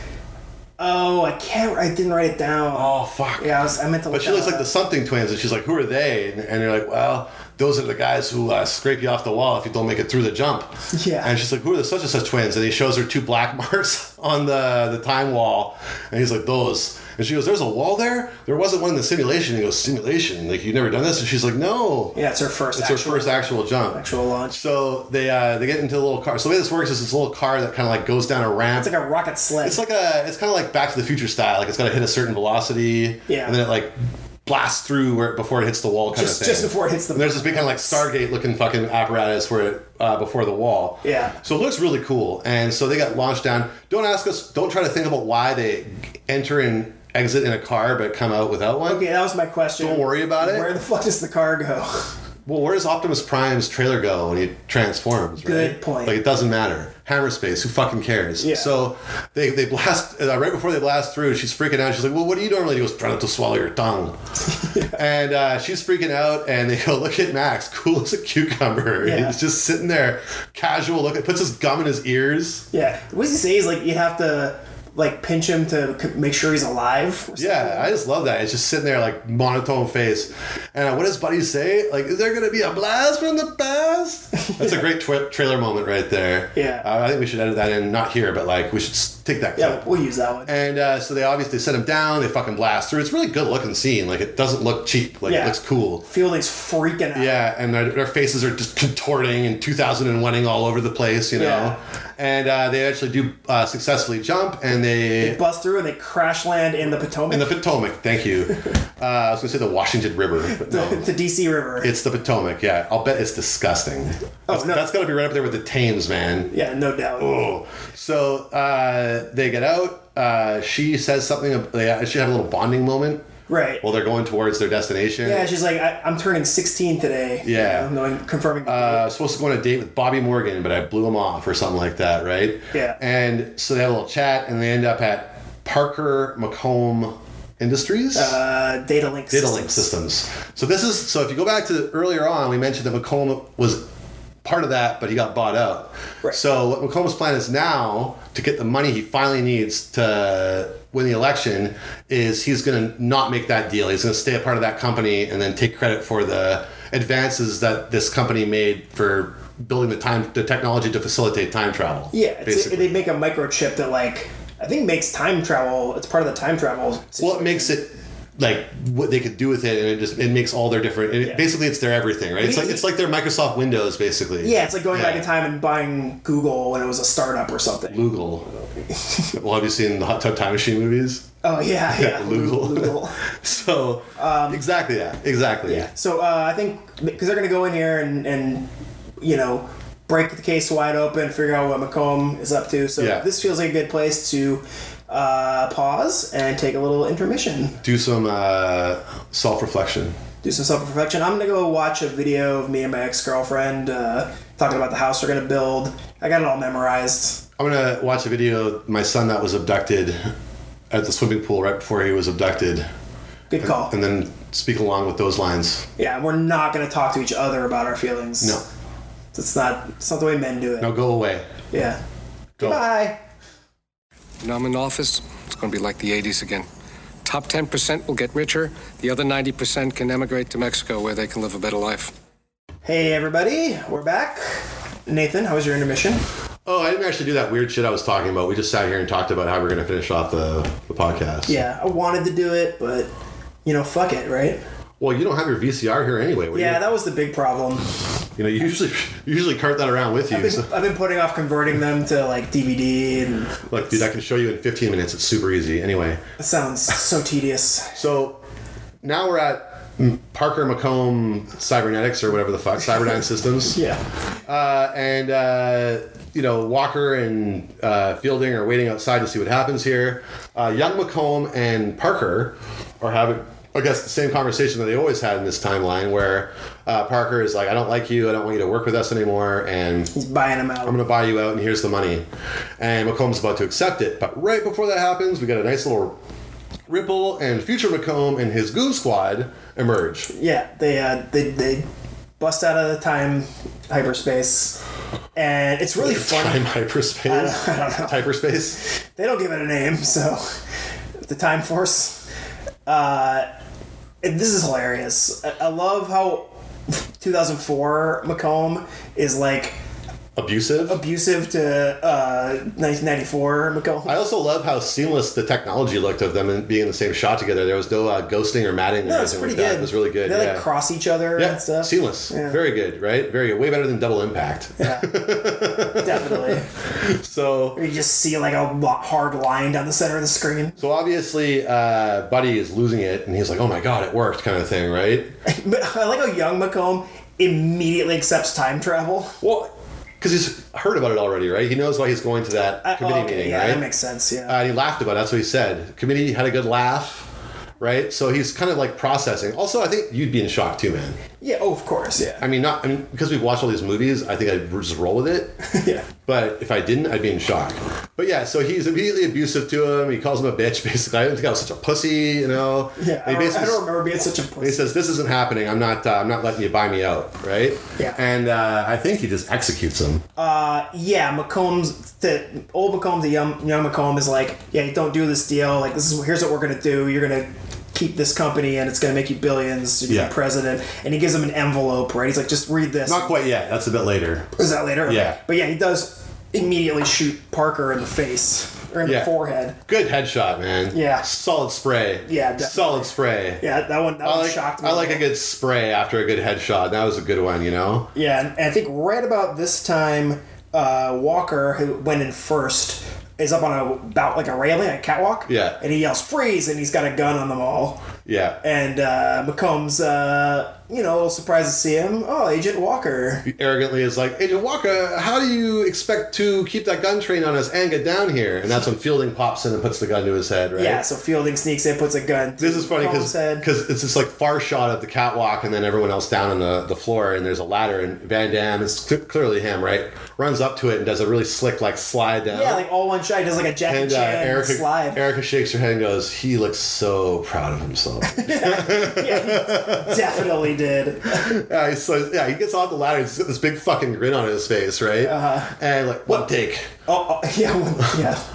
Speaker 2: Oh, I can't. I didn't write it down.
Speaker 1: Oh fuck!
Speaker 2: Yeah, I, was, I meant to.
Speaker 1: But she looks like the something twins, and she's like, "Who are they?" And, and they're like, "Well, those are the guys who uh, scrape you off the wall if you don't make it through the jump."
Speaker 2: Yeah.
Speaker 1: And she's like, "Who are the such and such twins?" And he shows her two black marks on the the time wall, and he's like, "Those." And she goes, "There's a wall there. There wasn't one in the simulation." And he goes, "Simulation? Like you've never done this?" And she's like, "No."
Speaker 2: Yeah, it's her first.
Speaker 1: It's
Speaker 2: actual-
Speaker 1: her first actual jump.
Speaker 2: actual launch.
Speaker 1: So they uh, they get into a little car. So the way this works is this little car that kind of like goes down a ramp.
Speaker 2: It's like a rocket sled.
Speaker 1: It's like a. It's kind of like Back to the Future style. Like it's got to hit a certain velocity.
Speaker 2: Yeah.
Speaker 1: And then it like blasts through where before it hits the wall, kind
Speaker 2: Just-
Speaker 1: of thing.
Speaker 2: just before it hits the-
Speaker 1: And there's this big kind of like Stargate looking fucking apparatus where it uh, before the wall.
Speaker 2: Yeah.
Speaker 1: So it looks really cool, and so they got launched down. Don't ask us. Don't try to think about why they enter and exit in a car, but come out without one.
Speaker 2: okay, that was my question.
Speaker 1: Don't worry about it.
Speaker 2: Where the fuck does the car go?
Speaker 1: Well, where does Optimus Prime's trailer go when he transforms? Right?
Speaker 2: Good point.
Speaker 1: Like it doesn't matter. Hammer space. Who fucking cares?
Speaker 2: Yeah.
Speaker 1: So they they blast uh, right before they blast through. She's freaking out. She's like, "Well, what do you normally do?" He goes, "Try not to swallow your tongue." And uh, she's freaking out. And they go, "Look at Max, cool as a cucumber.
Speaker 2: Yeah.
Speaker 1: He's just sitting there, casual. Look, puts his gum in his ears.
Speaker 2: yeah. What does he say? He's like, you have to like pinch him to c- make sure he's alive. or
Speaker 1: Yeah, I just love that. It's just sitting there like monotone face. And uh, what does Buddy say? Like, is there gonna be a blast from the past? That's a great twi- trailer moment right there.
Speaker 2: Yeah.
Speaker 1: uh, I think we should edit that in. Not here, but like we should s- take that clip.
Speaker 2: something? Yeah, we'll use that one.
Speaker 1: And uh, so they obviously set him down. They fucking blast through. It's a really good looking scene. Like it doesn't look cheap. Like it
Speaker 2: Yeah.
Speaker 1: looks cool.
Speaker 2: Fielding's freaking out.
Speaker 1: Yeah, and their, their faces are just contorting and 2001ing all over the place, you know.
Speaker 2: Yeah.
Speaker 1: And uh, they actually do uh, successfully jump, and
Speaker 2: They bust through and they crash land in the Potomac.
Speaker 1: In the Potomac, thank you. Uh, I was going to say the Washington River, but no.
Speaker 2: the DC River.
Speaker 1: It's the Potomac, yeah. I'll bet it's disgusting. That's,
Speaker 2: Oh, no.
Speaker 1: that's got to be right up there with the Thames, man.
Speaker 2: yeah, no doubt.
Speaker 1: Oh. So uh, they get out. Uh, she says something. ab- They actually have a little bonding moment
Speaker 2: Right.
Speaker 1: while they're going towards their destination.
Speaker 2: Yeah, she's like, I, I'm turning 16 today.
Speaker 1: Yeah.
Speaker 2: You know, knowing- confirming.
Speaker 1: uh, supposed to go on a date with Bobby Morgan, but I blew him off or something like that, right?
Speaker 2: Yeah.
Speaker 1: And so they have a little chat, and they end up at Parker Macomb Industries.
Speaker 2: uh, data link
Speaker 1: data link systems. So this is so if you go back to earlier on, we mentioned that Macomb was part of that, but he got bought out.
Speaker 2: Right.
Speaker 1: So what McCormick's plan is now to get the money he finally needs to win the election is he's going to not make that deal. He's going to stay a part of that company and then take credit for the advances that this company made for building the time the technology to facilitate time travel.
Speaker 2: Yeah, it's, they make a microchip that like I think makes time travel. It's part of the time travel.
Speaker 1: well it makes it like what they could do with it and it just it makes all their different and it-
Speaker 2: Yeah.
Speaker 1: basically it's their everything right it's like it's like their microsoft windows basically
Speaker 2: Yeah, it's like going back
Speaker 1: Yeah.
Speaker 2: in time and buying Google when it was a startup or something.
Speaker 1: Lugal. well, have you seen the Hot Tub Time Machine movies?
Speaker 2: Oh yeah, yeah,
Speaker 1: Google.
Speaker 2: Google.
Speaker 1: So, exactly that. Exactly.
Speaker 2: Um, Yeah. So uh, I think because they're gonna go in here and and you know break the case wide open, figure out what Macomb is up to. So
Speaker 1: Yeah.
Speaker 2: this feels like a good place to uh, pause and take a little intermission,
Speaker 1: Do some uh, self reflection.
Speaker 2: do some self reflection. I'm gonna go watch a video of me and my ex girlfriend uh, talking about the house we're gonna build. I got it all memorized.
Speaker 1: I'm going to watch a video of my son that was abducted at the swimming pool right before he was abducted
Speaker 2: Good call.
Speaker 1: and then speak along with those lines.
Speaker 2: Yeah, we're not gonna talk to each other about our feelings.
Speaker 1: No.
Speaker 2: It's not. It's not the way men do it.
Speaker 1: No, go away.
Speaker 2: Yeah.
Speaker 1: Go.
Speaker 2: Bye.
Speaker 5: You know, I'm in office. It's going to be like the 80s again. Top 10% will get richer. The other 90% can emigrate to Mexico where they can live a better life.
Speaker 2: Hey everybody, we're back. Nathan, how was your intermission?
Speaker 1: Oh, I didn't actually do that weird shit I was talking about. We just sat here and talked about how we're going to finish off the, the podcast.
Speaker 2: Yeah, I wanted to do it, but you know, fuck it, right?
Speaker 1: Well, you don't have your VCR here anyway. What are you
Speaker 2: Yeah, that was the big problem.
Speaker 1: You know, you usually you usually cart that around with you.
Speaker 2: I've been,
Speaker 1: so,
Speaker 2: I've been putting off converting them to like DVD, and
Speaker 1: look, dude, I can show you in 15 minutes. It's super easy. Anyway,
Speaker 2: that sounds so tedious.
Speaker 1: so now we're at mm, Parker McComb Cybernetics or whatever the fuck Cyberdyne Systems.
Speaker 2: Yeah,
Speaker 1: Uh, and uh, you know, Walker and uh, Fielding are waiting outside to see what happens here. Uh, young McComb and Parker are having. I guess the same conversation that they always had in this timeline, where uh, Parker is like, "I don't like you. I don't want you to work with us anymore," and
Speaker 2: he's buying them out.
Speaker 1: I'm gonna buy you out, and here's the money. And McComb's about to accept it, but right before that happens, we got a nice little ripple, and future McComb and his goon squad emerge.
Speaker 2: yeah, they uh, they they bust out of the time hyperspace, and it's really funny.
Speaker 1: Time hyperspace. Hyperspace.
Speaker 2: they don't give it a name, so the Time Force. Uh, and this is hilarious. I, I love how 2004 Macomb is like
Speaker 1: Abusive.
Speaker 2: abusive to uh, 1994 Macomb.
Speaker 1: I also love how seamless the technology looked of them and being in the same shot together. There was no uh, ghosting or matting or
Speaker 2: No, it's
Speaker 1: anything like
Speaker 2: pretty good.
Speaker 1: that. It was really good.
Speaker 2: They
Speaker 1: yeah.
Speaker 2: like cross each other
Speaker 1: yeah,
Speaker 2: and stuff.
Speaker 1: seamless.
Speaker 2: Yeah.
Speaker 1: Very good, right? Very way better than Double Impact.
Speaker 2: Yeah, definitely.
Speaker 1: So
Speaker 2: You just see like a lo- hard line down the center of the screen.
Speaker 1: So obviously, uh, Buddy is losing it, and he's like, "Oh my god, it worked," kind of thing, right?
Speaker 2: But I like how young Macomb immediately accepts time travel.
Speaker 1: Well, because he's heard about it already, right? He knows why he's going to that committee
Speaker 2: Oh, okay,
Speaker 1: meeting,
Speaker 2: yeah,
Speaker 1: right?
Speaker 2: that makes sense. Yeah.
Speaker 1: uh, he laughed about it. That's what he said. Committee had a good laugh, right? So he's kind of like processing. Also, I think you'd be in shock too, man.
Speaker 2: yeah. Oh, of course. Yeah.
Speaker 1: I mean, not I mean because we've watched all these movies. I think I'd just roll with it.
Speaker 2: Yeah.
Speaker 1: But if I didn't, I'd be in shock. But yeah, so he's immediately abusive to him. He calls him a bitch, basically. I didn't think I was such a pussy, you know.
Speaker 2: Yeah,
Speaker 1: He
Speaker 2: I, don't, I
Speaker 1: basically-
Speaker 2: don't remember being such a
Speaker 1: He
Speaker 2: pussy.
Speaker 1: says, "This isn't happening. I'm not. Uh, I'm not letting you buy me out, right?"
Speaker 2: Yeah.
Speaker 1: And uh, I think he just executes him.
Speaker 2: Yeah, Macomb's the old Macomb to young young Macomb is like, yeah, don't do this deal. Like this is here's what we're gonna do. You're gonna keep this company and it's gonna make you billions. You're
Speaker 1: Yeah.
Speaker 2: yeah. president, and he gives him an envelope. Right? He's like, just read this.
Speaker 1: Not quite yet. That's a bit later.
Speaker 2: Is that later? Okay.
Speaker 1: Yeah.
Speaker 2: But yeah, he does immediately shoot Parker in the face or in
Speaker 1: Yeah.
Speaker 2: the forehead.
Speaker 1: Good headshot, man.
Speaker 2: Yeah.
Speaker 1: Solid spray.
Speaker 2: Yeah, definitely.
Speaker 1: Solid spray.
Speaker 2: Yeah, that one. That
Speaker 1: I
Speaker 2: one
Speaker 1: like,
Speaker 2: shocked me.
Speaker 1: I like a good spray after a good headshot. That was a good one, you know.
Speaker 2: Yeah, and, and I think right about this time, uh, Walker, who went in first, is up on a about like a railing, a catwalk.
Speaker 1: Yeah.
Speaker 2: and he yells "freeze!" and he's got a gun on them all.
Speaker 1: Yeah.
Speaker 2: And uh, Macomb's, uh, you know, a little surprised to see him. Oh, Agent Walker.
Speaker 1: He arrogantly is like, Agent Walker, how do you expect to keep that gun train on us and get down here? And that's when Fielding pops in and puts the gun to his head, right?
Speaker 2: Yeah, so Fielding sneaks in, puts a gun. to
Speaker 1: This is funny
Speaker 2: Macomb's
Speaker 1: because
Speaker 2: head.
Speaker 1: it's this like far shot of the catwalk and then everyone else down on the, the floor and there's a ladder and Van Damme it's cl- clearly him right runs up to it and does a really slick like slide down
Speaker 2: yeah, like all one shot, he does like a Jackie
Speaker 1: and uh,
Speaker 2: Chan
Speaker 1: Erica
Speaker 2: slide.
Speaker 1: Erica shakes her head and goes he looks so proud of himself up.
Speaker 2: Definitely did.
Speaker 1: Yeah, he's so yeah, he gets off the ladder. He's got this big fucking grin on his face, right? Uh-huh. And like, what take?
Speaker 2: Oh, oh yeah, well, yeah.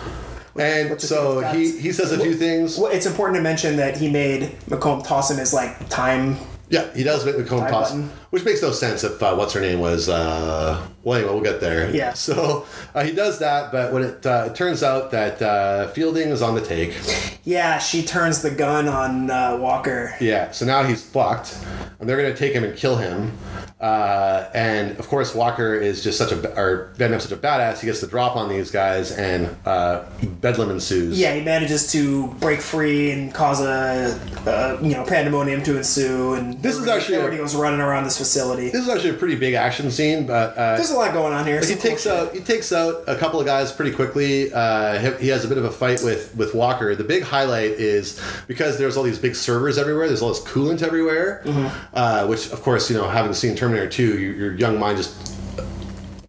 Speaker 1: And
Speaker 2: what's the
Speaker 1: so
Speaker 2: thing with
Speaker 1: he
Speaker 2: that?
Speaker 1: he says a few things.
Speaker 2: Well, it's important to mention that he made Macomb toss him his like time.
Speaker 1: Yeah, he does make the cone
Speaker 2: Tie
Speaker 1: toss,
Speaker 2: button.
Speaker 1: which makes no sense if uh, what's her name was. Uh, well, anyway, we'll get there.
Speaker 2: Yeah.
Speaker 1: So uh, he does that, but when it, uh, it turns out that uh, Fielding is on the take,
Speaker 2: Yeah, she turns the gun on uh, Walker.
Speaker 1: yeah. So now he's fucked, and they're gonna take him and kill him. Uh, and of course, Walker is just such a ba- or Venom's such a badass. He gets the drop on these guys, and uh, bedlam ensues.
Speaker 2: Yeah, he manages to break free and cause a uh, you know pandemonium to ensue. And
Speaker 1: This is actually a-
Speaker 2: everybody goes running around this facility.
Speaker 1: This is actually a pretty big action scene, but uh,
Speaker 2: There's a lot going on here.
Speaker 1: He takes out he takes out a couple of guys pretty quickly. Uh, he- he has a bit of a fight with with Walker. The big highlight is because there's all these big servers everywhere. There's all this coolant everywhere, uh, which of course you know having seen Terminator Two, you, your young mind just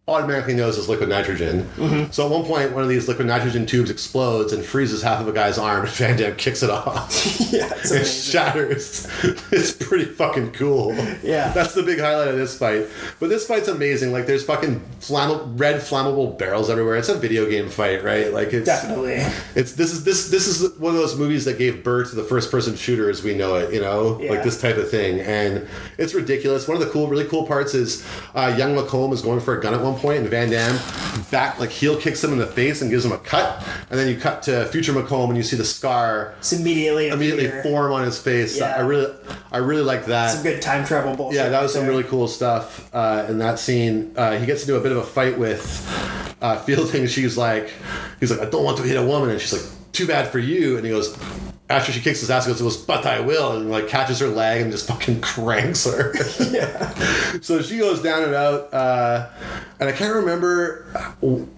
Speaker 1: automatically knows is liquid nitrogen. So at one point, one of these liquid nitrogen tubes explodes and freezes half of a guy's arm, and Van Damme kicks it off.
Speaker 2: yeah, it's
Speaker 1: It
Speaker 2: amazing.
Speaker 1: shatters. It's pretty fucking cool.
Speaker 2: Yeah.
Speaker 1: That's the big highlight of this fight. But this fight's amazing. Like there's fucking flammable red flammable barrels everywhere. It's a video game fight, right? Like it's
Speaker 2: Definitely.
Speaker 1: it's this is this this is one of those movies that gave birth to the first person shooter as we know it, you know?
Speaker 2: Yeah.
Speaker 1: Like this type of thing. And it's ridiculous. One of the cool really cool parts is uh, young Lacombe is going for a gun at one point and Van Damme back like heel kicks him in the face and gives him a cut. And then you cut to future Macomb and you see the scar
Speaker 2: It's immediately
Speaker 1: immediately
Speaker 2: appear.
Speaker 1: form on his face.
Speaker 2: Yeah.
Speaker 1: I really, I really like that.
Speaker 2: some good time travel bullshit.
Speaker 1: yeah, that was
Speaker 2: right
Speaker 1: some
Speaker 2: there.
Speaker 1: really cool stuff uh, in that scene. Uh, he gets into a bit of a fight with uh, Fielding. She's like, he's like, I don't want to hit a woman, and she's like, too bad for you. And he goes, after she kicks his ass, he goes, but I will, and like catches her leg and just fucking cranks her. so she goes down and out, uh, and I can't remember uh,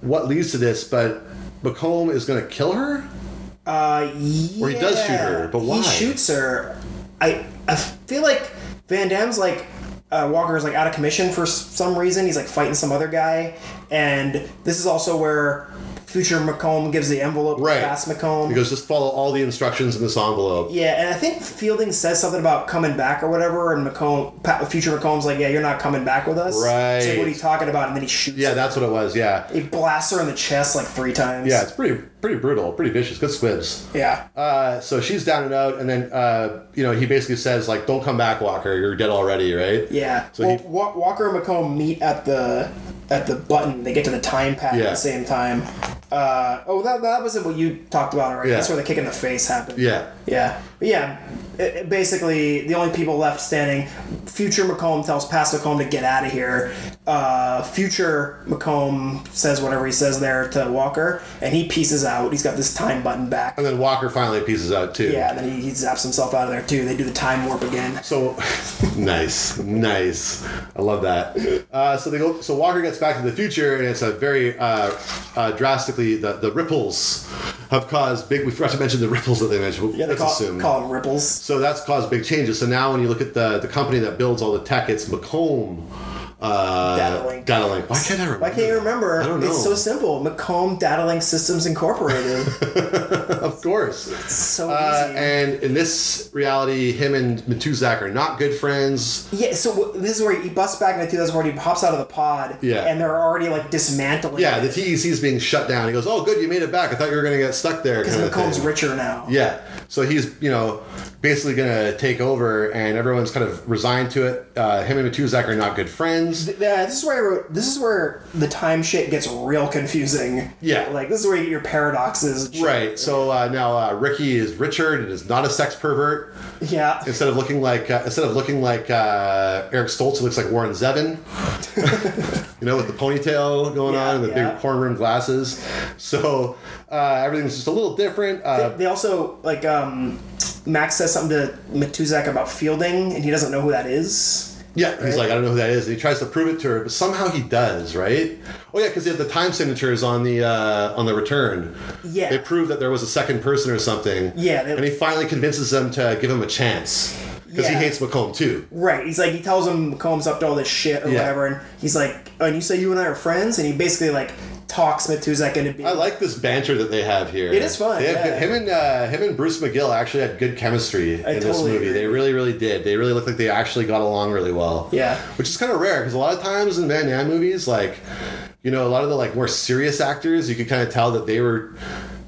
Speaker 1: what leads to this, but Macomb is gonna kill her.
Speaker 2: Uh, yeah.
Speaker 1: Or he does shoot her, but why?
Speaker 2: He shoots her. I I feel like Van Damme's like uh, Walker's like out of commission for s- some reason. He's like fighting some other guy, and this is also where future Macomb gives the envelope
Speaker 1: Right.
Speaker 2: to past Macomb.
Speaker 1: He goes, just follow all the instructions in this envelope.
Speaker 2: yeah, and I think Fielding says something about coming back or whatever, and Macomb, Pa- future Macomb's like, "Yeah, you're not coming back with us." So
Speaker 1: Right.
Speaker 2: what are you talking about? And then he shoots.
Speaker 1: Yeah,
Speaker 2: her.
Speaker 1: that's what it was. Yeah,
Speaker 2: he blasts her in the chest like three times.
Speaker 1: yeah, it's pretty pretty brutal, pretty vicious. Good squibs.
Speaker 2: yeah.
Speaker 1: Uh, so she's down and out, and then uh, you know he basically says like, "Don't come back, Walker. You're dead already, right?"
Speaker 2: Yeah.
Speaker 1: So
Speaker 2: well,
Speaker 1: he-
Speaker 2: Wa- Walker and Macomb meet at the at the button. They get to the time pad at
Speaker 1: Yeah.
Speaker 2: the same time. Uh, oh, that, that wasn't what you talked about already.
Speaker 1: Yeah.
Speaker 2: That's where the kick in the face happened.
Speaker 1: Yeah.
Speaker 2: Yeah. But yeah. it- it- basically, the only people left standing, future Macomb tells past Macomb to get out of here. Uh, future Macomb says whatever he says there to Walker, and he pieces out. He's got this time button back.
Speaker 1: And then Walker finally pieces out too.
Speaker 2: Yeah, and then he, he zaps himself out of there too. They do the time warp again.
Speaker 1: So nice, nice. I love that. Uh, so they go. So Walker gets back to the future, and it's a very uh, uh, drastically the, the ripples have caused big. We forgot to mention the ripples that they mentioned.
Speaker 2: Yeah, they
Speaker 1: Let's
Speaker 2: call,
Speaker 1: assume.
Speaker 2: call them ripples.
Speaker 1: So that's caused big changes. So now when you look at the the company that builds all the tech, it's Macomb. Uh,
Speaker 2: Datalink.
Speaker 1: Datalink. Why can't I remember?
Speaker 2: Why can't you remember?
Speaker 1: I don't know.
Speaker 2: It's so simple. Macomb Datalink Systems Incorporated.
Speaker 1: Of course.
Speaker 2: so
Speaker 1: Uh,
Speaker 2: easy.
Speaker 1: and in this reality, him and Matuzak are not good friends.
Speaker 2: yeah, so w- this is where he busts back into 2004. He hops out of the pod.
Speaker 1: Yeah.
Speaker 2: And they're already like dismantling.
Speaker 1: Yeah, the TEC is being shut down. He goes, "Oh, good, you made it back. I thought you were going to get stuck there."
Speaker 2: Because
Speaker 1: kinda
Speaker 2: Macomb's
Speaker 1: thing.
Speaker 2: richer now.
Speaker 1: Yeah. So he's, you know, basically going to take over, and everyone's kind of resigned to it. Uh, him and Matuzak are not good friends.
Speaker 2: Yeah, this is where I wrote, this is where the time shit gets real confusing.
Speaker 1: Yeah.
Speaker 2: like this is where you get your paradoxes. and shit.
Speaker 1: Right. So uh, now uh, Ricky is Richard and is not a sex pervert.
Speaker 2: Yeah,
Speaker 1: Instead of looking like uh, instead of looking like uh, Eric Stoltz, he looks like Warren Zevon. you know, with the ponytail going
Speaker 2: Yeah,
Speaker 1: on and the
Speaker 2: yeah.
Speaker 1: big horn rimmed glasses. So uh, everything's just a little different. Uh,
Speaker 2: they also like um, Max says something to Matuzak about fielding, and he doesn't know who that is.
Speaker 1: yeah, he's like, I don't know who that is. And he tries to prove it to her, but somehow he does, right? Oh yeah, because the time signatures on the uh, on the return.
Speaker 2: Yeah.
Speaker 1: They prove that there was a second person or something.
Speaker 2: Yeah, they-
Speaker 1: and he finally convinces them to give him a chance because
Speaker 2: Yeah.
Speaker 1: he hates McComb too.
Speaker 2: Right. He's like he tells him Combs up to all this shit or
Speaker 1: Yeah.
Speaker 2: whatever, and he's like, "Oh, and you say you and I are friends," and he basically like talks Smith who's not going to be.
Speaker 1: I like this banter that they have here.
Speaker 2: It is fun,
Speaker 1: They have
Speaker 2: yeah.
Speaker 1: Him and uh, him and Bruce McGill actually had good chemistry in this
Speaker 2: totally
Speaker 1: movie.
Speaker 2: agree.
Speaker 1: They really, really did. They really looked like they actually got along really well.
Speaker 2: Yeah.
Speaker 1: which is kind of rare because a lot of times in Van Damme movies, like you know, a lot of the like more serious actors, you could kind of tell that they were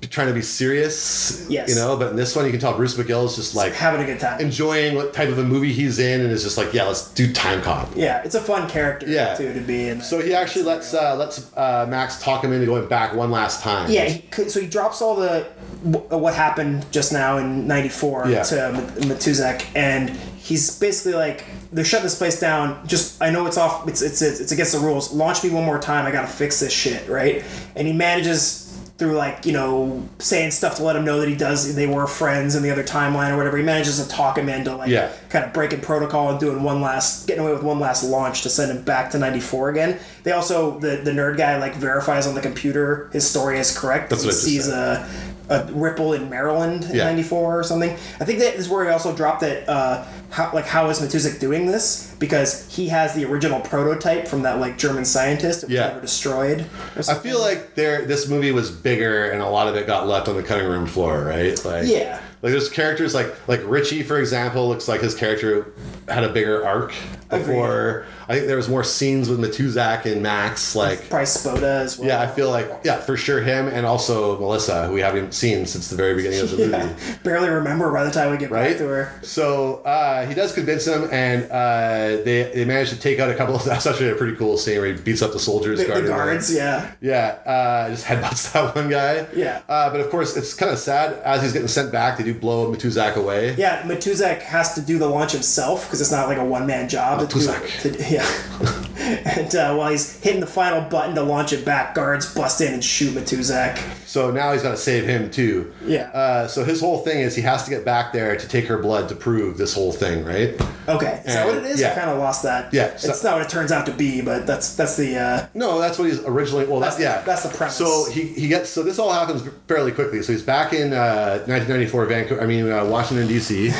Speaker 1: trying to be serious.
Speaker 2: Yes.
Speaker 1: you know. But in this one, you can tell Bruce McGill is just like
Speaker 2: having a good time.
Speaker 1: enjoying what type of a movie he's in, and is just like, yeah, let's do time cop.
Speaker 2: yeah, it's a fun character
Speaker 1: Yeah.
Speaker 2: too to be in.
Speaker 1: So he actually lets uh, lets uh, Max talk him into going back one last time.
Speaker 2: Yeah, he could, so he drops all the wh- what happened just now in '94
Speaker 1: Yeah.
Speaker 2: to M- uh, Matuzak, and he's basically like, "They're shutting this place down. Just I know it's off. It's it's it's, it's against the rules. Launch me one more time. I gotta fix this shit, right?" And he manages through like you know saying stuff to let him know that he does they were friends in the other timeline or whatever. He manages to talk him into like
Speaker 1: Yeah.
Speaker 2: kind of breaking protocol and doing one last getting away with one last launch to send him back to 94 again they also the, the nerd guy like verifies on the computer his story is correct
Speaker 1: That's
Speaker 2: he
Speaker 1: what I just
Speaker 2: sees a, uh, a ripple in maryland in
Speaker 1: Yeah.
Speaker 2: 94 or something i think that is where he also dropped that uh how, like how is Matuzik doing this because he has the original prototype from that like german scientist that was
Speaker 1: Yeah.
Speaker 2: never destroyed or
Speaker 1: I
Speaker 2: something.
Speaker 1: feel like there this movie was bigger and a lot of it got left on the cutting room floor, right? Like
Speaker 2: Yeah.
Speaker 1: Like there's characters like like Richie, for example, looks like his character had a bigger arc before. I think there was more scenes with Matuzak and Max, like
Speaker 2: probably spoda as well
Speaker 1: yeah, I feel like yeah, for sure him and also Melissa, who we haven't seen since the very beginning of the
Speaker 2: yeah,
Speaker 1: movie.
Speaker 2: barely remember by the time we get
Speaker 1: Right?
Speaker 2: back to her
Speaker 1: So uh, he does convince him, and uh, they they manage to take out a couple of. That's actually a pretty cool scene where he beats up the soldiers.
Speaker 2: the, the
Speaker 1: guarding them.
Speaker 2: guards yeah
Speaker 1: Yeah, uh, just headbutts that one guy.
Speaker 2: Yeah.
Speaker 1: Uh, but of course, it's kind of sad as he's getting sent back. They do blow Matuzak away.
Speaker 2: Yeah, Matuzak has to do the launch himself because it's not like a one man job. to do-
Speaker 1: Matuzak.
Speaker 2: to- yeah. and uh, while he's hitting the final button to launch it back, guards bust in and shoot Matuzak.
Speaker 1: So now he's got to save him too.
Speaker 2: Yeah.
Speaker 1: Uh, so his whole thing is he has to get back there to take her blood to prove this whole thing, right?
Speaker 2: Uh, Okay, is that
Speaker 1: And-
Speaker 2: what it is?
Speaker 1: yeah.
Speaker 2: I kind of lost that.
Speaker 1: Yeah, so-
Speaker 2: it's not what it turns out to be, but that's that's the. Uh,
Speaker 1: No, that's what he's originally. Well, that's,
Speaker 2: That's the-
Speaker 1: yeah,
Speaker 2: that's the premise.
Speaker 1: So he, he gets so this all happens fairly quickly. So he's back in uh, 1994, Vancouver. I mean uh, Washington D.C.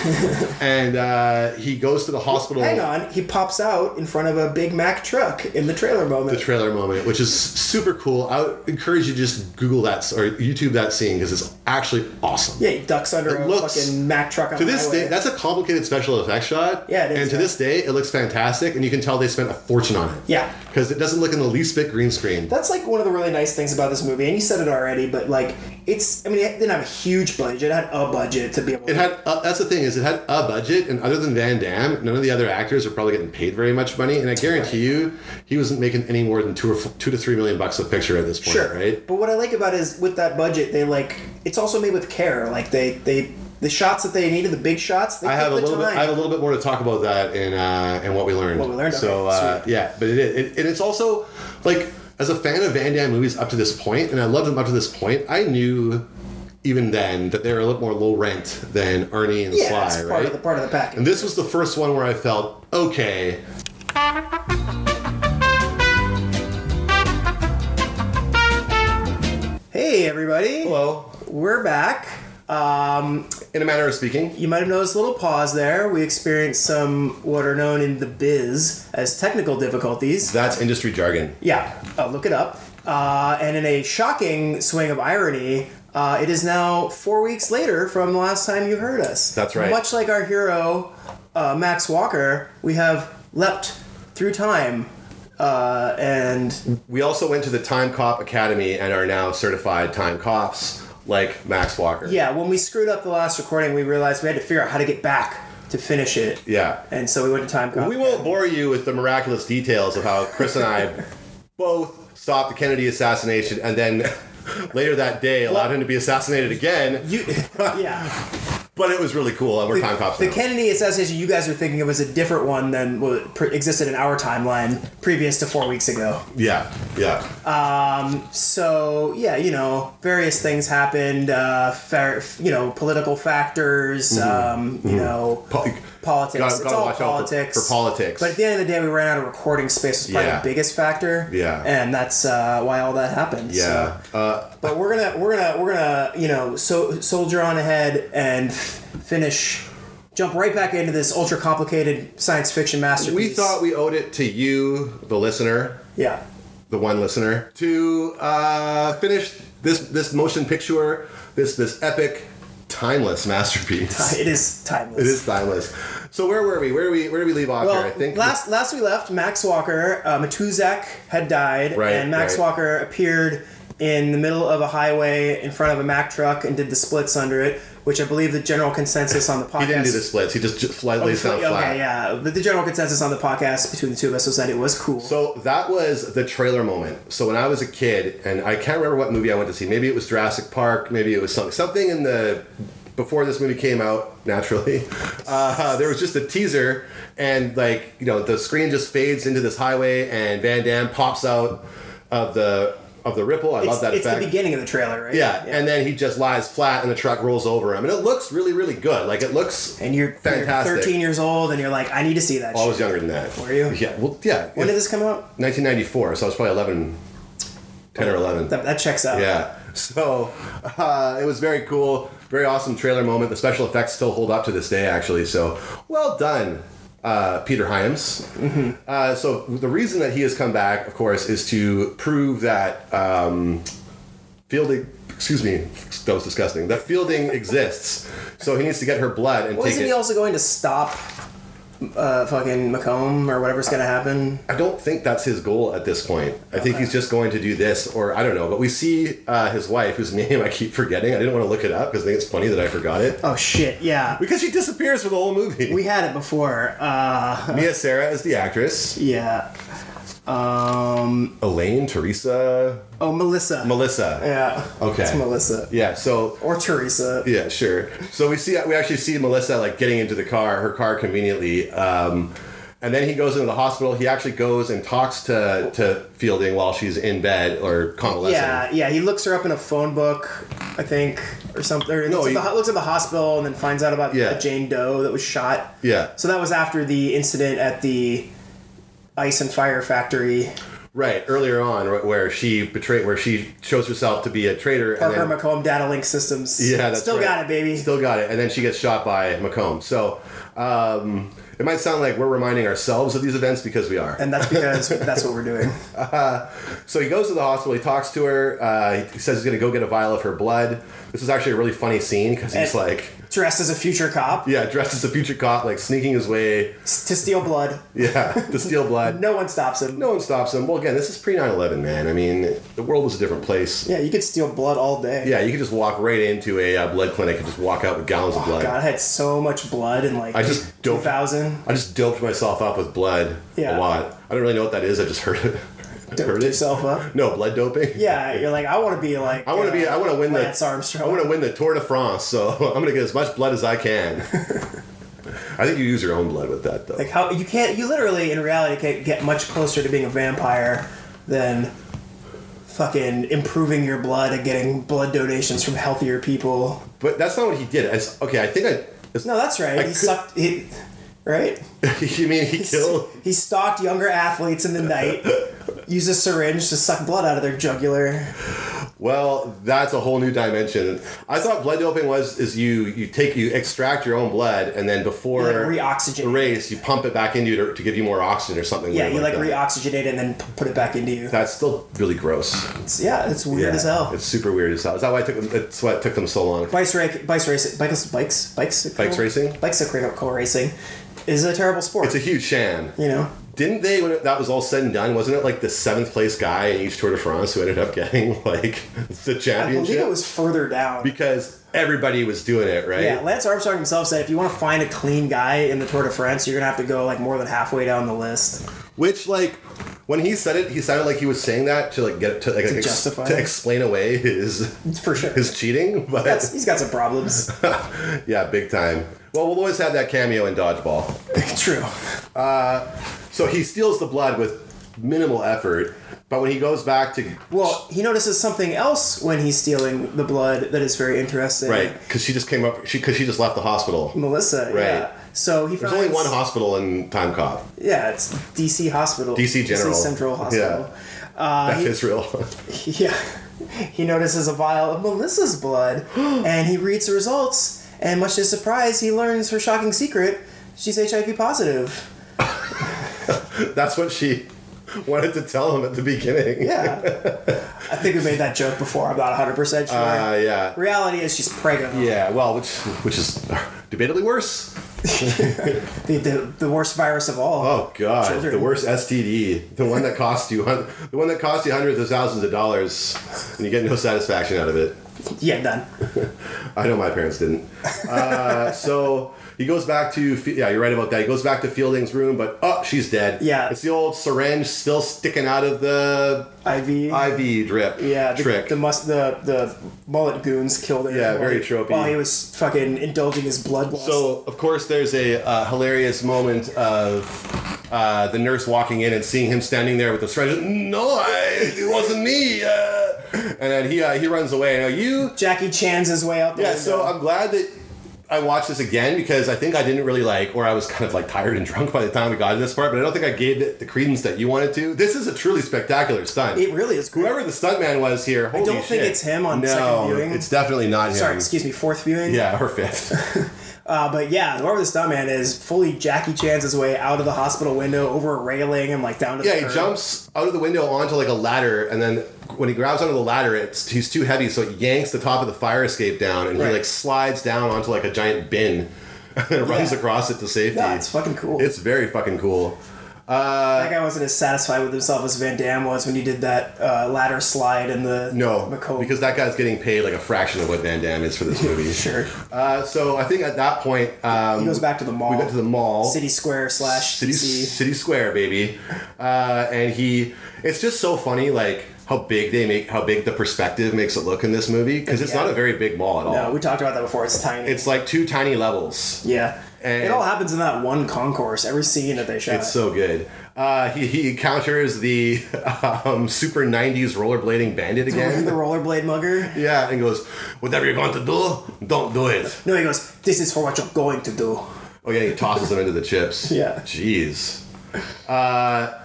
Speaker 1: and uh, he goes to the hospital.
Speaker 2: hang on, he pops out in front of a Big Mac truck in the trailer moment.
Speaker 1: the trailer moment, which is super cool. I would encourage you to just Google that s- or YouTube that scene because it's actually awesome.
Speaker 2: yeah, he ducks under
Speaker 1: It
Speaker 2: a
Speaker 1: looks-
Speaker 2: fucking Mac truck. On
Speaker 1: To
Speaker 2: the
Speaker 1: this
Speaker 2: highway.
Speaker 1: day, that's a complicated special effect shot.
Speaker 2: Yeah, it is,
Speaker 1: And to
Speaker 2: yeah.
Speaker 1: this day, it looks fantastic, and you can tell they spent a fortune on it.
Speaker 2: Yeah.
Speaker 1: Because it doesn't look in the least bit green screen.
Speaker 2: That's like one of the really nice things about this movie, and you said it already, but like it's. I mean, it didn't have a huge budget; it had a budget to be able.
Speaker 1: It
Speaker 2: to
Speaker 1: had uh, that's the thing is it had a budget, and other than Van Damme, none of the other actors are probably getting paid very much money. And I guarantee you, he wasn't making any more than two or f- two to three million bucks a picture at this point,
Speaker 2: Sure.
Speaker 1: right?
Speaker 2: But what I like about it is with that budget, they like it's also made with care. Like they they the shots that they needed, the big shots. They
Speaker 1: I have a
Speaker 2: took the
Speaker 1: little bit.
Speaker 2: time.
Speaker 1: I have a little bit more to talk about that and uh, and what we learned.
Speaker 2: What we learned,
Speaker 1: So
Speaker 2: okay,
Speaker 1: uh,
Speaker 2: sweet.
Speaker 1: yeah, but it, is- it and it's also like as a fan of Van Damme movies up to this point, and I loved them up to this point. I knew even then that they were a little more low rent than Ernie and
Speaker 2: yeah,
Speaker 1: Sly,
Speaker 2: it's part
Speaker 1: right?
Speaker 2: of the part of the package.
Speaker 1: and this was the first one where I felt okay.
Speaker 2: hey everybody,
Speaker 1: Hello.
Speaker 2: we're back. Um,
Speaker 1: In a manner of speaking,
Speaker 2: you might have noticed a little pause there. We experienced some what are known in the biz as technical difficulties.
Speaker 1: that's industry jargon.
Speaker 2: Yeah, uh, look it up. Uh, and in a shocking swing of irony, uh, it is now four weeks later from the last time you heard us.
Speaker 1: That's right.
Speaker 2: Much like our hero, uh, Max Walker, we have leapt through time. Uh, and
Speaker 1: We also went to the Time Cop Academy and are now certified time cops, like Max Walker.
Speaker 2: yeah, when we screwed up the last recording, we realized we had to figure out how to get back to finish it.
Speaker 1: Yeah.
Speaker 2: And so we went to time cop.
Speaker 1: We won't bore you with the miraculous details of how Chris and I both stopped the Kennedy assassination and then later that day allowed him to be assassinated again.
Speaker 2: You, yeah.
Speaker 1: But it was really cool, and we're time cops
Speaker 2: The
Speaker 1: now.
Speaker 2: Kennedy assassination you guys are thinking of is a different one than what pre- existed in our timeline previous to four weeks ago.
Speaker 1: yeah, yeah.
Speaker 2: Uh, so yeah, you know, various things happened. Uh, fair, you know, political factors. Um, you know,
Speaker 1: Mm-hmm. Po-
Speaker 2: politics.
Speaker 1: Gotta-
Speaker 2: it's
Speaker 1: gotta
Speaker 2: all
Speaker 1: watch out for-
Speaker 2: politics.
Speaker 1: for politics.
Speaker 2: But at the end of the day, we ran out of recording space. Was probably
Speaker 1: Yeah.
Speaker 2: the biggest factor.
Speaker 1: Yeah.
Speaker 2: and that's uh, why all that happened. so.
Speaker 1: yeah. Uh,
Speaker 2: But we're gonna we're gonna we're gonna you know so soldier on ahead and finish. Jump right back into this ultra complicated science fiction masterpiece.
Speaker 1: we thought we owed it to you, the listener,
Speaker 2: yeah,
Speaker 1: the one listener, to uh, finish this this motion picture, this this epic, timeless masterpiece.
Speaker 2: It is timeless.
Speaker 1: It is timeless. So where were we? Where do we where do we leave off
Speaker 2: Well,
Speaker 1: here? I think
Speaker 2: last last we left, Max Walker, uh, Matuzak had died,
Speaker 1: Right,
Speaker 2: and Max
Speaker 1: right.
Speaker 2: Walker appeared in the middle of a highway in front of a Mack truck and did the splits under it, which I believe the general consensus on the podcast.
Speaker 1: he
Speaker 2: Oh,
Speaker 1: didn't do the splits. He just, just flat lays down
Speaker 2: Okay,
Speaker 1: flat.
Speaker 2: yeah, but the general consensus on the podcast between the two of us was that it was cool.
Speaker 1: So that was the trailer moment. So when I was a kid, and I can't remember what movie I went to see. Maybe it was Jurassic Park. Maybe it was some, something in the before this movie came out. Naturally, uh, there was just a teaser, and like you know, the screen just fades into this highway, and Van Damme pops out of the of the ripple. I
Speaker 2: it's
Speaker 1: love that
Speaker 2: it's
Speaker 1: effect.
Speaker 2: the beginning of the trailer, right?
Speaker 1: Yeah, and then he just lies flat, and the truck rolls over him, and it looks really, really good. Like it looks.
Speaker 2: And you're, you're
Speaker 1: Fantastic.
Speaker 2: 13 years old, and you're like, I need to see that.
Speaker 1: I
Speaker 2: shit.
Speaker 1: was younger than that.
Speaker 2: Were you?
Speaker 1: Yeah. Well, yeah.
Speaker 2: When
Speaker 1: if-
Speaker 2: did this come out?
Speaker 1: 1994, so I was probably 11, 10 or 11.
Speaker 2: That, that checks out.
Speaker 1: Yeah. So uh, it was very cool, very awesome trailer moment. The special effects still hold up to this day, actually. So well done, uh, Peter Hyams.
Speaker 2: Mm-hmm.
Speaker 1: Uh, so the reason that he has come back, of course, is to prove that um, fielding. Excuse me, that was disgusting. That fielding exists, so he needs to get her blood and
Speaker 2: Well,
Speaker 1: take
Speaker 2: isn't
Speaker 1: it.
Speaker 2: he also going to stop uh, fucking Macomb or whatever's going to happen?
Speaker 1: I don't think that's his goal at this point. I think he's just going to do this, or I don't know. But we see uh, his wife, whose name I keep forgetting. I didn't want to look it up because I think it's funny that I forgot it.
Speaker 2: Oh shit! Yeah,
Speaker 1: Because she disappears for the whole movie.
Speaker 2: we had it before. Uh,
Speaker 1: Mia Sarah is the actress.
Speaker 2: yeah. Um.
Speaker 1: Elaine, Teresa,
Speaker 2: Oh, Melissa.
Speaker 1: Melissa.
Speaker 2: yeah.
Speaker 1: Okay.
Speaker 2: It's Melissa
Speaker 1: Yeah. So
Speaker 2: or Teresa.
Speaker 1: yeah, sure. So we see we actually see Melissa like getting into the car, her car conveniently. Um, and then he goes into the hospital. He actually goes and talks to to Fielding while she's in bed or convalescing.
Speaker 2: Yeah, yeah. He looks her up in a phone book, I think, or something. Or
Speaker 1: No,
Speaker 2: looks,
Speaker 1: he-
Speaker 2: at the, looks at the hospital and then finds out about
Speaker 1: Yeah.
Speaker 2: the Jane Doe that was shot.
Speaker 1: Yeah.
Speaker 2: So that was after the incident at the ice and fire factory.
Speaker 1: Right, earlier on, wh- where she betrayed, where she shows herself to be a traitor, and
Speaker 2: Parker
Speaker 1: then
Speaker 2: McComb Data Link Systems.
Speaker 1: yeah, that's
Speaker 2: still
Speaker 1: right.
Speaker 2: got it, baby.
Speaker 1: still got it, and then she gets shot by Macomb. So um, it might sound like we're reminding ourselves of these events because we are.
Speaker 2: and that's because that's what we're doing.
Speaker 1: So he goes to the hospital. He talks to her. Uh, he says he's going to go get a vial of her blood. This is actually a really funny scene because he's
Speaker 2: And-
Speaker 1: like,
Speaker 2: Dressed as a future cop
Speaker 1: yeah, dressed as a future cop, like sneaking his way,
Speaker 2: s- to steal blood.
Speaker 1: yeah, to steal blood.
Speaker 2: No one stops him.
Speaker 1: No one stops him. Well, again, this is pre 9 11, man. I mean, the world was a different place.
Speaker 2: Yeah, you could steal blood all day.
Speaker 1: Yeah, you could just walk right into a uh, blood clinic and just walk out with gallons of blood.
Speaker 2: Oh, God, I had so much blood in like
Speaker 1: I just don't-
Speaker 2: 2000.
Speaker 1: I just doped myself up with blood a
Speaker 2: Yeah.
Speaker 1: lot. I don't really know what that is. I just heard it.
Speaker 2: Doped
Speaker 1: Heard it.
Speaker 2: yourself up.
Speaker 1: No, blood doping.
Speaker 2: Yeah, you're like, I want to be like.
Speaker 1: I want to be. I want to win
Speaker 2: Lance
Speaker 1: the.
Speaker 2: Armstrong.
Speaker 1: I want to win the Tour de France, so I'm gonna get as much blood as I can. I think you use your own blood with that, though.
Speaker 2: Like how you can't. You literally, in reality, can't get much closer to being a vampire than fucking improving your blood and getting blood donations from healthier people.
Speaker 1: but that's not what he did. It's, okay, I think I. It's,
Speaker 2: No, that's right.
Speaker 1: I
Speaker 2: he
Speaker 1: could-
Speaker 2: sucked. He, right.
Speaker 1: you mean he killed?
Speaker 2: He stalked younger athletes in the night, used a syringe to suck blood out of their jugular.
Speaker 1: Well, that's a whole new dimension. I thought blood doping was is you you take you extract your own blood and then before
Speaker 2: You, like, reoxygenate.
Speaker 1: the race you pump it back into you to, to give you more oxygen or something.
Speaker 2: Yeah,
Speaker 1: weird
Speaker 2: you like
Speaker 1: that.
Speaker 2: reoxygenate and then p- put it back into you.
Speaker 1: That's still really gross.
Speaker 2: It's, yeah, it's weird
Speaker 1: Yeah,
Speaker 2: as hell.
Speaker 1: It's super weird as hell. Is that why it took them, that's why it took them so long?
Speaker 2: Bikes, rac- bikes racing, bikes, bikes, bikes,
Speaker 1: Bikes racing?
Speaker 2: bicycle racing, is a terrible sport.
Speaker 1: It's a huge sham.
Speaker 2: you know,
Speaker 1: Didn't they when it, that was all said and done? Wasn't it like the seventh place guy in each Tour de France who ended up getting like the
Speaker 2: I believe
Speaker 1: championship
Speaker 2: it was further down.
Speaker 1: because everybody was doing it, right?
Speaker 2: yeah, Lance Armstrong himself said if you want to find a clean guy in the Tour de France, you're gonna have to go like more than halfway down the list.
Speaker 1: Which like when he said it, he sounded like he was saying that to like get to like
Speaker 2: To justify
Speaker 1: to
Speaker 2: it.
Speaker 1: explain away his
Speaker 2: For sure,
Speaker 1: his cheating, but
Speaker 2: That's- he's got some problems.
Speaker 1: yeah, big time. Well, we'll always have that cameo in dodgeball.
Speaker 2: True.
Speaker 1: So he steals the blood with minimal effort, but when he goes back to
Speaker 2: Well, he notices something else when he's stealing the blood that is very interesting.
Speaker 1: Right, because she just came up. She because she just left the hospital.
Speaker 2: Melissa.
Speaker 1: Right.
Speaker 2: Yeah. So he
Speaker 1: There's
Speaker 2: finds
Speaker 1: only one hospital in Time Cop.
Speaker 2: Yeah, it's DC Hospital.
Speaker 1: DC General.
Speaker 2: Central Hospital. Uh,
Speaker 1: Beth Israel.
Speaker 2: Yeah. He notices a vial of Melissa's blood and he reads the results and much to his surprise he learns her shocking secret. She's HIV positive.
Speaker 1: That's what she. wanted to tell him at the beginning.
Speaker 2: Yeah. I think we made that joke before. I'm not 100% sure.
Speaker 1: Uh, yeah.
Speaker 2: Reality is she's pregnant.
Speaker 1: Yeah, well, which which is debatably worse.
Speaker 2: The, the, the worst virus of all.
Speaker 1: Oh god,
Speaker 2: Children.
Speaker 1: the worst STD, the one that costs you hun- the one that costs you hundreds of thousands of dollars, and you get no satisfaction out of it.
Speaker 2: Yeah, done.
Speaker 1: I know my parents didn't. Uh, so he goes back to Fe- yeah, you're right about that. He goes back to Fielding's room, but oh, she's dead.
Speaker 2: Yeah.
Speaker 1: it's the old syringe still sticking out of the
Speaker 2: IV.
Speaker 1: IV drip.
Speaker 2: yeah, the,
Speaker 1: trick.
Speaker 2: The, mus- the the mullet goons killed him.
Speaker 1: Yeah,
Speaker 2: while
Speaker 1: very
Speaker 2: he-
Speaker 1: tropey.
Speaker 2: While he was fucking indulging his blood lust.
Speaker 1: So of course there's a uh, hilarious moment of uh, the nurse walking in and seeing him standing there with the syringe. No, I, it wasn't me. Uh, and then he uh, he runs away. Now you,
Speaker 2: Jackie Chan's his way out the
Speaker 1: yeah.
Speaker 2: window.
Speaker 1: So um, I'm glad that I watched this again because I think I didn't really like, or I was kind of like tired and drunk by the time we got to this part. But I don't think I gave it the credence that you wanted to. This is a truly spectacular stunt.
Speaker 2: it really is great.
Speaker 1: Whoever the stuntman was here, holy
Speaker 2: don't think
Speaker 1: shit.
Speaker 2: it's him on
Speaker 1: no,
Speaker 2: second viewing.
Speaker 1: It's definitely not him.
Speaker 2: Sorry, excuse me, fourth viewing.
Speaker 1: Yeah, or fifth.
Speaker 2: Uh, but yeah, whoever this stuntman is, fully Jackie Chan's his way out of the hospital window, over a railing, and like down to the
Speaker 1: Yeah, he
Speaker 2: curb.
Speaker 1: jumps out of the window onto like a ladder, and then when he grabs onto the ladder, it's he's too heavy, so it yanks the top of the fire escape down, and he
Speaker 2: Right.
Speaker 1: like slides down onto like a giant bin and runs
Speaker 2: Yeah.
Speaker 1: across it to safety.
Speaker 2: Yeah, it's fucking cool.
Speaker 1: It's uh, very fucking cool.
Speaker 2: that guy wasn't as satisfied with himself as Van Damme was when he did that uh, ladder slide in the
Speaker 1: No,
Speaker 2: Macomb.
Speaker 1: because that guy's getting paid like a fraction of what Van Damme is for this movie.
Speaker 2: sure
Speaker 1: Uh, so I think at that point um,
Speaker 2: he goes back to the mall.
Speaker 1: we got to the mall.
Speaker 2: city square slash
Speaker 1: City,
Speaker 2: DC.
Speaker 1: City Square, baby. Uh, and he, it's just so funny, like how big they make, how big the perspective makes it look in this movie, because it's
Speaker 2: Yeah.
Speaker 1: not a very big mall at all.
Speaker 2: No, we talked about that before. It's tiny.
Speaker 1: it's like two tiny levels.
Speaker 2: yeah.
Speaker 1: And-
Speaker 2: it all happens in that one concourse. Every scene that they shot.
Speaker 1: It's so good. Uh, he, he encounters the um, super 90s rollerblading bandit
Speaker 2: the
Speaker 1: again.
Speaker 2: rollerblade mugger.
Speaker 1: yeah, and goes, Whatever you're going to do, don't do it.
Speaker 2: No, he goes. This is for what you're going to do.
Speaker 1: Oh, yeah, he tosses him into the chips.
Speaker 2: Yeah.
Speaker 1: Jeez.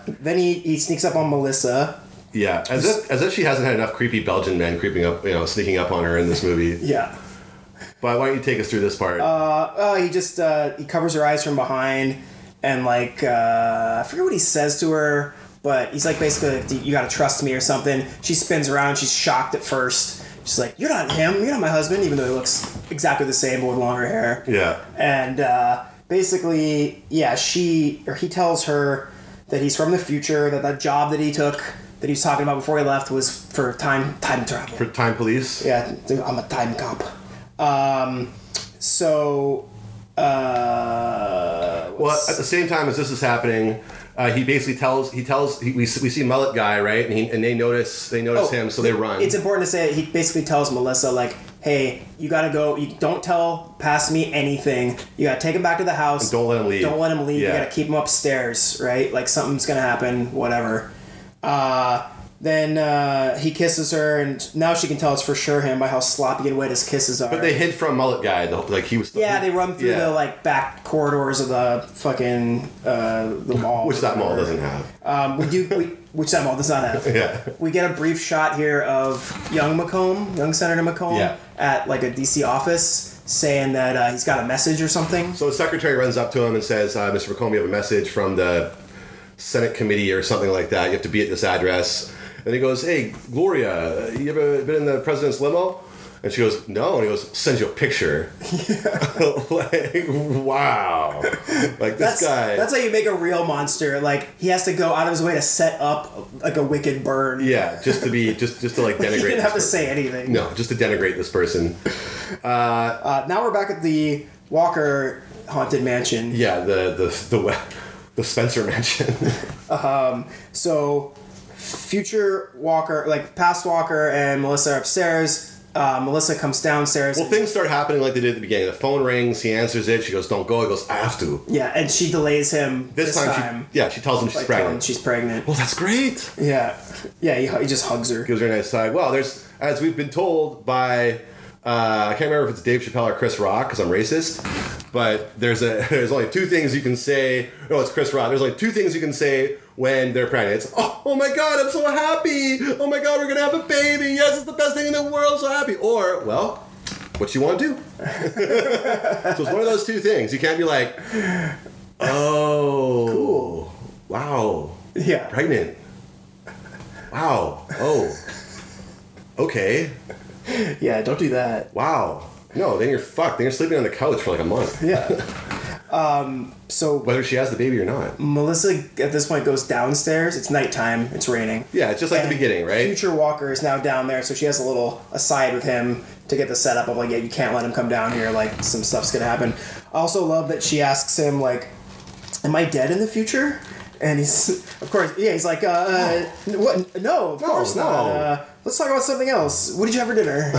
Speaker 2: Then he, he sneaks up on Melissa.
Speaker 1: Yeah, as if, as if she hasn't had enough creepy Belgian men creeping up, you know, sneaking up on her in this movie.
Speaker 2: Yeah.
Speaker 1: But why don't you take us through this part?
Speaker 2: Oh, he just uh, he covers her eyes from behind, and like uh, I forget what he says to her, but he's like basically like, you got to trust me or something. She spins around. She's shocked at first. She's like, "You're not him. You're not my husband," even though he looks exactly the same but with longer hair.
Speaker 1: yeah.
Speaker 2: and uh, basically, yeah, she or he tells her that he's from the future, that that job that he took, that he was talking about before he left, was for time time travel.
Speaker 1: For time police.
Speaker 2: yeah, dude, I'm a time cop. Um, so uh,
Speaker 1: Well, at the same time as this is happening, uh, he basically tells he tells he, we, s- we see mullet guy right, and, he, and they notice they notice
Speaker 2: Oh,
Speaker 1: him, so they run.
Speaker 2: It's important to say that he basically tells Melissa like, "Hey, you gotta go. You don't tell past me anything. You gotta take him back to the house.
Speaker 1: And don't let him leave.
Speaker 2: Don't let him leave.
Speaker 1: Yeah.
Speaker 2: You gotta keep him upstairs, right? Like something's gonna happen. Whatever." Uh, then uh, he kisses her, and now she can tell it's for sure him by how sloppy and wet his kisses are.
Speaker 1: but they hid from mullet guy. The, whole- like he was.
Speaker 2: yeah, they run through
Speaker 1: Yeah.
Speaker 2: the like back corridors of the fucking uh, the mall,
Speaker 1: Which that mall
Speaker 2: Whatever.
Speaker 1: doesn't have.
Speaker 2: Um, we do, we, which that mall does not have.
Speaker 1: Yeah.
Speaker 2: We get a brief shot here of young Macomb, young Senator Macomb,
Speaker 1: Yeah.
Speaker 2: at like a DC office saying that uh, he's got a message or something.
Speaker 1: So the secretary runs up to him and says, uh, "Mr. McComb, you have a message from the Senate committee or something like that. You have to be at this address." And he goes, "Hey, Gloria, you ever been in the president's limo?" And she goes, "No." And he goes, "Send you a picture." like, wow. Like this
Speaker 2: That's
Speaker 1: guy.
Speaker 2: that's how you make a real monster. Like he has to go out of his way to set up like a wicked burn.
Speaker 1: yeah, just to be just just to like
Speaker 2: He
Speaker 1: denigrate.
Speaker 2: didn't
Speaker 1: this
Speaker 2: have to
Speaker 1: person.
Speaker 2: say anything.
Speaker 1: No, just to denigrate this person.
Speaker 2: Uh, now we're back at the Walker haunted mansion.
Speaker 1: Yeah, the the the we- the Spencer mansion.
Speaker 2: So, future Walker, like past Walker and Melissa are upstairs. Uh, Melissa comes downstairs.
Speaker 1: well, things start happening like they did at the beginning. The phone rings. He answers it. She goes, "Don't go." He goes, "I have to."
Speaker 2: Yeah, and she delays him
Speaker 1: This, time, she yeah, she tells him she's
Speaker 2: like, telling him
Speaker 1: pregnant.
Speaker 2: she's pregnant.
Speaker 1: well, that's great.
Speaker 2: Yeah, yeah. He, he just hugs her.
Speaker 1: Gives her a nice side. Well, there's as we've been told by uh, I can't remember if it's Dave Chappelle or Chris Rock because I'm racist, but there's a there's only two things you can say. No, it's Chris Rock. There's only two things you can say when they're pregnant. It's oh, oh my god, I'm so happy. Oh my god, we're gonna have a baby. Yes, it's the best thing in the world. So happy. Or well, what you want to do. so it's one of those two things. You can't be like, oh, cool, wow.
Speaker 2: Yeah.
Speaker 1: Pregnant. Wow. Oh. Okay.
Speaker 2: Yeah, don't do that.
Speaker 1: Wow. No, then you're fucked. Then you're sleeping on the couch for like a month,
Speaker 2: Yeah. um, so
Speaker 1: whether she has the baby or not.
Speaker 2: Melissa at this point goes downstairs. It's nighttime. It's raining.
Speaker 1: Yeah, it's just like the
Speaker 2: And
Speaker 1: beginning, right?
Speaker 2: Future Walker is now down there, so she has a little aside with him to get the setup of like, yeah, you can't let him come down here. Like some stuff's gonna happen. I also love that she asks him like, "Am I dead in the future?" And he's, of course, yeah, he's like, uh, uh, "What? No, of
Speaker 1: No,
Speaker 2: course not.
Speaker 1: no.
Speaker 2: Uh, let's talk about something else. What did you have for dinner?"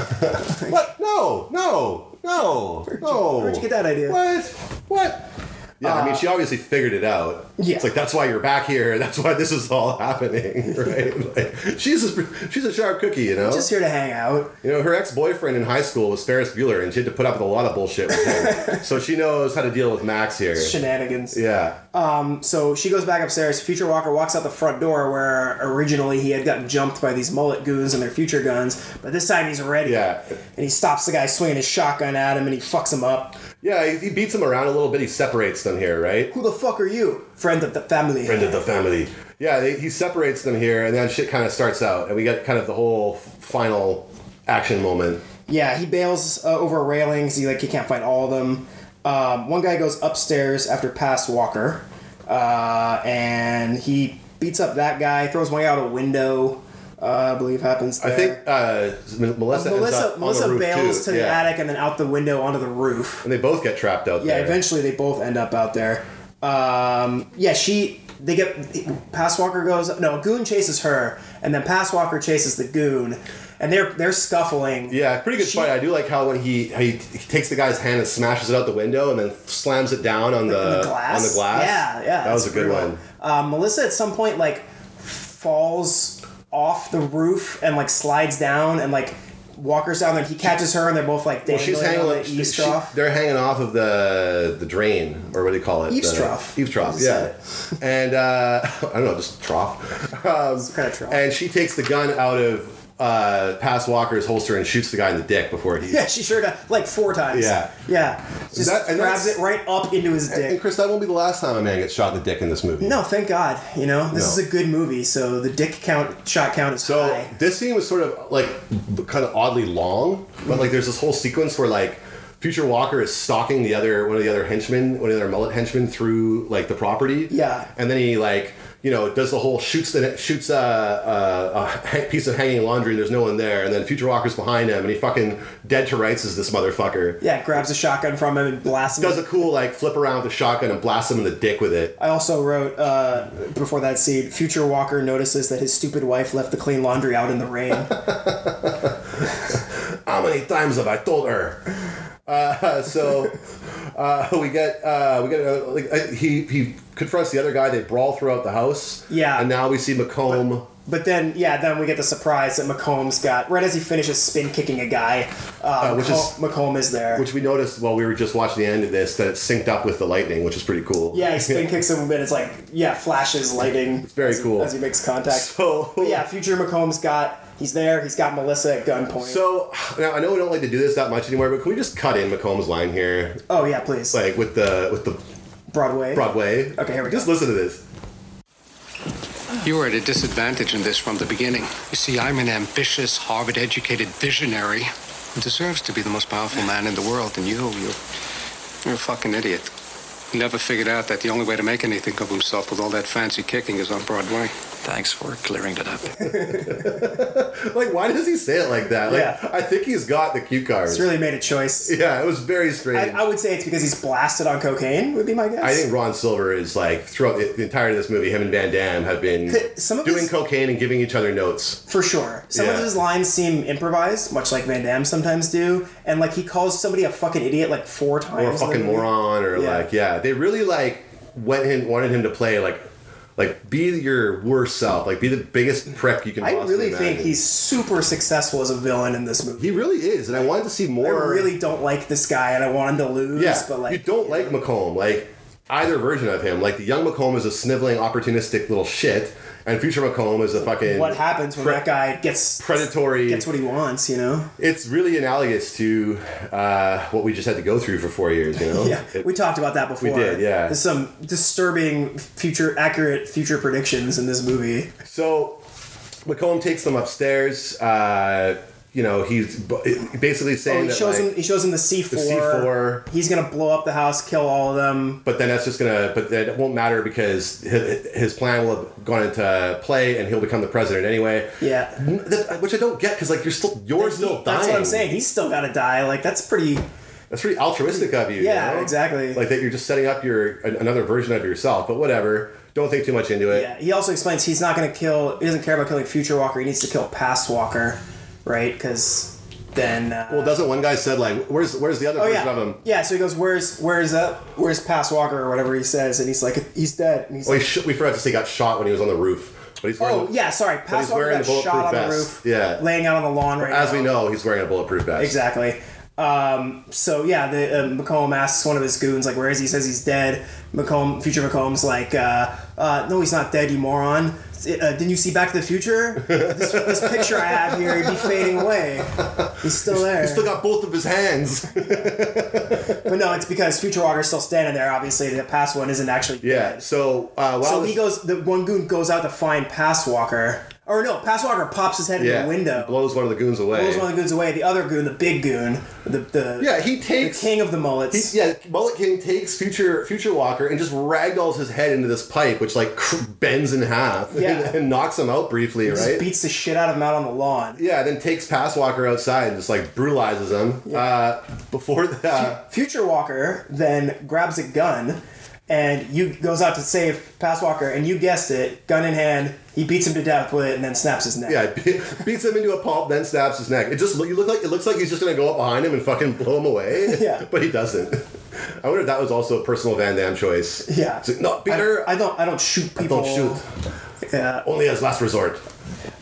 Speaker 1: What? No, no, no, no.
Speaker 2: where'd you get that idea? Uh,
Speaker 1: What? What? Yeah, I mean, she obviously figured it out.
Speaker 2: Yeah.
Speaker 1: It's like that's why you're back here. That's why this is all happening, right? like, she's a, she's a sharp cookie, you know.
Speaker 2: Just here to hang out.
Speaker 1: You know, her ex-boyfriend in high school was Ferris Bueller, and she had to put up with a lot of bullshit with him. so she knows how to deal with Max here.
Speaker 2: Shenanigans.
Speaker 1: Yeah.
Speaker 2: So she goes back upstairs. Future Walker walks out the front door where originally he had gotten jumped by these mullet goons and their future guns, but this time he's ready.
Speaker 1: Yeah.
Speaker 2: And he stops the guy swinging his shotgun at him and he fucks him up.
Speaker 1: Yeah, he, he beats him around a little bit. He separates them here, right?
Speaker 2: Who the fuck are you? Friend of the family.
Speaker 1: Friend of the family. Yeah, they, he separates them here, and then shit kind of starts out, and we get kind of the whole final action moment.
Speaker 2: Yeah, he bails uh, over a railing 'cause he like he can't find all of them. Um, one guy goes upstairs after past Walker, uh, and he beats up that guy. Throws one guy out a window. Uh, I believe happens.
Speaker 1: I
Speaker 2: there.
Speaker 1: think uh, M- Melissa ends up
Speaker 2: Melissa
Speaker 1: on
Speaker 2: Melissa
Speaker 1: the roof
Speaker 2: bails
Speaker 1: too.
Speaker 2: to the
Speaker 1: yeah.
Speaker 2: attic and then out the window onto the roof.
Speaker 1: and they both get trapped out
Speaker 2: Yeah,
Speaker 1: there.
Speaker 2: eventually they both end up out there. Um, yeah, she they get Pass Walker goes no goon chases her and then Pass Walker chases the goon and they're they're scuffling.
Speaker 1: Yeah, pretty good
Speaker 2: She-
Speaker 1: fight. I do like how when he how he, he takes the guy's hand and smashes it out the window and then slams it down on the,
Speaker 2: on the glass.
Speaker 1: on the glass.
Speaker 2: Yeah, yeah.
Speaker 1: that was a
Speaker 2: that's
Speaker 1: good
Speaker 2: brutal.
Speaker 1: one.
Speaker 2: Um, Melissa at some point like falls off the roof and like slides down and like walkers down there. and He catches her and they're both like
Speaker 1: Well,
Speaker 2: dangling
Speaker 1: she's hanging.
Speaker 2: on
Speaker 1: On,
Speaker 2: the
Speaker 1: she, she-
Speaker 2: eavesdrop.
Speaker 1: they're hanging off of the the drain or what do you call it?
Speaker 2: Eavestrough.
Speaker 1: The, eavesdrough.
Speaker 2: Is
Speaker 1: Yeah. and uh, I don't know, just trough. Um,
Speaker 2: kind of trough.
Speaker 1: And she takes the gun out of uh, Pass Walker's holster and shoots the guy in the dick before he.
Speaker 2: Yeah, she sure got like four times.
Speaker 1: Yeah.
Speaker 2: yeah. Just
Speaker 1: That- and
Speaker 2: grabs
Speaker 1: that's-
Speaker 2: it right up into his
Speaker 1: And
Speaker 2: dick.
Speaker 1: Chris, that won't be the last time a man gets shot in the dick in this movie.
Speaker 2: No, thank God. You know this
Speaker 1: No.
Speaker 2: is a good movie, so the dick count, shot count is
Speaker 1: So
Speaker 2: high.
Speaker 1: this scene was sort of like kind of oddly long, but like there's this whole sequence where like Future Walker is stalking the other one of the other henchmen, one of the other mullet henchmen through like the property.
Speaker 2: Yeah.
Speaker 1: and then he like you know does the whole shoots the shoots a, a, a ha- piece of hanging laundry. and There's no one there, and then Future Walker's behind him, and he fucking dead to rights is this motherfucker.
Speaker 2: Yeah, grabs a shotgun from him and blasts him.
Speaker 1: Does a cool like flip around with a shotgun and blasts him in the dick with it.
Speaker 2: I also wrote uh, before that scene. Future Walker notices that his stupid wife left the clean laundry out in the rain.
Speaker 1: How many times have I told her? Uh, so uh, we get uh, we get uh, like, uh, he he confronts the other guy. They brawl throughout the house.
Speaker 2: Yeah.
Speaker 1: and now we see Macomb.
Speaker 2: but then, yeah, then we get the surprise that McComb's got right as he finishes spin kicking a guy. Uh,
Speaker 1: Uh, which
Speaker 2: which
Speaker 1: is-
Speaker 2: McComb is there.
Speaker 1: Which we noticed while we were just watching the end of this that it synced up with the lightning, which is pretty cool.
Speaker 2: yeah, he spin kicks him, but it's like yeah, flashes lighting. It's
Speaker 1: very cool.
Speaker 2: as he makes contact.
Speaker 1: So
Speaker 2: But yeah, Future McComb's got he's there. He's got Melissa at gunpoint.
Speaker 1: So now I know we don't like to do this that much anymore, but can we just cut in Macomb's line here,
Speaker 2: oh yeah, please
Speaker 1: like with the with the
Speaker 2: Broadway.
Speaker 1: Broadway?
Speaker 2: Okay, here we
Speaker 1: just
Speaker 2: go.
Speaker 1: listen to this.
Speaker 5: You were at a disadvantage in this from the beginning. You see, I'm an ambitious, Harvard educated visionary who deserves to be the most powerful man in the world. And you, you, you're a fucking idiot. You never figured out that the only way to make anything of himself with all that fancy kicking is on Broadway.
Speaker 4: Thanks for clearing that up.
Speaker 1: Like, why does he say it like that? Like,
Speaker 2: Yeah.
Speaker 1: I think he's got the cue cards.
Speaker 2: He's really made a choice.
Speaker 1: yeah, it was very strange.
Speaker 2: I, I would say it's because he's blasted on cocaine. Would be my guess.
Speaker 1: I think Ron Silver is like throughout the the entirety of this movie, him and Van Damme have been
Speaker 2: Could- some of
Speaker 1: doing
Speaker 2: his-
Speaker 1: cocaine and giving each other notes.
Speaker 2: for sure. Some of
Speaker 1: Yeah.
Speaker 2: his lines seem improvised, much like Van Damme sometimes do, and like he calls somebody a fucking idiot like four times.
Speaker 1: Or a fucking
Speaker 2: literally.
Speaker 1: moron or
Speaker 2: Yeah.
Speaker 1: like yeah. They really like went him wanted him to play like like be your worst self. Like be the biggest prick you can
Speaker 2: I
Speaker 1: possibly
Speaker 2: really think
Speaker 1: imagine.
Speaker 2: he's super successful as a villain in this movie.
Speaker 1: he really is, and I wanted to see
Speaker 2: I
Speaker 1: more
Speaker 2: really don't like this guy, and I want him to lose.
Speaker 1: yeah,
Speaker 2: but like
Speaker 1: you don't like Macomb. Like either version of him. Like the young Macomb is a sniveling, opportunistic little shit, and future Macomb is a fucking
Speaker 2: What happens when
Speaker 1: pre-
Speaker 2: that guy gets
Speaker 1: predatory.
Speaker 2: gets what he wants? You know.
Speaker 1: it's really analogous to uh, what we just had to go through for four years. You know,
Speaker 2: Yeah,
Speaker 1: It-
Speaker 2: we talked about that before.
Speaker 1: did, yeah.
Speaker 2: There's some disturbing future, accurate future predictions in this movie.
Speaker 1: So Macomb takes them upstairs. Uh, you know, he's b- basically saying
Speaker 2: Oh, he
Speaker 1: that,
Speaker 2: shows
Speaker 1: like-
Speaker 2: him. He shows him the C four.
Speaker 1: C4.
Speaker 2: He's gonna blow up the house, kill all of them.
Speaker 1: but then that's just gonna. But that it won't matter because his, his plan will have gone into play, and he'll become the president anyway.
Speaker 2: Yeah.
Speaker 1: N- that- which I don't get because like you're still you're still dying.
Speaker 2: That's what I'm saying. He's still gotta die. Like that's pretty.
Speaker 1: That's pretty altruistic of you. you
Speaker 2: Yeah,
Speaker 1: know?
Speaker 2: exactly.
Speaker 1: Like that you're just setting up your an- another version of yourself. But whatever. Don't think too much into it.
Speaker 2: Yeah. He also explains he's not gonna kill. He doesn't care about killing future Walker. He needs to kill past Walker, right? Because then. Uh,
Speaker 1: Well, doesn't one guy said like, "Where's where's the other
Speaker 2: Oh
Speaker 1: version
Speaker 2: yeah,
Speaker 1: of him?"
Speaker 2: yeah. So he goes, "Where's where's that? Where's Pass Walker or whatever he says?" And he's like, "He's dead." And he's
Speaker 1: Oh, he
Speaker 2: like,
Speaker 1: sh- we forgot to say he got shot when he was on the roof. But he's wearing
Speaker 2: "Oh
Speaker 1: the-
Speaker 2: yeah, sorry."
Speaker 1: he's
Speaker 2: Pass Walker
Speaker 1: wearing
Speaker 2: got
Speaker 1: the bulletproof
Speaker 2: shot on the
Speaker 1: vest.
Speaker 2: roof,
Speaker 1: Yeah.
Speaker 2: laying out on the lawn right
Speaker 1: As
Speaker 2: now.
Speaker 1: we know, he's wearing a bulletproof vest.
Speaker 2: Exactly. Um, so yeah, the uh, Macomb asks one of his goons like, "Where is he?" He Says he's dead. Macomb, future Macomb's like, uh, uh, "No, he's not dead, you moron." Uh, didn't you see Back to the Future? this, this picture I have here, he'd be fading away. He's still there.
Speaker 1: He's still got both of his hands.
Speaker 2: but no, it's because Future Walker's still standing there. Obviously, the past one isn't actually
Speaker 1: yeah.
Speaker 2: dead.
Speaker 1: So uh, while
Speaker 2: So
Speaker 1: this-
Speaker 2: he goes. The one goon goes out to find Pass Walker, or no, Pass Walker pops his head
Speaker 1: yeah,
Speaker 2: in the window.
Speaker 1: blows one of the goons away.
Speaker 2: Blows one of the goons away. The other goon, the big goon, the the
Speaker 1: yeah, he
Speaker 2: the
Speaker 1: takes.
Speaker 2: king of the mullets.
Speaker 1: he- yeah, Mullet King takes future future Walker and just ragdolls his head into this pipe, which like cr- bends in half
Speaker 2: Yeah.
Speaker 1: and, knocks him out briefly,
Speaker 2: Just
Speaker 1: right?
Speaker 2: beats the shit out of him out on the lawn.
Speaker 1: yeah, then takes Pass Walker outside and just like brutalizes him. Uh, before that,
Speaker 2: Future Walker then grabs a gun and you goes out to save Pass Walker, and you guessed it, gun in hand, he beats him to death with it and then snaps his neck.
Speaker 1: yeah, be- beats him into a pulp, then snaps his neck. It just look- you look like it looks like he's just gonna go up behind him and fucking blow him away.
Speaker 2: Yeah.
Speaker 1: but he doesn't. I wonder if that was also a personal Van Damme choice.
Speaker 2: Yeah.
Speaker 1: it's like, no, Peter,
Speaker 2: I, I don't I don't shoot
Speaker 1: I
Speaker 2: people.
Speaker 1: don't shoot.
Speaker 2: Yeah.
Speaker 1: only as last resort.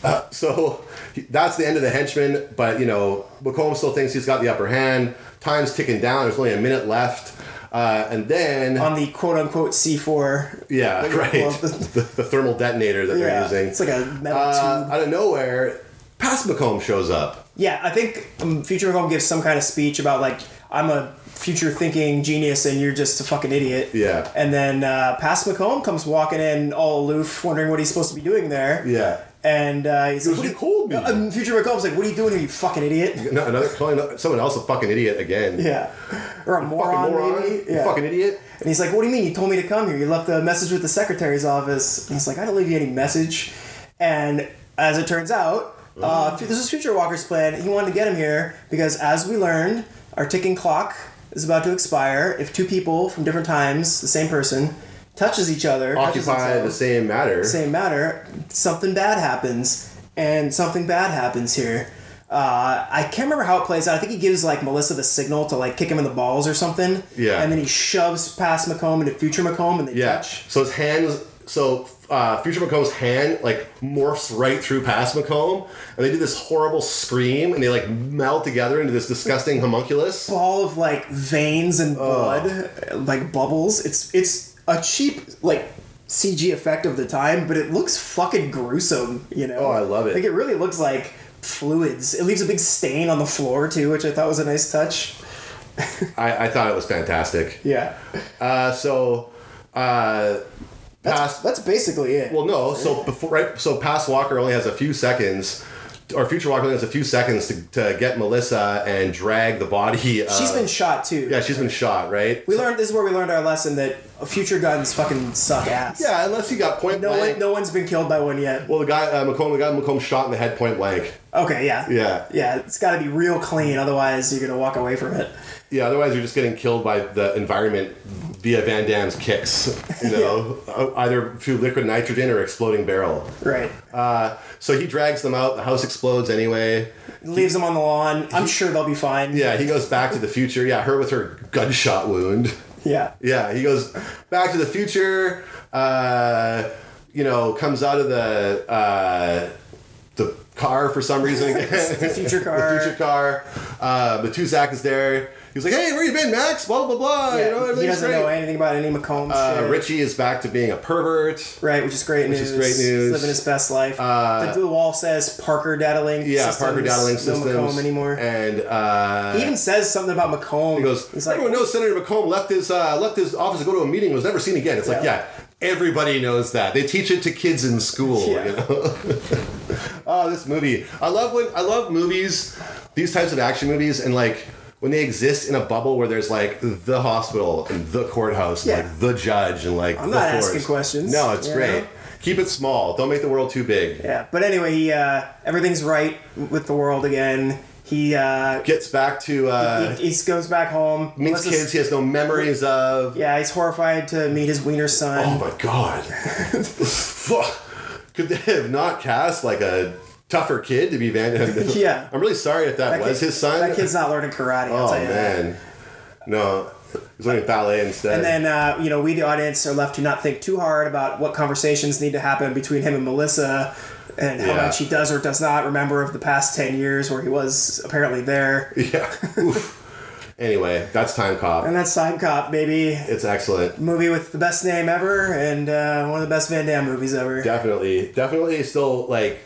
Speaker 1: Uh, so he- that's the end of the henchman, but you know, Macomb still thinks he's got the upper hand. Time's ticking down, there's only a minute left. Uh, and then,
Speaker 2: On the quote unquote C four.
Speaker 1: yeah, right, the, the thermal detonator that
Speaker 2: Yeah.
Speaker 1: they're
Speaker 2: It's
Speaker 1: using.
Speaker 2: like a metal
Speaker 1: Uh,
Speaker 2: tube.
Speaker 1: out of nowhere, Past Macomb shows up.
Speaker 2: Yeah, I think um, Future Home gives some kind of speech about like I'm a future thinking genius and you're just a fucking idiot.
Speaker 1: Yeah.
Speaker 2: And then uh, Pass McComb comes walking in all aloof, wondering what he's supposed to be doing there.
Speaker 1: Yeah.
Speaker 2: And uh, he's like,
Speaker 1: was,
Speaker 2: "What
Speaker 1: "You
Speaker 2: are
Speaker 1: called me."
Speaker 2: Um, Future McComb's like, "What are you doing here, you fucking idiot?"
Speaker 1: No, another calling someone else a fucking idiot again.
Speaker 2: Yeah. Or a moron,
Speaker 1: Fucking moron.
Speaker 2: maybe.
Speaker 1: You
Speaker 2: Yeah.
Speaker 1: fucking idiot.
Speaker 2: and he's like, "What do you mean? You told me to come here. You left a message with the secretary's office." And he's like, "I didn't leave you any message." And as it turns out,
Speaker 1: Mm-hmm.
Speaker 2: uh, this is Future Walker's plan. He wanted to get him here because, as we learned, our ticking clock is about to expire if two people from different times, the same person, touches each other, touches
Speaker 1: Occupy the
Speaker 2: themselves-
Speaker 1: same matter.
Speaker 2: same matter, something bad happens, and something bad happens here. Uh, I can't remember how it plays out. I think he gives like Melissa the signal to like kick him in the balls or something.
Speaker 1: Yeah.
Speaker 2: And then he shoves past Macomb into Future Macomb, and they
Speaker 1: Yeah.
Speaker 2: touch.
Speaker 1: So his hands. So uh, Future Macomb's hand like morphs right through past Macomb, and they do this horrible scream, and they like meld together into this disgusting homunculus.
Speaker 2: Ball of like veins and blood, like bubbles. It's it's a cheap like CG effect of the time, but it looks fucking gruesome. You know.
Speaker 1: Oh, I love it.
Speaker 2: Like it really looks like fluids. It leaves a big stain on the floor too, which I thought was a nice touch.
Speaker 1: I, I thought it was fantastic.
Speaker 2: Yeah.
Speaker 1: Uh, so uh, past.
Speaker 2: That's basically it.
Speaker 1: Well, no. So before, right? So past Walker only has a few seconds. Or future Walker only has a few seconds to, to get Melissa and drag the body. Of,
Speaker 2: She's been shot too.
Speaker 1: Uh, yeah, she's been shot, right?
Speaker 2: We learned this is where we learned our lesson that future guns fucking suck ass.
Speaker 1: Yeah, unless you got point
Speaker 2: No
Speaker 1: blank.
Speaker 2: one, no one's been killed by one yet.
Speaker 1: Well, the guy uh, Macomb, the guy Macomb shot in the head point blank.
Speaker 2: Okay, yeah.
Speaker 1: Yeah.
Speaker 2: Yeah, it's got to be real clean otherwise you're going to walk away from it.
Speaker 1: Yeah, otherwise you're just getting killed by the environment via Van Damme's kicks. You know, Uh, either through liquid nitrogen or exploding barrel.
Speaker 2: Right.
Speaker 1: Uh, so he drags them out. The house explodes anyway.
Speaker 2: Leaves them on the lawn. I'm sure they'll be fine.
Speaker 1: Yeah, he goes back to the future. Yeah, her with her gunshot wound.
Speaker 2: Yeah.
Speaker 1: Yeah, he goes back to the future. Uh, you know, comes out of the uh, the car for some reason again.
Speaker 2: The future car.
Speaker 1: the future car. Uh, Matuzak is there. He's like, hey, where you been, Max? Blah, blah, blah. Oh,
Speaker 2: Yeah,
Speaker 1: you know,
Speaker 2: he
Speaker 1: everything's
Speaker 2: doesn't
Speaker 1: great.
Speaker 2: know anything about any McCombs
Speaker 1: uh,
Speaker 2: shit.
Speaker 1: Richie is back to being a pervert.
Speaker 2: Right, which is great
Speaker 1: Which
Speaker 2: news.
Speaker 1: is great news.
Speaker 2: He's living his best life. Uh, the, the wall says Parker Dowling.
Speaker 1: Yeah,
Speaker 2: systems,
Speaker 1: Parker Dowling systems.
Speaker 2: No Macomb anymore.
Speaker 1: And uh,
Speaker 2: he even says something about Macomb.
Speaker 1: He goes,
Speaker 2: he's like,
Speaker 1: everyone knows Senator McComb left his uh, left his office to go to a meeting and was never seen again. It's like,
Speaker 2: Yeah.
Speaker 1: yeah, everybody knows that. They teach it to kids in school.
Speaker 2: Yeah.
Speaker 1: You know? oh, this movie. I love when I love movies, these types of action movies, and like when they exist in a bubble where there's like the hospital and the courthouse,
Speaker 2: Yeah.
Speaker 1: and, like the judge, and like
Speaker 2: I'm
Speaker 1: the
Speaker 2: not
Speaker 1: force.
Speaker 2: asking questions,
Speaker 1: No, it's
Speaker 2: you
Speaker 1: great.
Speaker 2: know?
Speaker 1: Keep it small. Don't make the world too big.
Speaker 2: yeah. But anyway, he, uh, everything's right with the world again. He uh,
Speaker 1: Gets back to uh,
Speaker 2: he, he goes back home.
Speaker 1: meets
Speaker 2: lets us-
Speaker 1: kids he has no memories of.
Speaker 2: yeah, he's horrified to meet his wiener
Speaker 1: Oh
Speaker 2: son.
Speaker 1: my god. Fuck. Could they have not cast like a tougher kid to be Van Damme?
Speaker 2: Yeah.
Speaker 1: I'm really sorry if that,
Speaker 2: That
Speaker 1: was
Speaker 2: kid-
Speaker 1: his son.
Speaker 2: That kid's not learning karate. I'll
Speaker 1: oh
Speaker 2: tell you that.
Speaker 1: man. No. He's learning ballet instead.
Speaker 2: And then, uh, you know, we, the audience, are left to not think too hard about what conversations need to happen between him and Melissa and how
Speaker 1: Yeah.
Speaker 2: much he does or does not remember of the past 10 years where he was apparently there.
Speaker 1: Yeah. Oof. Anyway, that's Time Cop.
Speaker 2: And that's Time Cop, baby.
Speaker 1: It's excellent.
Speaker 2: Movie with the best name ever and uh, one of the best Van Damme movies ever.
Speaker 1: Definitely. Definitely still like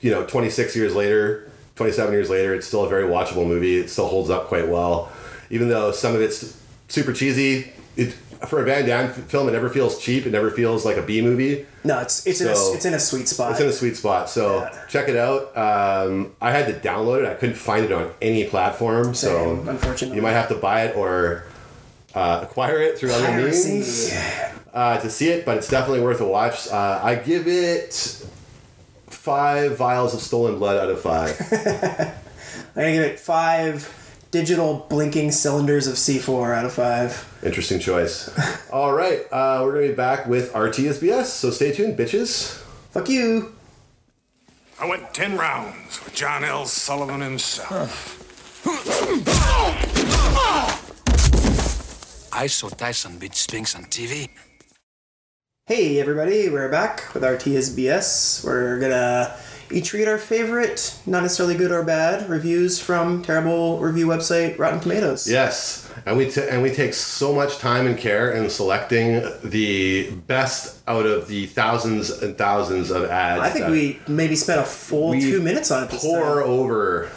Speaker 1: you know, 26 years later, 27 years later, it's still a very watchable movie. It still holds up quite well. Even though some of it's super cheesy, it, for a Van Damme film, it never feels cheap. It never feels like a B movie.
Speaker 2: No, it's it's, in
Speaker 1: So-
Speaker 2: a, it's in a sweet spot.
Speaker 1: It's in a sweet spot. So
Speaker 2: Yeah.
Speaker 1: check it out. Um, I had to download it. I couldn't find it on any platform. so
Speaker 2: Same, unfortunately.
Speaker 1: you might have to buy it or uh, acquire it through other means
Speaker 2: Piracy.
Speaker 1: uh, to see it. But it's definitely worth a watch. Uh, I give it five vials of stolen blood out of five.
Speaker 2: I'm going to give it five digital blinking cylinders of C4 out of five.
Speaker 1: Interesting choice. All right, uh, we're gonna be back with RTSBS, so stay tuned, bitches.
Speaker 2: Fuck you.
Speaker 6: I went 10 rounds with John L. Sullivan himself.
Speaker 4: I saw Tyson beat Spinks on TV.
Speaker 2: Hey everybody, we're back with our TSBS. We're gonna each read our favorite, not necessarily good or bad, reviews from terrible review website Rotten Tomatoes.
Speaker 1: Yes, and we t- and we take so much time and care in selecting the best out of the thousands and thousands of ads.
Speaker 2: I think
Speaker 1: that
Speaker 2: we maybe spent a full
Speaker 1: we
Speaker 2: two minutes on it this
Speaker 1: pour
Speaker 2: time.
Speaker 1: over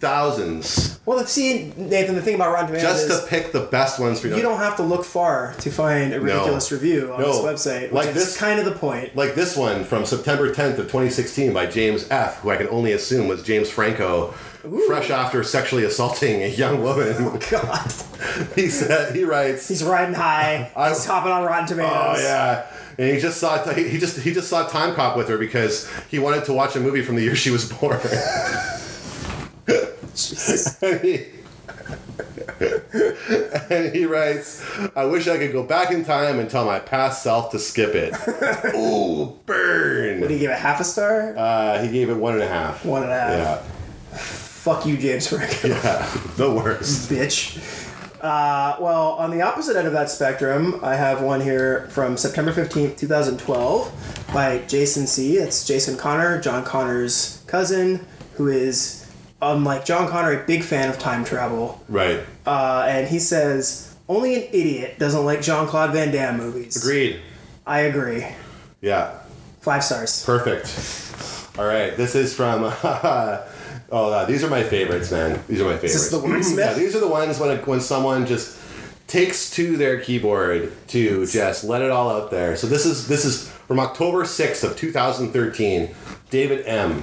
Speaker 1: thousands
Speaker 2: Well, see, Nathan, the thing about Rotten Tomatoes
Speaker 1: just
Speaker 2: is
Speaker 1: to pick the best ones for
Speaker 2: you don't have to look far to find a ridiculous review on
Speaker 1: No.
Speaker 2: this website, which
Speaker 1: Like
Speaker 2: is
Speaker 1: this-
Speaker 2: kind of the point.
Speaker 1: Like this one from September 10th of 2016 by James F., who I can only assume was James Franco, fresh after sexually assaulting a young woman.
Speaker 2: God,
Speaker 1: he said he writes.
Speaker 2: he's riding high.
Speaker 1: I-
Speaker 2: he's hopping on Rotten Tomatoes.
Speaker 1: Oh yeah. And he just saw he just he just saw Time Cop with her because he wanted to watch a movie from the year she was born. and, he, and he writes, "I wish I could go back in time and tell my past self to skip it." Ooh,
Speaker 2: Did
Speaker 1: burn!
Speaker 2: he give it half a star?
Speaker 1: Uh, he gave it one and a half.
Speaker 2: One and a half. Fuck you, James Franco.
Speaker 1: Yeah, yeah, the worst.
Speaker 2: bitch. Uh, well, on the opposite end of that spectrum, I have one here from September 15th, 2012, by Jason C. That's Jason Connor, John Connor's cousin, who is, unlike John Connor, a big fan of time travel.
Speaker 1: Right.
Speaker 2: Uh, and he says, Only an idiot doesn't like Jean Claude Van Damme movies.
Speaker 1: Agreed.
Speaker 2: I agree.
Speaker 1: Yeah.
Speaker 2: Five stars.
Speaker 1: Perfect. All right, this is from. oh, uh, these are my favorites, man. These are my favorites.
Speaker 2: Is this the wordsmith?
Speaker 1: yeah, these are the ones when when someone just takes to their keyboard to just let it all out there. So this is this is from October sixth of two thousand thirteen. David M.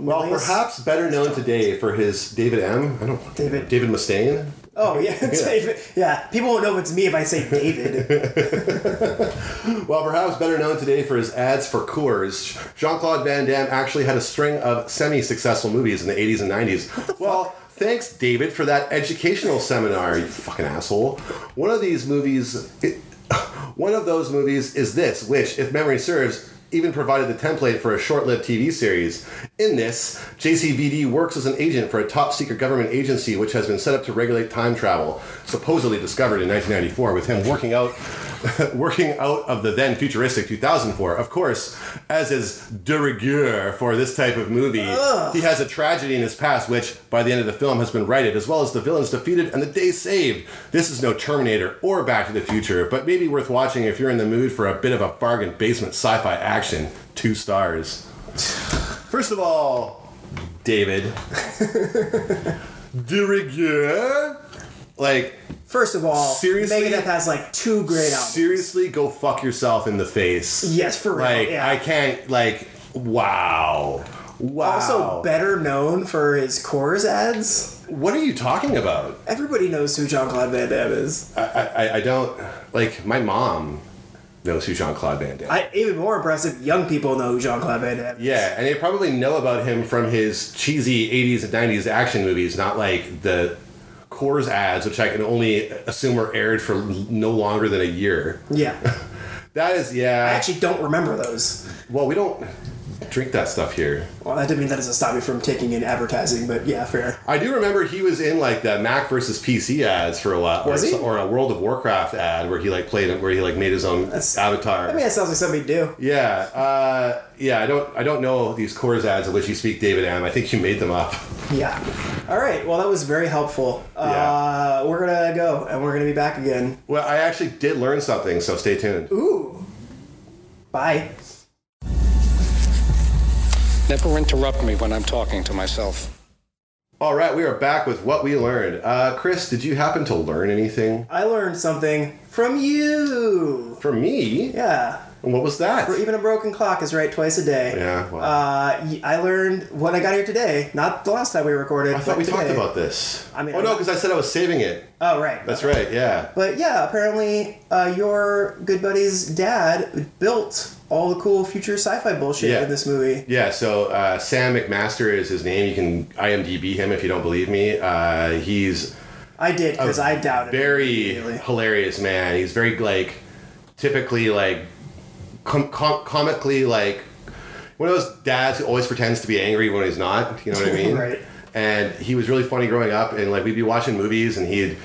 Speaker 1: Well,
Speaker 2: Nice.
Speaker 1: perhaps better known today for his David M. I don't
Speaker 2: David-
Speaker 1: David Mustaine.
Speaker 2: Oh, yeah. it's David. Yeah. People won't know if it's me if I say David.
Speaker 1: Well, perhaps better known today for his ads for Coors, Jean Claude Van Damme actually had a string of semi successful movies in the 80s and 90s. Well, thanks, David, for that educational seminar, you fucking asshole. One of these movies. It, one of those movies is this, which, if memory serves, even provided the template for a short lived TV series. In this, JCVD works as an agent for a top secret government agency which has been set up to regulate time travel, supposedly discovered in 1994, with him working out working out of the then futuristic 2004. Of course, as is de rigueur for this type of movie, he has a tragedy in his past, which by the end of the film has been righted, as well as the villains defeated and the day saved. This is no Terminator or Back to the Future, but maybe worth watching if you're in the mood for a bit of a bargain basement sci fi action. Two stars. First of all, David, de rigueur, like,
Speaker 2: First of all,
Speaker 1: Seriously?
Speaker 2: Megadeth has like two great albums.
Speaker 1: seriously go fuck yourself in the face.
Speaker 2: Yes, for real.
Speaker 1: Like
Speaker 2: yeah.
Speaker 1: I can't like wow. Wow.
Speaker 2: also, better known for his Coors ads.
Speaker 1: what are you talking about?
Speaker 2: Everybody knows who Jean Claude Van Damme is.
Speaker 1: I, I, I don't like my mom knows who Jean Claude Van Damme.
Speaker 2: I, even more impressive, young people know who Jean Claude Van Damme is.
Speaker 1: yeah, and they probably know about him from his cheesy '80s and '90s action movies, not like the Coors ads, which I can only assume were aired for no longer than a year.
Speaker 2: Yeah.
Speaker 1: That is,
Speaker 2: I
Speaker 1: yeah.
Speaker 2: actually don't remember those.
Speaker 1: well, we don't drink that stuff here.
Speaker 2: Well, that didn't mean that doesn't stop me from taking in advertising, but yeah, fair.
Speaker 1: I do remember he was in like the Mac versus PC ads for a while,
Speaker 2: Was
Speaker 1: or,
Speaker 2: he?
Speaker 1: or a World of Warcraft ad where he like played, where he like made his own
Speaker 2: That's-
Speaker 1: avatar.
Speaker 2: I mean, that sounds like something to do.
Speaker 1: yeah, uh, yeah. I don't, I don't know these Coors ads of which you speak, David Am. I think you made them up.
Speaker 2: Yeah. All right. Well, that was very helpful. Uh, we're gonna go, and we're gonna be back again.
Speaker 1: Well, I actually did learn something, so stay tuned.
Speaker 2: Ooh. Bye.
Speaker 5: Never interrupt me when I'm talking to myself.
Speaker 1: All right, we are back with what we learned. Uh, Chris, did you happen to learn anything
Speaker 2: I learned something from you.
Speaker 1: from me?
Speaker 2: Yeah.
Speaker 1: What was that?
Speaker 2: Or even a broken clock is right twice a day.
Speaker 1: Yeah, well,
Speaker 2: Uh, y- I learned when I got here today, not the last time we recorded.
Speaker 1: I thought
Speaker 2: but
Speaker 1: we talked
Speaker 2: today.
Speaker 1: about this.
Speaker 2: I mean,
Speaker 1: oh
Speaker 2: I-
Speaker 1: no, because I said I was saving it.
Speaker 2: Oh, right.
Speaker 1: That's right. Yeah.
Speaker 2: But yeah, apparently uh, your good buddy's dad built all the cool future sci-fi bullshit
Speaker 1: Yeah.
Speaker 2: in this movie.
Speaker 1: Yeah, so uh, Sam McMaster is his name. You can IMDb him if you don't believe me. Uh, he's
Speaker 2: I did because I doubted. it.
Speaker 1: very
Speaker 2: Really?
Speaker 1: hilarious man. He's very like typically like com- com- comically like one of those dads who always pretends to be angry when he's not. You know what I mean?
Speaker 2: Right.
Speaker 1: And he was really funny growing up, and like we'd be watching movies, and he'd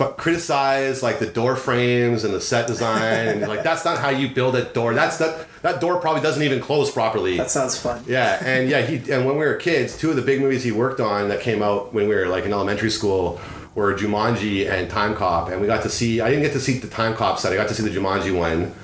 Speaker 1: f- criticize like the door frames and the set design, and like that's not how you build a door. That's that that door probably doesn't even close properly.
Speaker 2: That sounds fun.
Speaker 1: Yeah, and yeah, he and when we were kids, two of the big movies he worked on that came out when we were like in elementary school were Jumanji and Time Cop, and we got to see. I didn't get to see the Time Cop set. I got to see the Jumanji one,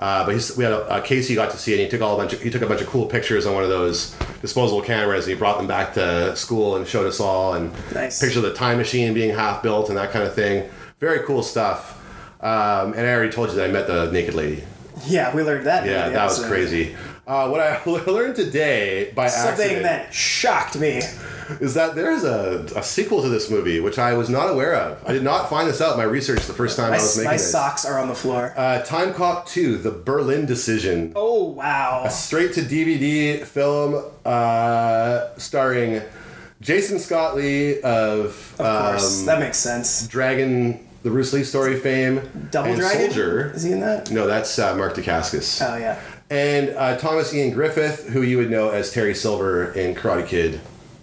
Speaker 1: uh, but he's, we had a, a Casey got to see, it, and he took all a bunch. Of, he took a bunch of cool pictures on one of those disposable cameras, and he brought them back to school and showed us all, and
Speaker 2: Nice.
Speaker 1: pictures of the time machine being half built and that kind of thing. Very cool stuff. Um, and I already told you that I met the naked lady.
Speaker 2: Yeah, we learned that. in
Speaker 1: Yeah,
Speaker 2: the
Speaker 1: that was
Speaker 2: episode.
Speaker 1: crazy. Uh, what I learned today by
Speaker 2: Something
Speaker 1: accident
Speaker 2: that shocked me.
Speaker 1: is that there's a, a sequel to this movie, which I was not aware of. I did not find this out in my research the first time I
Speaker 2: My,
Speaker 1: was making
Speaker 2: my
Speaker 1: this.
Speaker 2: socks are on the floor.
Speaker 1: Uh, Time Cop 2, The Berlin Decision.
Speaker 2: oh wow!
Speaker 1: Straight to DVD film uh, starring Jason Scott Lee of,
Speaker 2: Of course,
Speaker 1: um,
Speaker 2: that makes sense.
Speaker 1: Dragon, the Bruce Lee story fame.
Speaker 2: Double
Speaker 1: and
Speaker 2: Dragon.
Speaker 1: Soldier.
Speaker 2: Is he in that?
Speaker 1: No, that's uh, Mark Dacascos.
Speaker 2: Oh yeah.
Speaker 1: and uh, Thomas Ian Griffith, who you would know as Terry Silver in Karate Kid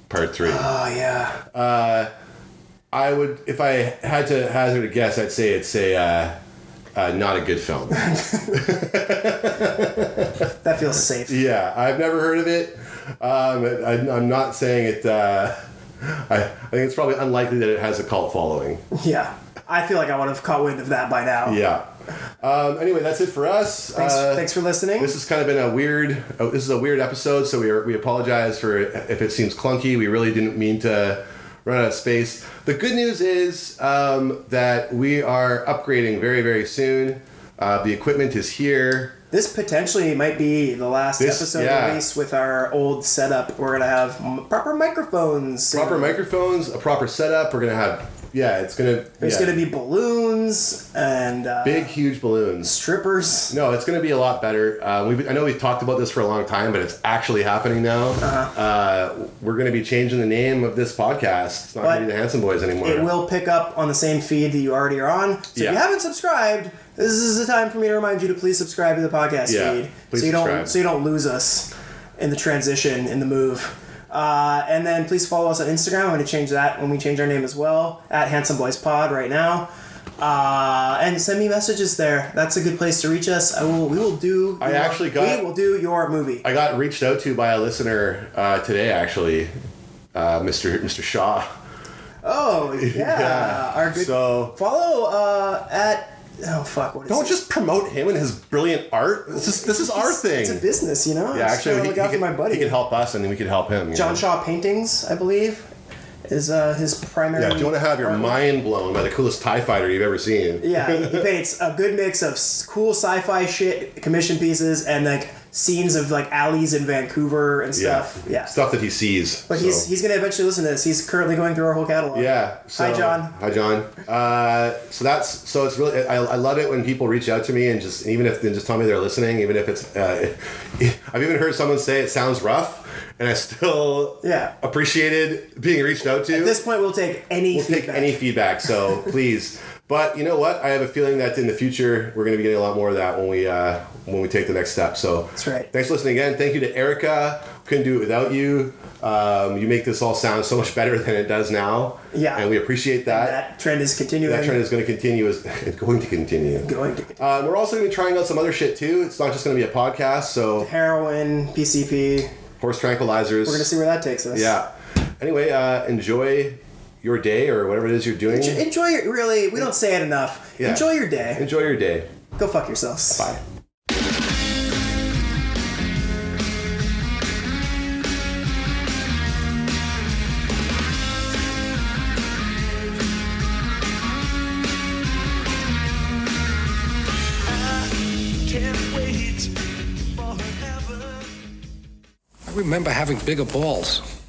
Speaker 1: Part Three.
Speaker 2: Oh yeah.
Speaker 1: I would, if I had to hazard a guess, I'd say it's a uh, uh, not a good film.
Speaker 2: That feels safe.
Speaker 1: yeah, I've never heard of it. Um, I, I'm not saying it. Uh, I, I think it's probably unlikely that it has a cult following.
Speaker 2: Yeah. I feel like I would have caught wind of that by now.
Speaker 1: Yeah. Um, anyway, that's it for us.
Speaker 2: Thanks,
Speaker 1: Uh,
Speaker 2: thanks for listening.
Speaker 1: This has kind of been a weird. Oh, this is a weird episode, so we are, we apologize for if it seems clunky. We really didn't mean to run out of space. The good news is um, that we are upgrading very very soon. Uh, the equipment is here.
Speaker 2: This potentially might be the last
Speaker 1: This-
Speaker 2: episode
Speaker 1: yeah.
Speaker 2: release with our old setup. We're gonna have m- proper microphones.
Speaker 1: Proper
Speaker 2: and
Speaker 1: microphones, a proper setup. We're gonna have yeah. It's gonna
Speaker 2: There's
Speaker 1: yeah,
Speaker 2: gonna be balloons and uh,
Speaker 1: big huge balloons.
Speaker 2: strippers.
Speaker 1: No, it's going to be a lot better. Uh, we I know we've talked about this for a long time, but it's actually happening now.
Speaker 2: Uh-huh.
Speaker 1: uh we're going to be changing the name of this podcast. It's not going to
Speaker 2: But
Speaker 1: be the Handsome Boys anymore.
Speaker 2: It will pick up on the same feed that you already are on. So if
Speaker 1: Yeah.
Speaker 2: you haven't subscribed, this is the time for me to remind you to please subscribe to the podcast
Speaker 1: Yeah,
Speaker 2: feed,
Speaker 1: please
Speaker 2: so you don't
Speaker 1: subscribe.
Speaker 2: so you don't lose us in the transition in the move. Uh, and then please follow us on Instagram. I'm going to change that when we change our name as well at Handsome Boys Pod right now. Uh, and send me messages there. That's a good place to reach us. I will. We will do.
Speaker 1: I
Speaker 2: your-
Speaker 1: actually got-
Speaker 2: We will do your movie.
Speaker 1: I got reached out to by a listener uh, today, actually, uh, Mr. Mr. Shaw.
Speaker 2: Oh yeah,
Speaker 1: Yeah.
Speaker 2: our good.
Speaker 1: So-
Speaker 2: follow uh, at oh fuck. What is
Speaker 1: Don't
Speaker 2: it?
Speaker 1: just promote him and his brilliant art. This is this is our
Speaker 2: It's-
Speaker 1: thing.
Speaker 2: It's a business, you know.
Speaker 1: Yeah,
Speaker 2: I'm just
Speaker 1: actually,
Speaker 2: trying
Speaker 1: he,
Speaker 2: to
Speaker 1: he,
Speaker 2: look out
Speaker 1: could,
Speaker 2: for my buddy.
Speaker 1: he could help us, and then we could help him. you
Speaker 2: John
Speaker 1: know?
Speaker 2: Shaw paintings, I believe, is uh, his primary.
Speaker 1: Yeah, if you want to have your mind blown by the coolest Tie Fighter you've ever seen,
Speaker 2: Yeah, he he paints a good mix of s- cool sci-fi shit, commission pieces, and like scenes of like alleys in Vancouver and stuff. Yeah,
Speaker 1: stuff that he sees.
Speaker 2: But he's he's gonna eventually listen to this. He's currently going through our whole catalog.
Speaker 1: Yeah. So,
Speaker 2: Hi, John.
Speaker 1: Hi, John. Uh, so that's so it's really I, I love it when people reach out to me and just even if they just tell me they're listening, even if it's uh, I've even heard someone say it sounds rough, and I still
Speaker 2: Yeah.
Speaker 1: appreciated being reached out to.
Speaker 2: At this point, we'll take any
Speaker 1: we'll
Speaker 2: feedback.
Speaker 1: take any feedback, so please. But you know what? I have a feeling that in the future we're going to be getting a lot more of that when we uh, when we take the next step. So
Speaker 2: That's right.
Speaker 1: Thanks for listening again. Thank you to Erica. Couldn't do it without you. Um, you make this all sound so much better than it does now.
Speaker 2: Yeah.
Speaker 1: and we appreciate that.
Speaker 2: that trend is continuing.
Speaker 1: That trend is going to continue. Is going to continue.
Speaker 2: going to
Speaker 1: Uh, we're also going to be trying out some other shit too. It's not just going to be a podcast. So
Speaker 2: heroin, PCP. We're
Speaker 1: horse tranquilizers.
Speaker 2: gonna see where that takes us.
Speaker 1: Yeah. Anyway, uh, enjoy your day or whatever it is you're doing.
Speaker 2: Enjoy, enjoy your really. We don't say it enough.
Speaker 1: Yeah.
Speaker 2: Enjoy your day.
Speaker 1: Enjoy your day.
Speaker 2: Go fuck yourselves.
Speaker 1: Bye.
Speaker 5: I remember having bigger balls.